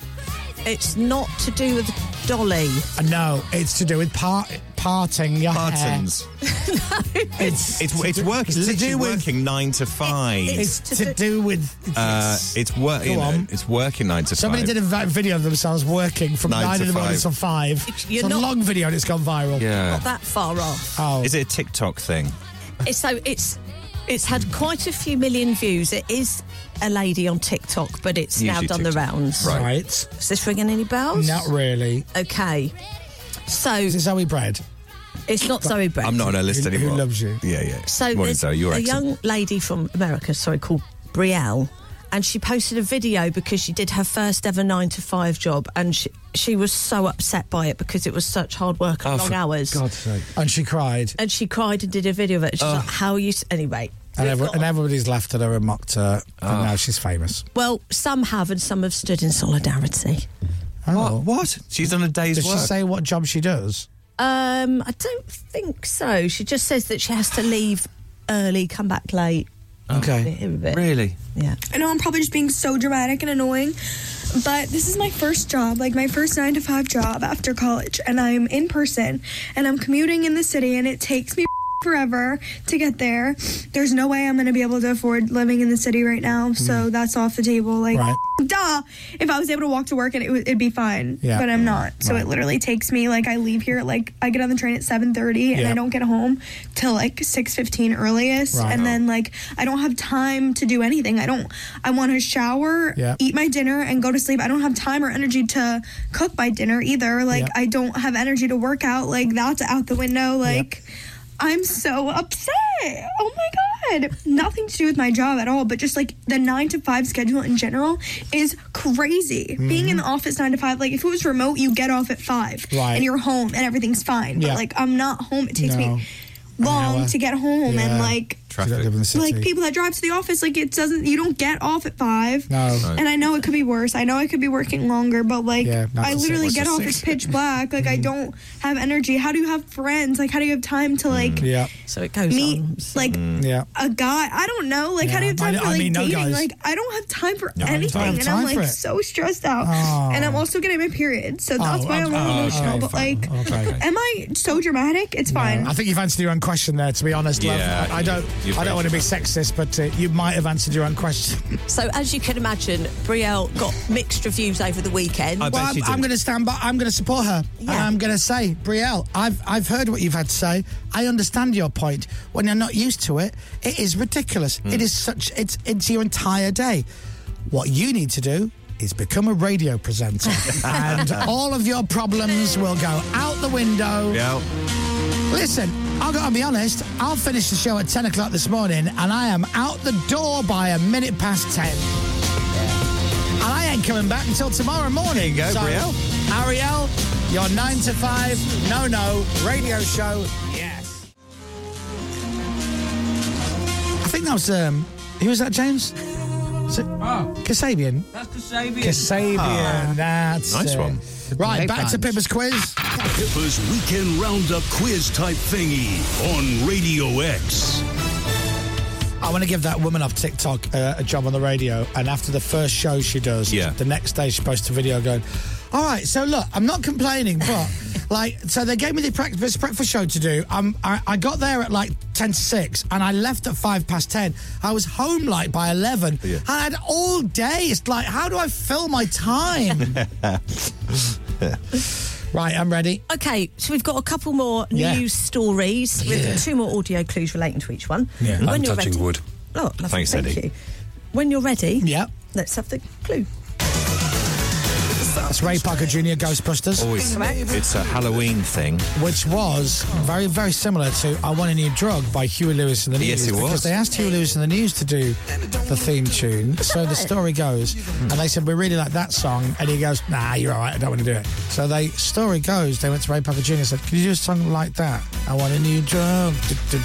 it's not to do with Dolly. Uh, No, it's to do with part, parting your Partons. hair. It's, It's it's work. It's to literally do with- working nine to five. It's to to do- do with. uh, it's work. Go You know, on. it's working nine to Somebody five. did a vi- video of themselves working from Nine nine, to in the morning five. till five. It's, you're a not- long video and it's gone viral. Yeah. Not that far off. Oh, Is it a TikTok thing? It's- So it's It's had quite a few million views. It is a lady on TikTok, but it's now Usually done the TikTok. rounds. Right. Right. Is this ringing any bells? Not really. Okay. So is it Zoe Bread? It's not Zoe Brett. I'm not on her list Who- who anymore. loves you? Yeah, yeah. So Morning, there's Zoe. Your a accent. young lady from America, sorry, called Brielle, and she posted a video because she did her first ever nine to five job, and she, she was so upset by it because it was such hard work Oh, Oh, and long hours. God's sake. And she cried. And she cried and did a video of it. She's Oh. like, "How are you?" s-" Anyway, And, every, and everybody's laughed at her and mocked her. Ah. And now she's famous. well, some have and some have stood in solidarity. Oh. What? She's on a day's Does work. she say what job she does? Um, I don't think so. She just says that she has to leave early, come back late. Okay. Really? Yeah. I know I'm probably just being so dramatic and annoying, but this is my first job, like my first nine to five job after college, and I'm in person and I'm commuting in the city, and it takes me forever to get there. There's no way I'm gonna be able to afford living in the city right now, so that's off the table. Like, Mm-hmm. Right. duh. If I was able to walk to work, and it, w- it'd be fine, Yeah. but I'm not. So Right. it literally takes me like I leave here at, like I get on the train at 7:30 and Yeah. I don't get home till like 6:15 earliest, Right. and then and like I don't have time to do anything. I don't. I want to shower, Yeah. eat my dinner, and go to sleep. I don't have time or energy to cook my dinner either. Like Yeah. I don't have energy to work out. Like that's out the window. Like I'm so upset. Oh my god! Nothing to do with my job at all, but just like the nine to five schedule in general is crazy. Mm-hmm. Being in the office nine to five, like if it was remote, you get off at five Right. and you're home and everything's fine. Yeah. But like I'm not home. It takes No. me long hour. to get home and Yeah. like Traffic. She don't live in the city. like people that drive to the office like it doesn't you don't get off at five No. No. and i know it could be worse i know i could be working longer but like Yeah, not i till literally six. get Till off six. Mm-hmm. it's pitch black like i don't have energy how do you have friends like how do you have time to like Yeah. So it meet like Yeah. a guy i don't know like how do you have Yeah. I time know- for I like mean, no dating guys. like i don't have time for No, I don't anything have and time i'm for like it. so stressed out Oh. and i'm also getting my period so that's Oh, why i'm okay. all Oh, emotional okay, but fine. like Okay. am i so dramatic it's fine I think you've answered your own question there. To be honest, love. Yeah, I, I don't. you- you've I don't want to be sexist, but uh, you might have answered your own question. So, as you can imagine, Brielle got mixed reviews over the weekend. well, I'm, I'm going to stand by. I'm going to support her. And I'm going to say, Brielle, I've I've heard what you've had to say. I understand your point. When you're not used to it, it is ridiculous. Hmm. It is such. It's it's your entire day. What you need to do is become a radio presenter, and all of your problems will go out the window. Yeah. Listen, I've got to be honest. I'll finish the show at ten o'clock this morning, and I am out the door by a minute past ten. And I ain't coming back until tomorrow morning. There you go, Brielle. Ariel, your nine to five, no no radio show. Yes. I think that was um, who was that, James? Was it Kasabian? Ah. That's Kasabian. Ah. Kasabian. That's Nice it. one. Right, Big back to bands. Pippa's quiz. Pippa's weekend roundup quiz type thingy on Radio X. I want to give that woman off TikTok uh, a job on the radio, and after the first show she does, Yeah. the next day she posts a video going, "All right, so look, I'm not complaining, but like, so they gave me the breakfast breakfast show to do. Um, I, I got there at like ten to six, and I left at five past ten. I was home like by eleven. Yeah. I had all day. It's like, how do I fill my time? right, I'm ready. Okay, so we've got a couple more Yeah. news stories Yeah. with two more audio clues relating to each one. Yeah. And I'm touching ready, wood. Oh, lovely, Thanks, thank Eddie. You. When you're ready, yeah, let's have the clue. It's Ray Parker Jr. Ghostbusters. Always. It's a Halloween thing. which was very, very similar to I Want a New Drug by Huey Lewis and the News. Yes, it was. Because they asked Huey Lewis and the News to do the theme tune. So the story goes, Hmm. and they said, We really like that song. And he goes, Nah, you're all right, I don't want to do it. So the story goes, they went to Ray Parker Jr. and said, Can you do a song like that? I want a new drug. Du- du- du-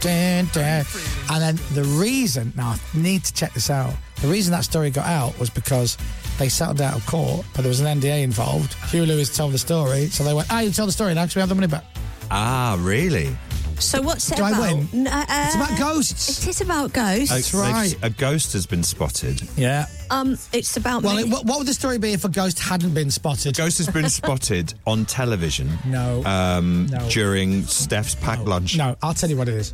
dun- dun." And then the reason, now I need to check this out. The reason that story got out was because they settled out of court, but there was an NDA involved. Huey Lewis told the story, so they went, "Ah, you tell the story now because we have the money back." Ah, really? So what's it Do I about? win? N- uh, It's about ghosts. It is about ghosts. A- A ghost has been spotted. Yeah. Um, it's about Well, me. it, what, what would the story be if a ghost hadn't been spotted? Ghost has been spotted on television. No. Um, No. During Steph's packed lunch. No, I'll tell you what it is.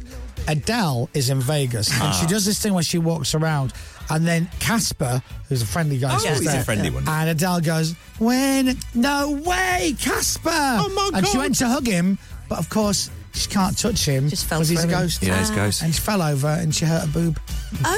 Adele is in Vegas and Ah. she does this thing where she walks around, and then Casper, who's a friendly guy, Oh, says he's a there, friendly one. And Adele goes, "When? No way, Casper!" Oh, my And she God. went to hug him, but of course. She can't touch him because he's a ghost. Yeah, he's a ghost. And she fell over and she hurt a boob.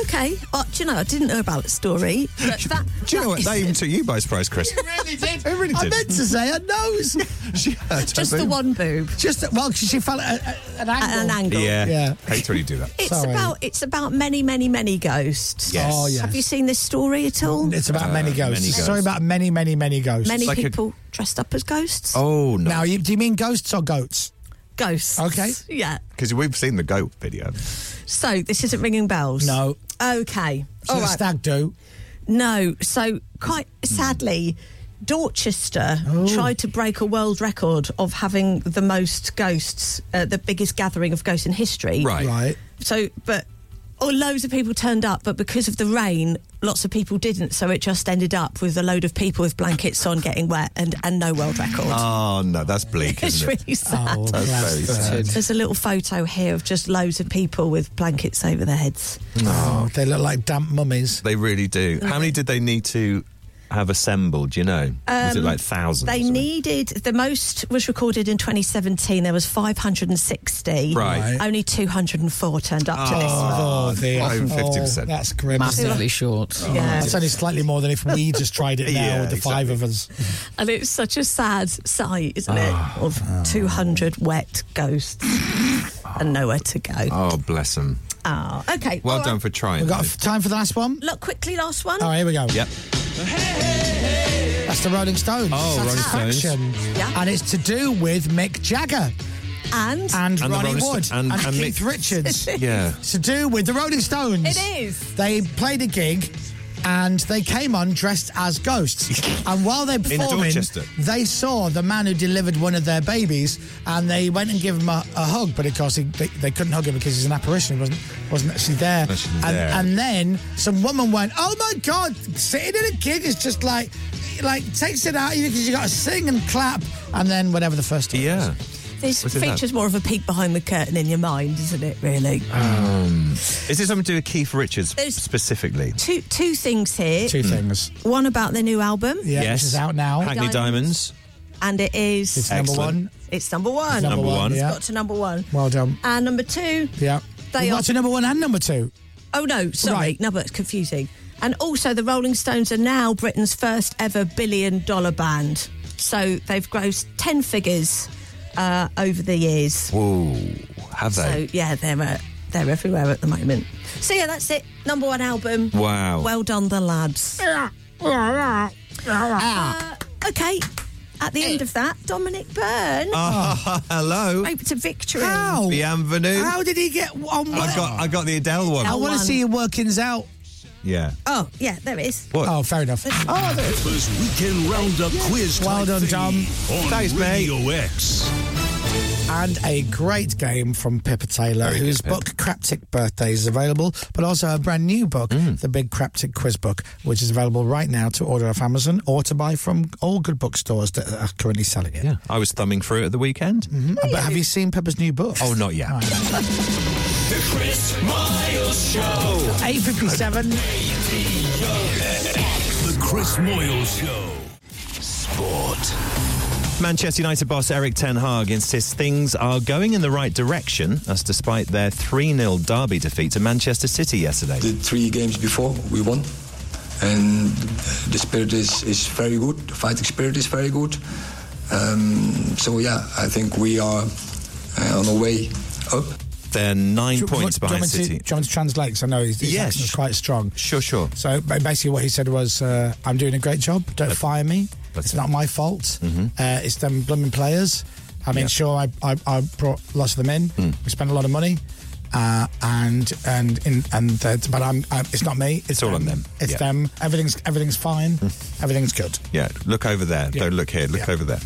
Okay. Oh, do you know, I didn't know about the story. But that, Do you know what? That even took you by surprise, Chris. really did. really I did. meant to say her nose. she hurt Just the one boob. Just the, well, 'cause she fell at a- an angle. an angle. Yeah. Yeah. Hate when you do that. It's Sorry. about it's about many, many, many ghosts. Yes. Oh, yes. Have you seen this story at all? It's about many ghosts. many It's a ghosts. Story about many, many, many ghosts. Many people dressed up as ghosts. Oh Now, you, do you mean ghosts or goats? Ghosts. Okay. Yeah. Because we've seen the goat video. So this isn't ringing bells. No. Okay. So all the right. stag do. No. So quite sadly, Dorchester Oh. tried to break a world record of having the most ghosts, uh, the biggest gathering of ghosts in history. Right. So, but oh, loads of people turned up, but because of the rain, lots of people didn't. So it just ended up with a load of people with blankets on, getting wet, and and no world record. Oh no, that's bleak. It's isn't it? really Oh, sad. That's very sad. There's a little photo here of just loads of people with blankets over their heads. Oh, they look like damp mummies. They really do. How many did they need to have assembled? Do you know? Was it Um, like thousands? They needed the most was recorded in 2017. There was 560. Right. Only 204 turned up to this one. Oh, dear. Not even 50%. Oh, that's grim. Massively short. Yeah. That's only slightly more than if we just tried it now Yeah, with the five of us. And it's such a sad sight, isn't Ah. it? Of 200 wet ghosts and nowhere to go. Oh, bless them. Oh, okay. Well all done right. for trying. We've got though. f- time for the last one. Look quickly, last one. Oh, here we go. Yep. That's the Rolling Stones. Oh, Rolling Stones. Satisfaction. Yeah. And it's to do with Mick Jagger And, and, And the Ronnie Rolling Sto- Wood and, and- and Keith Mick- Richards. Yeah. It's to do with the Rolling Stones. it is. They played a gig and they came on dressed as ghosts. and while they performing, Dorchester. they saw the man who delivered one of their babies and they went and gave him a, a hug, but of course he, they, they couldn't hug him because he's an apparition. He wasn't, wasn't actually there. Actually and, there. and then some woman went, oh my God, sitting in a gig is just like, like takes it out of you because you got to sing and clap and then whatever the first time Yeah. This What's it about? features more of a peek behind the curtain in your mind, isn't it, really? Uh, Um, Is it something to do with Keith Richards There's- specifically? two, two things here. was. Two things. One about their new album, Yeah, yes. is out now. Hmm. Hackney Diamonds. and it is. It's number Excellent. one. It's number one. Number one. Yeah. Got to number one. Well done. And number two, Yeah. They We've are- got to number one and number two. oh no, sorry, Right. no, but it's confusing. And also, the Rolling Stones are now Britain's first ever billion dollar band. So they've grossed 10 figures uh, over the years. Whoa. Have So, they? yeah, they're, uh, they're everywhere at the moment. So, yeah, that's it. Number one album. wow. Well done, the lads. Uh, okay, at the end of that, Dominic Byrne. Ah, hello. Hope to victory. How? Bienvenue. How did he get on I got I got the Adele one. I Al- want to Oh, one. see your workings out. Yeah. Oh, yeah, there it is. What? Oh, fair enough. Oh, there- Pippa's Weekend Roundup Quiz Well type done, thingy Dom. On Thanks, mate. Radio X. and a great game from Pippa Taylor, Very good, whose Pip. book Craptic Birthdays is available, but also a brand new book, Hmm. The Big Craptic Quiz Book, which is available right now to order off Amazon or to buy from all good bookstores that are currently selling it. Yeah. I was thumbing through it at the weekend. But Mm-hmm. have you seen Pippa's new book? Oh, not yet. The Chris Miles Show. 857. The Chris Moyle Show. Sport. Manchester United boss Eric Ten Hag insists things are going in the right direction, as despite their 3 0 derby defeat to Manchester City yesterday. The three games before, we won. And the spirit is, is very good. The fighting spirit is very good. Um, so, yeah, I think we are uh, on the way up. They're nine Do you- do you points want- do behind you want me to- City. Do you want me to translate? 'Cause I know his, his Yes. accent's quite strong. Sure, sure. So ba- basically, what he said was, uh, "I'm doing a great job. Don't fire me. that's It's it. Mm-hmm. not my fault. Uh, it's them blooming players. I mean, sure, I, I, I brought lots of them in. Mm. We spent a lot of money, uh, and and in, and uh, but I'm, i it's not me. It's, all on them. It's Yeah. Mm. them. Everything's everything's fine. Everything's good. Yeah, look over there. Don't look here. Look over there.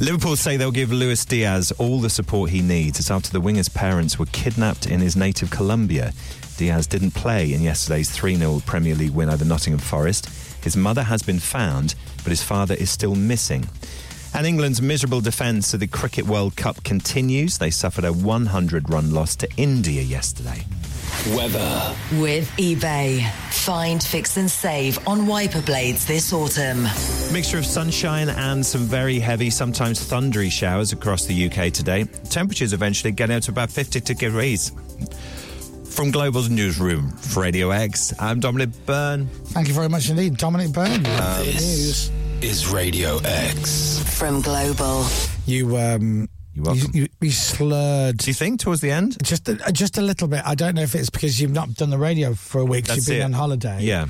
Liverpool say they'll give Luis Diaz all the support he needs. It's after the winger's parents were kidnapped in his native Colombia. Diaz didn't play in yesterday's 3 0 Premier League win over Nottingham Forest. His mother has been found, but his father is still missing. And England's miserable defence to the Cricket World Cup continues. They suffered a 100 run loss to India yesterday. Weather. With eBay. Find, fix, and save on wiper blades this autumn. Mixture of sunshine and some very heavy, sometimes thundery showers across the UK today. Temperatures eventually get out to about 50 degrees. From Global's newsroom for Radio X, I'm Dominic Byrne. Thank you very much indeed, Dominic Byrne. Um, This is Radio X. From Global. You um you you, you slurred. Do you think towards the end? Just a, just a little bit. I don't know if it's because you've not done the radio for a week. 'cause That's you've been it. on holiday. Yeah.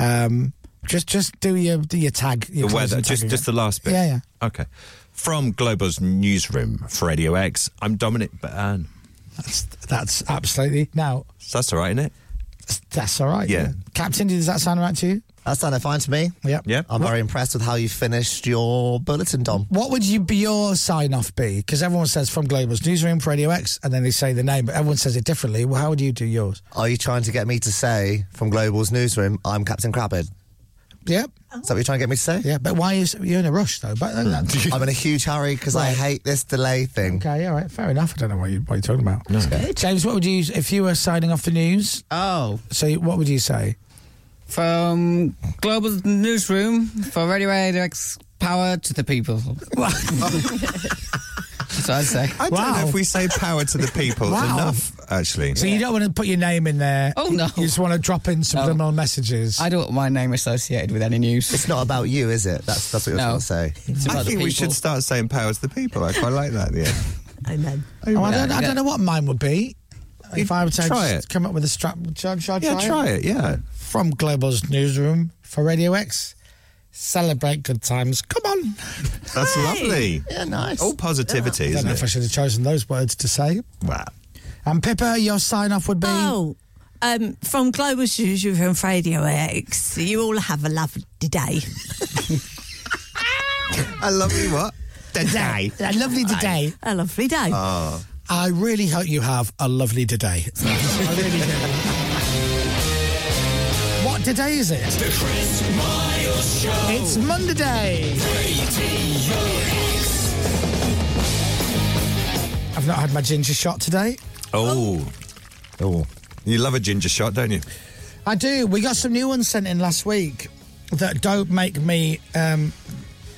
Um. Just just do your do your tag. Your the weather, closing tag just, again. just the last bit. Yeah, yeah. Okay. From Global's newsroom for Radio X, I'm Dominic Byrne. That's that's absolutely now. So that's all right, isn't it? That's all right. Yeah. Captain, does that sound right to you? That sounded fine to me. Yep. Yeah. I'm very impressed with how you finished your bulletin, Dom. What would you be your sign off be? Because everyone says from Global's newsroom for Radio X, and then they say the name, but everyone says it differently. Well, how would you do yours? Are you trying to get me to say from Global's newsroom, I'm Captain Crabbed? Yep. Oh. Is that what you're trying to get me to say? Yeah, but why is you're in a rush though? But I'm in a huge hurry because I hate this delay thing. Okay, all right, fair enough. I don't know what, you, what you're talking about. James, what would you if you were signing off the news? Oh. So you- what would you say? From Global Newsroom for Radio X, power to the people. That's what I'd say. I don't know if we say power to the people Wow. enough, actually. So you don't want to put your name in there. Oh, no. You just want to drop in subliminal messages. I don't want my name associated with any news. It's not about you, is it? That's that's what you're No. trying to say. It's about I the think we should people. start saying power to the people. I quite like that. Yeah. Amen. Oh, Yeah, I, don't, I yeah. don't know what mine would be. If I were to try just it. come up with a strap, should, should I Yeah, try, try it, yeah. From Global's newsroom for Radio X. Celebrate good times. Come on. That's lovely. Yeah, nice. All positivity, I don't isn't know it? if I should have chosen those words to say. Wow. And Pippa, your sign off would be. Oh, um, from Global Studio from Radio X, you all have a lovely day. I love you what? Today. A lovely today. A lovely day. Oh. I really hope you have a lovely today. I really do. What today is it? The Chris Miles Show. It's Monday Day. I've not had my ginger shot today. Oh. Oh. You love a ginger shot, don't you? I do. We got some new ones sent in last week that don't make me. Um,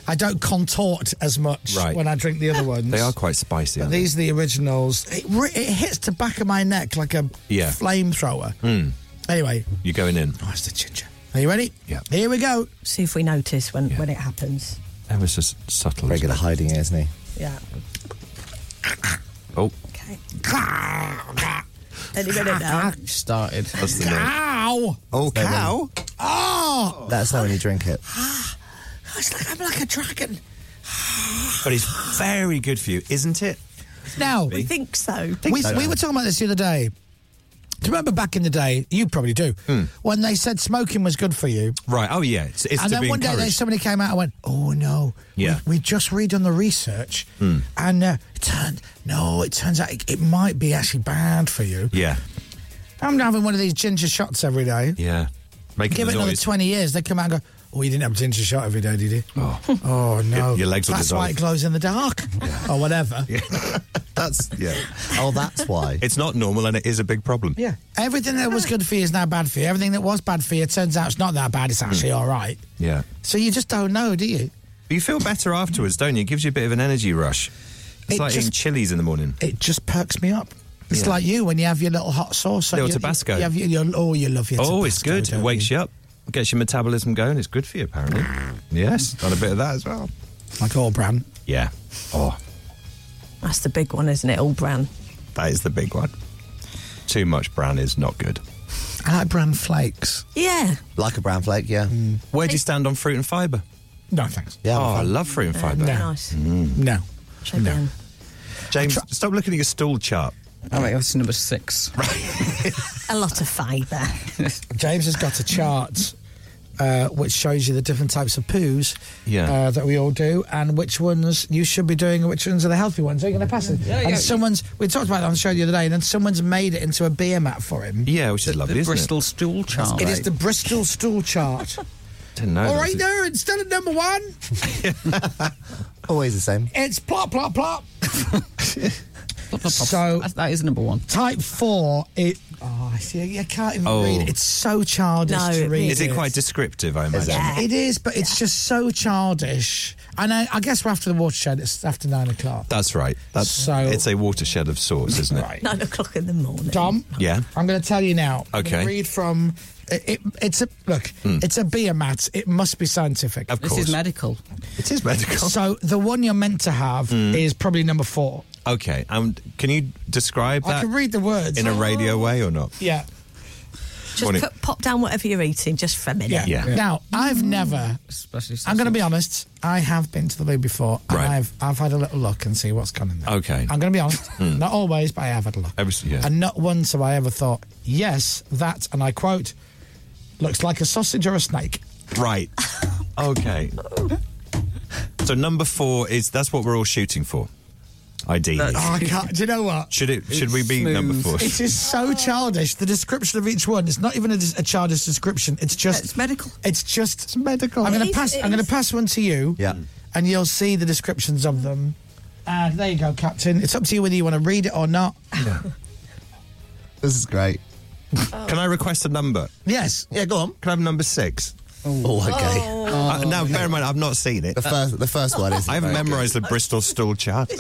I don't contort as much Right. when I drink the other ones. They are quite spicy. But aren't they? these are the originals. It, re- it hits the back of my neck like a Yeah. flamethrower. Mm. Anyway, You're going in. Oh, it's the ginger. are you ready? Yeah. Here we go. See if we notice when, when it happens. That was just subtle. Very good at hiding it, isn't he? Yeah. Oh. Any minute now. Ah, Started. That's the name. Ow! Oh, cow. Ah! Oh! That's how when you drink it. It's like I'm like a dragon. But it's very good for you, isn't it? Now, We think so. we, we were talking about this the other day. Do you remember back in the day? You probably do. Hmm. When they said smoking was good for you. Right. Oh, yeah. It's, it's and to then be one day encouraged. they, somebody came out and went, "Oh no, Yeah. we, we just redone the research, Hmm. and uh, it turned no, it turns out it, it might be actually bad for you." Yeah. I'm having one of these ginger shots every day. Yeah. Making Give the it another noise. 20 years, they come out and go, "Oh, you didn't have a ginger shot every day, did you?" Oh, no, Your- your legs will That's why it dissolve. glows in the dark, or whatever. That's yeah. Oh, that's why. It's not normal, and it is a big problem. Yeah. Everything that was good for you is now bad for you. Everything that was bad for you turns out it's not that bad. It's Hmm. actually all right. Yeah. So you just don't know, do you? But you feel better afterwards, don't you? It gives you a bit of an energy rush. It's It like eating just- chilies in the morning. It just perks me up. It's Yeah. like you when you have your little hot sauce. Little you- Tabasco. You have your, your- oh, you love your oh, Tabasco, it's good. It don't wakes you up, gets your metabolism going. It's good for you, apparently. yes, got a bit of that as well. Like all bran. Yeah. Oh, That's the big one, isn't it? All bran. that is the big one. Too much bran is not good. I like bran flakes. Yeah. Like a brown flake, yeah. Where do you stand on fruit and fibre? No, thanks. Yeah, I'm oh, a I fan. love fruit and fibre. Nice. Mm. No. Oh, Should be on. James, stop looking at your stool chart. All right, that's number six. A lot of fibre. James has got a chart uh, which shows you the different types of poos Yeah. uh, that we all do and which ones you should be doing and which ones are the healthy ones. Are you going to pass it? Yeah, and yeah. someone's, we talked about it on the show the other day, and then someone's made it into a beer mat for him. Yeah, which is lovely, The isn't Bristol stool chart. It is the Bristol stool chart. it? Didn't know. all that right, was- there, instead of number one, Always the same. it's plop, plop, plop. Plop, plop, plop. So- That- that is number one. Type four, it. Oh, Christ, you, you can't even Oh. read it. It's so childish Is to read. it quite descriptive? I imagine. It is, but it's just so childish. And I, I guess we're after the watershed. It's after nine o'clock. That's right. That's So- it's a watershed of sorts, isn't it? Nine o'clock in the morning. Dom, Yeah. I'm going to tell you now. I'm gonna Okay. Hmm. Read from. It, it, it's a look. It's a beer mat. It must be scientific. Of This is course. medical. It is medical. So the one you're meant to have Mm. is probably number four. Okay. Um, can you describe I that can read the words. in a radio way or not? Yeah. Just Morning. put, pop down whatever you're eating just for a minute. Yeah. Yeah. Now I've never. Especially I'm going to be honest. I have been to the loo before, and Right. I've I've had a little look and see what's coming. Okay. I'm going to be honest. Mm. Not always, but I have had a look. Every, yeah. And not once have I ever thought, yes, that, and I quote, looks like a sausage or a snake. Right. Okay. So number four is that's what we're all shooting for. Ideally. Oh, I can't, do you know what? Should it? Should we be number four? It is so childish. The description of each one. It's not even a, a childish description. It's just it's medical. It's just it's medical. I'm It going to is- pass. it I'm going is. to pass one to you. Yeah. And you'll see the descriptions of them. And there you go, Captain. It's up to you whether you want to read it or not. This is great. Can I request a number? Yes. Yeah, go on. Can I have number six? Oh, okay. Oh. Uh, now, bear in mind, I've not seen it. The first- the first one isn't I haven't very memorised the Bristol Stool Chart.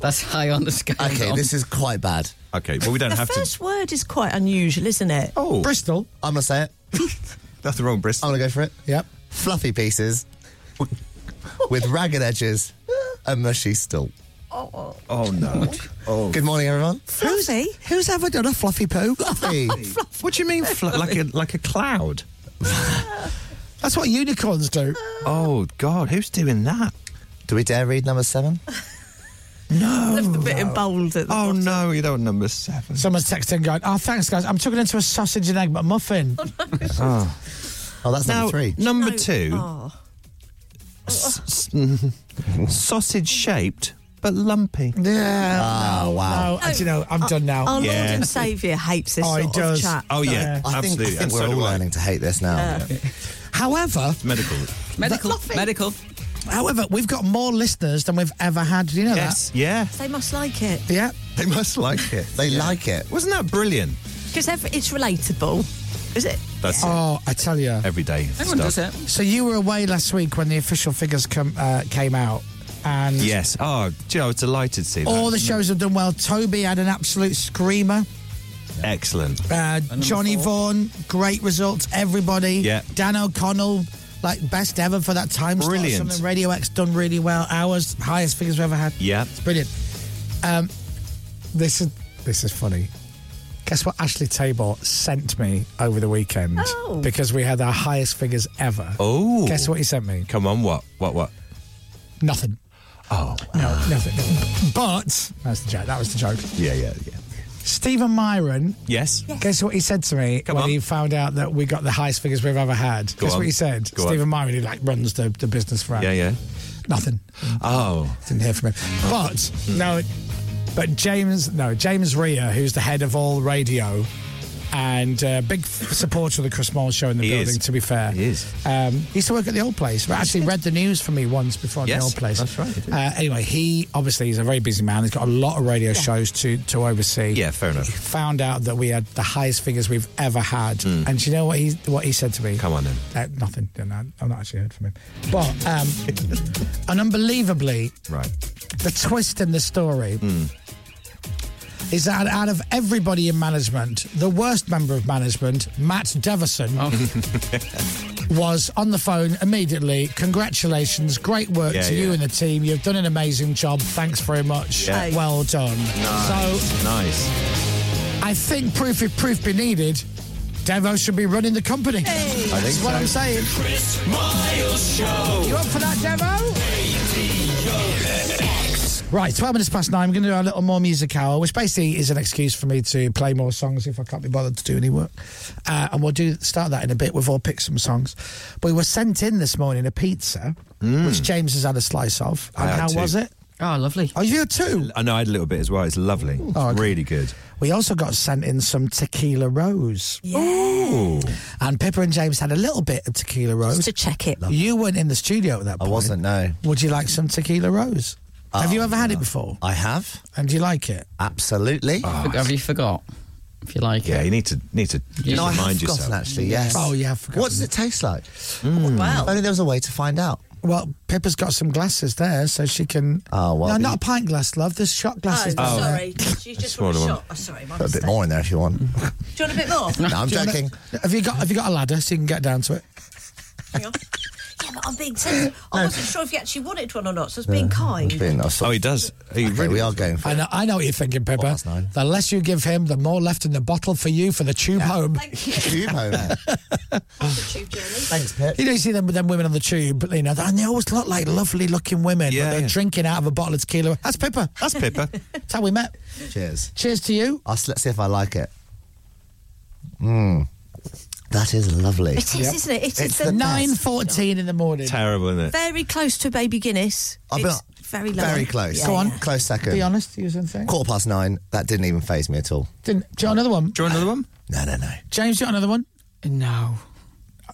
That's high on the scale. Okay, this is quite bad. Okay, well, we don't the have first word is quite unusual, isn't it? Oh. Bristol. I'm going to say it. Nothing wrong, Bristol. I'm going to go for it. Yep. Fluffy pieces with ragged edges and mushy still. to. Oh, no. Oh. Good morning, everyone. Fluffy? Who's ever done a fluffy poo? Fluffy. what do you mean, fl- like a like a cloud? That's what unicorns do. Oh, God. Who's doing that? Do we dare read number seven? No. Left a bit in bold at the Oh, no, you don't want number seven. Someone's texting going, oh, thanks, guys. I'm tucking into a sausage and egg but muffin. Oh, that's now, number three. Number two. s- s- sausage shaped but lumpy. Ah, Yeah. Oh, wow. No, and you know, I'm done now. Our Lord Yeah. and Saviour hates this Oh, he sort does. of chat. Oh, yeah, I think- absolutely. I think, and we're so all do I. learning to hate this now. However, Medical. Medical. Medical. however, we've got more listeners than we've ever had. Do you know Yes, yeah. They must like it that? Yeah. They must like it. They like it. Wasn't that brilliant? because it's relatable, is it? That's Oh, I tell you. it. Every day. Everyone stuff. does it. So you were away last week when the official figures come uh, came out, and Yes. Oh, do you know, I was delighted to see that. all Oh, the shows have done well. Toby had an absolute screamer. Excellent. Uh, Johnny Vaughan, great results. Everybody. Yeah. Dan O'Connell, like best ever for that time slot or Brilliant. something. Radio X done really well. Ours highest figures we've ever had. Yeah. It's brilliant. Um, this is this is funny. Guess what Ashley Tabor sent me over the weekend Oh. because we had our highest figures ever. Oh. Guess what he sent me? Come on, what? What, what? Nothing. Oh. No, nothing. nothing. But that's the joke. That was the joke. Yeah, yeah, yeah. Stephen Myron. Yes? Guess what he said to me Come when on. he found out that we got the highest figures we've ever had? Go Guess on. what he said? Go on. Stephen Myron, he like runs the, the business for us. Yeah, yeah. Nothing. Oh. Didn't hear from him. But no, but James, no, James Rhea, who's the head of all radio and uh, big f- supporter of the Chris Moore show in the He building, is. to be fair. He is. Um, he used to work at the old place, but actually read the news for me once before at Yes, the old place. that's right, he did. Uh, anyway, he obviously is a very busy man. He's got a lot of radio shows to, to oversee. Yeah, fair enough. Found out that we had the highest figures we've ever had, and do you know what he what he said to me? Hmm. Come on then. Uh, nothing. No, no, I've not actually heard from him. But um, and unbelievably, Right. Hmm. the twist in the story is that out of everybody in management, the worst member of management, Matt Deverson, was on the phone immediately. Congratulations, great work Yeah, to you yeah. and the team. You've done an amazing job. Thanks very much. Yeah. Well done. So Nice. I think proof, if proof be needed, Devo should be running the company. I think That's what so. I'm saying. Chris Miles Show. You up for that, Devo? Right, 12 minutes past nine. We're going to do a little more music hour, which basically is an excuse for me to play more songs if I can't be bothered to do any work. Uh, and we'll do start that in a bit. We've all picked some songs. But we were sent in this morning a pizza, which James has had a slice of. Hmm. I And had how two. was it? Oh, lovely. Oh, you had two? I know I had a little bit as well. It's lovely. It's Oh, okay. really good. We also got sent in some tequila rose. Ooh. And Pippa and James had a little bit of tequila rose. just to check it. You weren't in the studio at that I point. wasn't, no. Oh, Would you like some tequila rose? have you ever had it before? I have. And do you like it? Absolutely. Have you forgot? if you like. Oh, Yeah, you need to need to no, I have remind forgotten yourself. Mm. actually. Yes. Oh, yeah, I've forgotten. What does it taste like? Oh, Well- if only there was a way to find out. Well, Pippa's got some glasses there, so she can. Oh well, No, but not you- a pint glass, love. There's shot glasses. Oh, down there. sorry. You That's just want a what shot. I want. Oh, sorry, my Put a bit mistake. more in there if you want. Do you want a bit more? No, I'm Do you wanna- joking. have you got Have you got a ladder so you can get down to it? Yeah, but I'm being tender. I wasn't sure if you actually wanted one or not, so I was being kind. oh, he does. He really we are going for I know, I know what you're thinking, Pippa. The less you give him, the more left in the bottle for you for the tube home. tube home. Thanks, Pip. You know, you see them them women on the tube, but you know, and they always look like lovely looking women. Yeah, Yeah, they're yeah. drinking out of a bottle of tequila. That's Pippa. That's Pippa. That's how we met. Cheers. Cheers to you. I'll, s- let's see if I like it. Mmm. That is lovely. It is, isn't it? It is the nine best. fourteen in the morning. Terrible, isn't it? Very close to a baby Guinness. I've been- it's very low. Very close. Yeah, yeah. Close second. Be honest, you were saying. Quarter past nine. That didn't even phase me at all. Didn't, do you want another one? Do you want another one? No, no, no. James, do you want another one? No.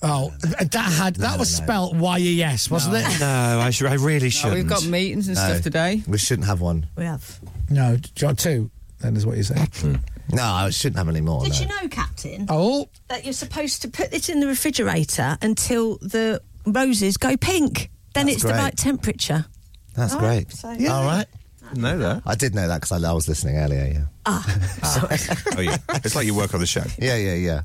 Oh, that had that was spelt Y E S, wasn't it? No, I, should, I really shouldn't. we've got meetings and stuff today. We shouldn't have one. We have. No, do you want two? Then is what you saying. Hmm. No, I shouldn't have any more. Did no. you know, Captain? Oh. That you're supposed to put it in the refrigerator until the roses go pink. Then That's it's the great. right temperature. That's Oh, All right, great. so- All right. know that. I did know that because I, I was listening earlier. Yeah. Ah, oh yeah, it's like you work on the show. Yeah, yeah, yeah.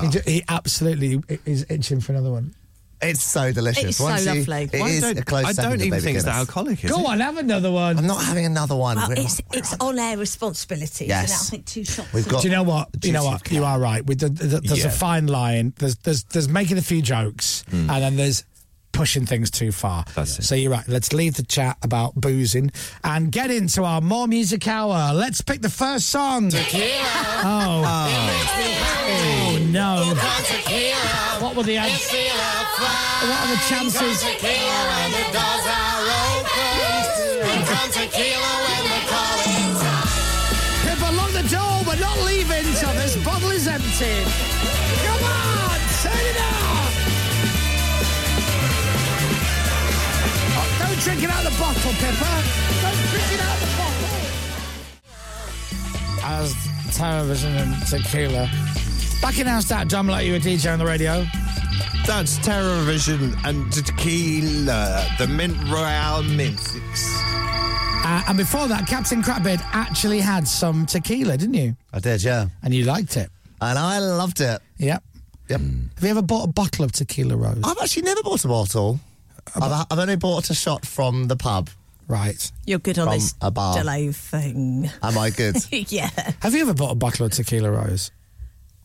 He, ju- he absolutely i- is itching for another one. It's so delicious. It's so Once you- lovely. It I is don't- a close I second don't to even Baby think Guinness. it's that alcohol-ic, is Go it? on, have another one. I'm not having another one. Well, We're- it's, it's on their responsibility. Yes. So now I think two shots. We've got- Do you know what? the You know juice what? You are right. With the, the, there's a Yeah. Hmm. fine line. There's there's there's making a few jokes, and then there's pushing things too far. That's it. So you're right. Let's leave the chat about boozing and get into our more music hour. Let's pick the first song. Oh. Oh, no. What were the odds? What are the chances? Pippa, lock the door. We're not leaving till this bottle is empty. Come on, turn it off. Oh, don't drink it out of the bottle, Pippa. Don't drink it out of the bottle. As television and tequila. Back in house, that drum like you were DJ on the radio. That's Terrorvision and Tequila, the Mint Royale Mint Six. Uh, and before that, Captain Crabbeard actually had some tequila, didn't you? I did, yeah. And you liked it. And I loved it. Yep. Yep. Have you ever bought a bottle of tequila, Rose? I've actually never bought a bottle. I've, I've only bought a shot from the pub. Right. You're good on From this a bar. delay thing. Am I good? yeah. Have you ever bought a bottle of tequila, Rose?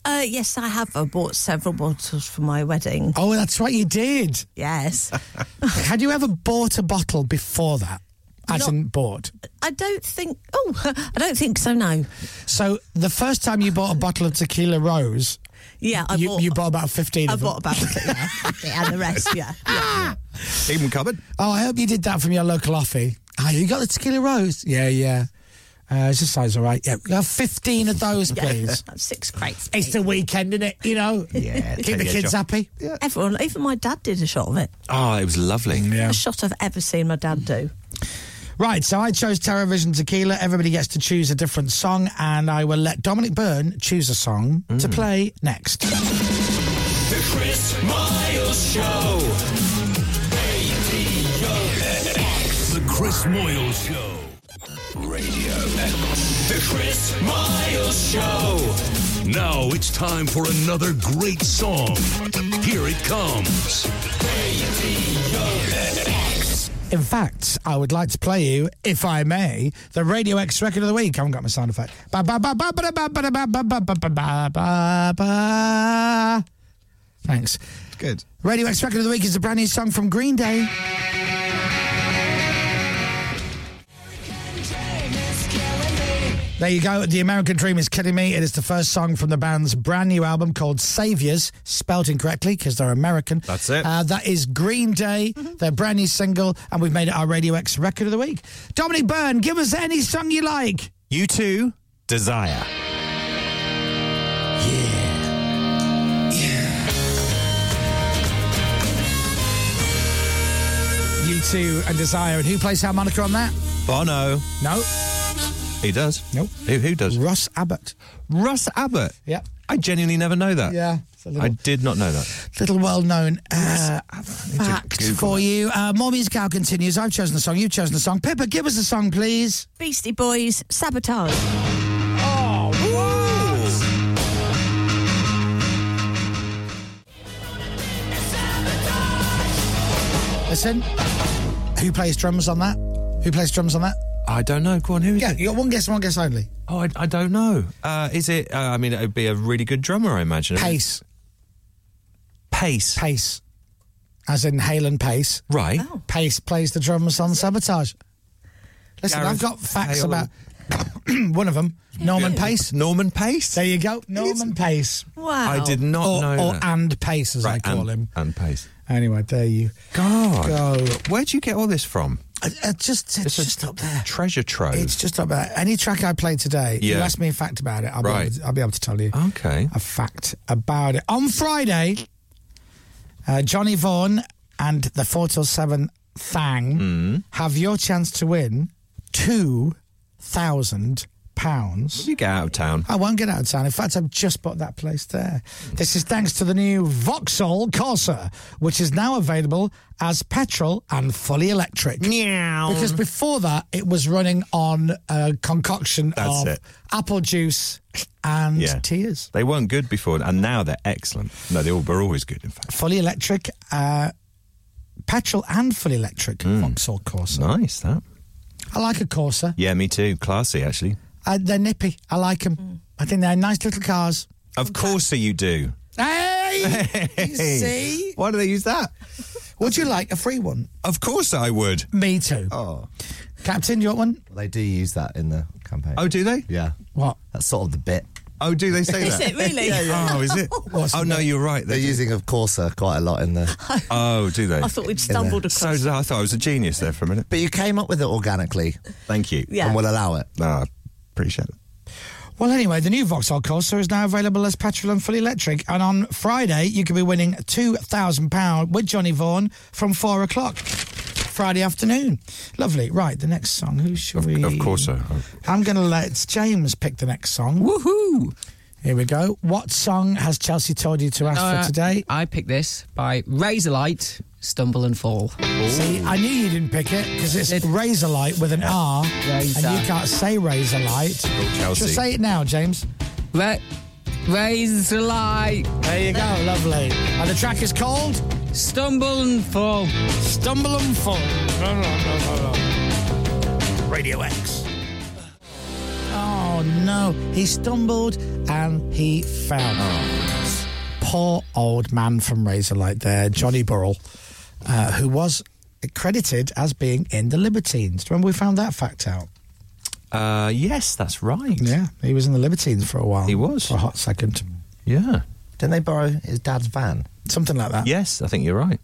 Uh, yes, I have. I bought several bottles for my wedding. Oh, that's right, you did. Yes. Had you ever bought a bottle before that? As in bought. I don't think. Oh, I don't think so. No. So the first time you bought a bottle of tequila, Rose. Yeah, I you, bought- You bought about fifteen. I of bought about yeah, yeah, and the rest. Yeah. Even covered. Oh, I hope you did that from your local offie. Ah, you got the tequila rose? Yeah, yeah. Uh, it's just size all right. Yeah, we have fifteen of those, please. Six crates. It's the weekend, isn't it? You know. Yeah, Keep take the the edge kids off. happy. Everyone, even my dad did a shot of it. Oh, it was lovely. Mm, Yeah. A shot I've ever seen my dad do. Right, so I chose Terror Vision Tequila. Everybody gets to choose a different song, and I will let Dominic Byrne choose a song Mm. to play next. The Chris Miles Show. Radio X. The Chris Miles Show. Radio X. The Chris Miles Show. Now it's time for another great song. Here it comes. In fact, I would like to play you, if I may, the Radio X record of the week. I haven't got my sound effect. Ba ba ba ba ba ba ba ba ba ba ba ba ba ba ba. Thanks. Good. Radio X record of the week is a brand new song from Green Day. There you go. The American Dream is killing me. It is the first song from the band's brand new album called Saviors, spelled incorrectly because they're American. That's it. Mm-hmm. Uh, that is Green Day, their brand new single, and we've made it our Radio X record of the week. Dominic Byrne, give us any song you like. You too, desire. You two and Desire. And who plays harmonica on that? Bono. No. He does. Nope. Who, who does? Russ Abbott. Russ Abbott. Yeah. I genuinely never know that. Yeah. it's a Uh, I little- did not know that. Little well known uh, fact Google for you. Uh, more music now continues. I've chosen the song. You've chosen the song. Pippa, give us the song, please. Beastie Boys, Sabotage. Oh, Listen, who plays drums on that? Who plays drums on that? I don't know. Go on, who is yeah, you got one guess, one guess only. Oh, I, I don't know. Uh, is it? Uh, I mean, it would be a really good drummer, I imagine. Pace. Pace. Pace. As in Halen Pace. Right. Pace plays the drums on Sabotage. Listen, Gareth I've got facts Halen. about one of them. Norman Pace. Norman Pace. There you go. Norman Pace. Wow. I did not or, know Or that. and Pace, as I Right, call and, him. And Pace. Anyway, there you God. go. Where'd you get all this from? Uh, uh, just, it's, just up there. Treasure trove. It's just up there. Any track I play today, you Yeah. ask me a fact about it, I'll, Right. be, able to, I'll be able to tell you okay. a fact about it. On Friday, uh, Johnny Vaughan and the 4 till 7 Thang Mm. have your chance to win £2,000. You get out of town. I won't get out of town. In fact, I've just bought that place there. This is thanks to the new Vauxhall Corsa, which is now available as petrol and fully electric. Meow. Because before that, it was running on a concoction That's of it. apple juice and Yeah. tears. They weren't good before, and now they're excellent. No, they all, were always good, in fact. Fully electric, uh, petrol and fully electric Vauxhall Corsa. Hmm. Nice, that. I like a Corsa. Yeah, me too. Classy, actually. Uh, they're nippy. I like them. I think they're nice little cars. Of course you do. Hey! you Hey. see? Why do they use that? Would you like a free one? Of course I would. Me too. Oh, Captain, you want one? they do use that in the campaign. Oh, do they? Yeah. What? That's sort of the bit. Oh, do they say Is that? it really? Yeah, yeah. Oh, is it? What's oh, no, you're right. They're They using, of course, uh, quite a lot in the. Oh, do they? I thought we'd stumbled so across. did I. I thought I was a genius there for a minute. But you came up with it organically Thank you. Yeah. and will allow it. No, I appreciate it. Well, anyway, the new Vauxhall Corsa is now available as petrol and fully electric. And on Friday, you can be winning £2,000 with Johnny Vaughan from four o'clock Friday afternoon. Lovely. Right, the next song. Who should we? Of course uh, I. I'm going to let James pick the next song. Woohoo! Here we go. What song has Chelsea told you to ask Uh, for today? I picked this by Razorlight, Stumble and Fall. See, I knew you didn't pick it because it's Razorlight with an R, Razor. and you can't say Razorlight. Chelsea. Just say it now, James. Ra- Razorlight, There you go, lovely. And the track is called Stumble and Fall. Stumble and Fall. Radio X. Oh no, he stumbled and he fell. Poor old man from Razorlight there, Johnny Burrell, uh, who was credited as being in the Libertines. Do you remember we found that fact out? Uh, yes, that's right. Yeah, he was in the Libertines for a while. He was. For a hot second. Yeah. Didn't they borrow his dad's van? Something like that. Yes, I think you're right.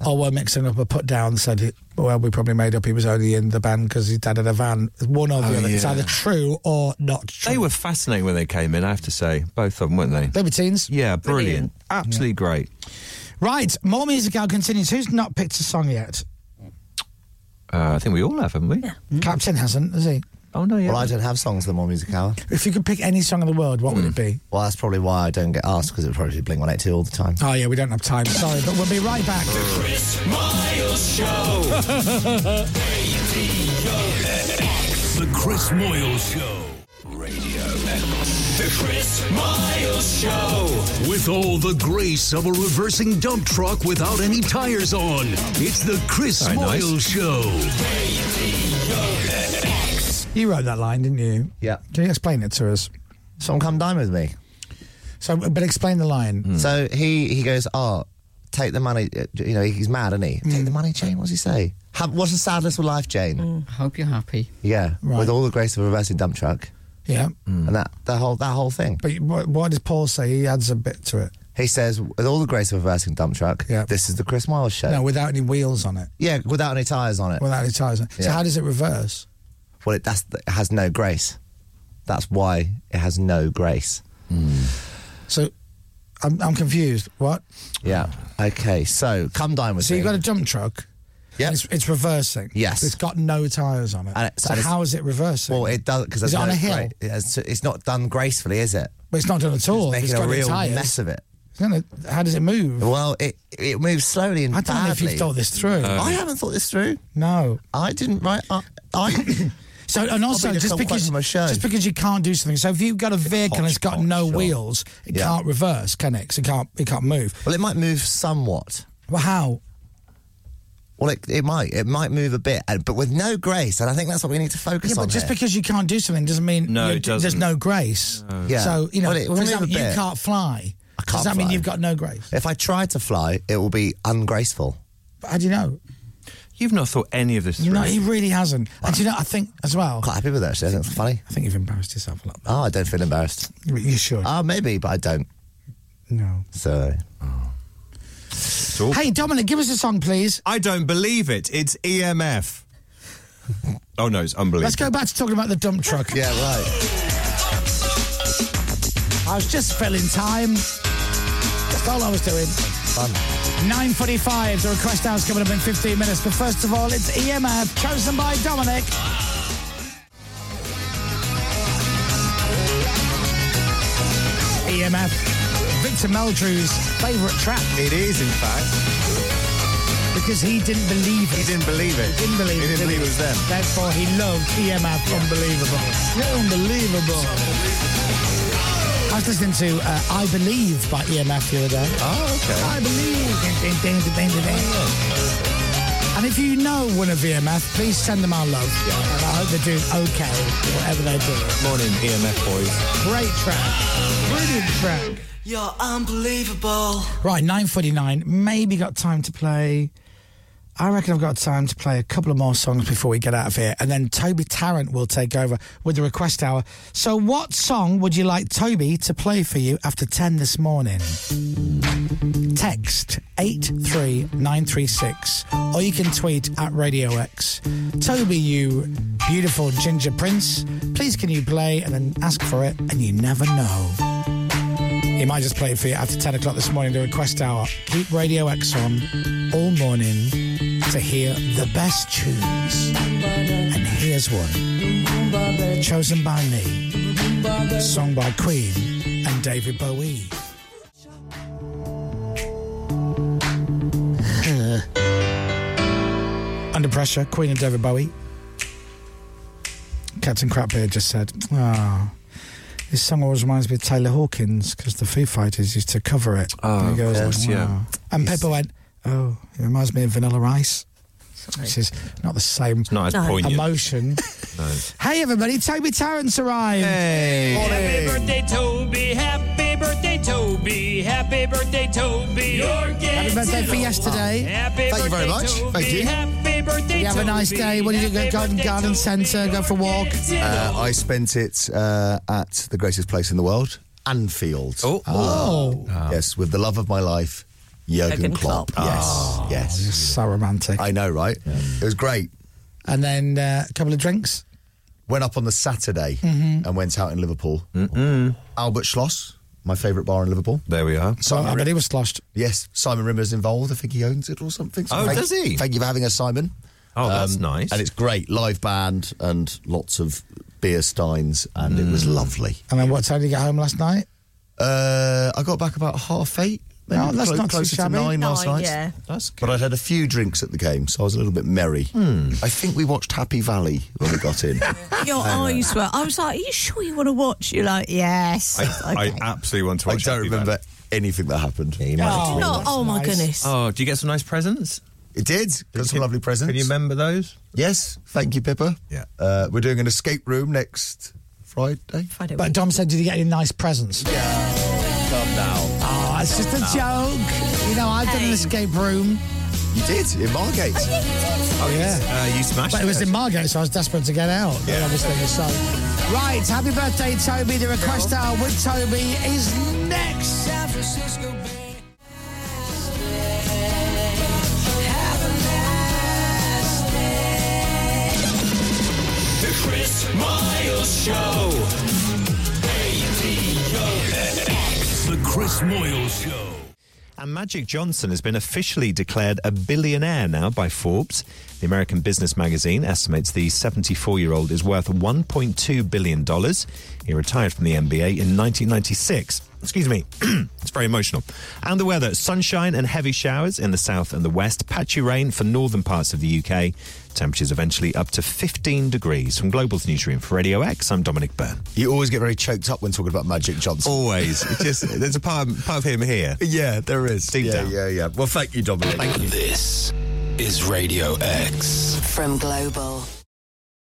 Oh, well, mixing up a put down said, it, well, we probably made up he was only in the band because his dad had a van. One or the Oh, other. It's yeah. either true or not true. They were fascinating when they came in, I have to say. Both of them, weren't they? Libertines. Yeah, brilliant. Absolutely great. Right, more music now continues. Who's not picked a song yet? Hmm. Uh, I think we all have, haven't we? Captain hasn't, has he? Oh, no, yeah. Well, I don't have songs in the More Music Hour. If you could pick any song in the world, what would Hmm. it be? Well, that's probably why I don't get asked because it would probably be Blink 182 all the time. Oh, yeah, we don't have time. Sorry, but we'll be right back. Chris Miles Show. Radio X. The Chris Miles Show. Radio X. The Chris Miles Show. Oh, With all the grace of a reversing dump truck without any tires on, it's the Chris Very nice. Moyle Show. You wrote that line, didn't you? Yeah. Can you explain it to us? Someone come dine with me. Hmm. So, but explain the line. So he he goes, oh, take the money. uh, You know, he's mad, isn't Hmm. he? Take the money, Jane. What's he say? Ha- what's the sad little life, Jane? Hope you're happy. Yeah, Right. with all the grace of a reversing dump truck, Yeah. and that that whole that whole thing. But what, what does Paul say? He adds a bit to it. He says, with all the grace of a reversing dump truck, Yeah. this is the Chris Miles show. No, without any wheels on it. Yeah, without any tires on it. Without any tires on it. So Yeah. how does it reverse? Well, it, that's, it has no grace. That's why it has no grace. So I'm, I'm confused. What? Yeah. Okay. So come dine with Hmm. So me. you've got a dump truck Yeah. It's, it's reversing. Yes. It's got no tyres on it. And it's- so and it's- how is it reversing? Well, it does because Is it on a hill? It's, it's not done gracefully, is it? But it's not done at all. It's if making it's a got no real tyres. mess of it. It's gonna- How does it move? Well, it it moves slowly and I don't know if you've badly. thought this through. I haven't thought this through. No, I didn't. Right, I. I So and also Probably just come because quite from a show. just because you can't do something. So if you've got a vehicle and it's got no wheels, it Yeah. can't reverse, can it? 'Cause it can't it can't move. Well, it might move somewhat. Well, how? Well, it, it might it might move a bit, and- but with no grace, and I think that's what we need to focus Yeah, on. but just here. because you can't do something doesn't mean No, you- it there's doesn't. no grace. No. Yeah. So you know, Well, it- for well, example, maybe you a bit. can't fly. can't Does that mean fly. you've got no grace? if I try to fly, it will be ungraceful. But how do you know? You've not thought any of this You through. know, he really hasn't. And do you know, I think as well. Quite happy with that. Actually, I think it's funny. I think you've embarrassed yourself a lot. Oh, I don't feel embarrassed. You should. Oh, maybe, but I don't. No. So. Oh. Hey, Dominic, give us a song, please. I don't believe it. It's E EMF. Oh no, it's unbelievable. Let's go back to talking about the dump truck. yeah, right. I was just filling time. That's all I was doing. Fun. 9.45, the request hour's coming up in 15 minutes. But first of all, it's EMF, chosen by Dominic. EMF, E Victor Meldrew's favourite track. It is, in fact. Because he didn't believe it. He didn't believe it. He didn't believe He it. didn't did believe it was them. Therefore, he loved EMF. Unbelievable. Unbelievable. I was listening to uh, I Believe by EMF the other day. Oh, okay. I Believe. Ding, ding, ding, ding, ding, ding. And if you know one of EMF, please send them our love. And I hope they're doing okay, whatever they're doing. Morning, EMF boys. Great track. Brilliant track. You're unbelievable. Right, 9.49. Maybe got time to play... I reckon I've got time to play a couple of more songs before we get out of here. And then Toby Tarrant will take over with the request hour. So what song would you like Toby to play for you after 10 this morning? Text 83936. Or you can tweet at Radio X. Toby, you beautiful ginger prince. Please can you play and then ask for it and you never know. He might just play it for you after 10 o'clock this morning, the request hour. Keep Radio X on all morning to hear the best tunes. And here's one chosen by me, sung by Queen and David Bowie. Under pressure, Queen and David Bowie. Captain Crapbeard just said, ah. This song always reminds me of Taylor Hawkins because the Foo Fighters used to cover it. Oh, And he of goes, course, yeah. "Wow." And people went, "Oh, it reminds me of Vanilla Ice," which is not the same not as No. poignant. emotion. No. Hey, everybody! Toby Tarrant's arrived. Happy birthday, Toby. Happy birthday, Toby. Happy birthday, Toby. Happy birthday for yesterday. Happy Thank you very birthday, much. Toby. Thank you. Happy birthday, You have a nice Toby. day. What do you do? Go to Garden, garden Centre, go for a walk. Uh, I spent it uh, at the greatest place in the world, Anfield. Oh, Oh. yes, with the love of my life, Jurgen, Jurgen Klopp. Klopp. Yes, Oh, yes, so romantic. I know, right? It was great. And then uh, a couple of drinks. Went up on the Saturday Mhm. and went out in Liverpool. Albert Schloss, my favourite bar in Liverpool. There we are. Simon I Rim- bet he was sloshed. yes, Simon Rimmer's involved. I think he owns it or something. Oh, thank, does he? Thank you for having us, Simon. Oh, that's nice. Um, And it's great. Live band and lots of beer steins, and it was Mm. lovely. And then what time did you get home last night? Uh, I got back about half eight. Maybe No, Oh, that's clo- not too closer to shabby. nine last Nine, night. yeah. That's But I'd had a few drinks at the game, so I was a little bit merry. Hmm. I think we watched Happy Valley when we got in. Your I know. eyes were. I was like, "Are you sure you want to watch?" You're like, "Yes." I absolutely want to watch I don't remember anything that happened. Oh, no, oh my goodness. Oh, do you get some nice presents? It did. Got some lovely presents. Can you remember those? Yes, thank you, Pippa. Yeah. Uh, we're doing an escape room next Friday. Friday. But Dom said, did you get any nice presents? Come now. Oh, it's just a joke. You know, I've done an escape room. You did in Margate. Oh yeah. Uh, you smashed. But it was in Margate, so I was desperate to get out. Yeah. Obviously, so. Right, happy birthday, Toby. The request hour with Toby is next. San Francisco. The Chris Miles Show. The Chris Moyle Show. And Magic Johnson has been officially declared a billionaire now by Forbes. The American business magazine estimates the 74 year old is worth $1.2 billion. He retired from the NBA in 1996. Excuse me, it's very emotional. And the weather sunshine and heavy showers in the south and the west, patchy rain for northern parts of the UK. Temperatures eventually up to 15 degrees. From Global's newsroom for Radio X, I'm Dominic Byrne. You always get very choked up when talking about Magic Johnson. Always. It's just there's a part of, part of him here. Yeah, there is. Deep yeah, down. yeah, yeah. Well, thank you, Dominic. This is Radio X. From Global.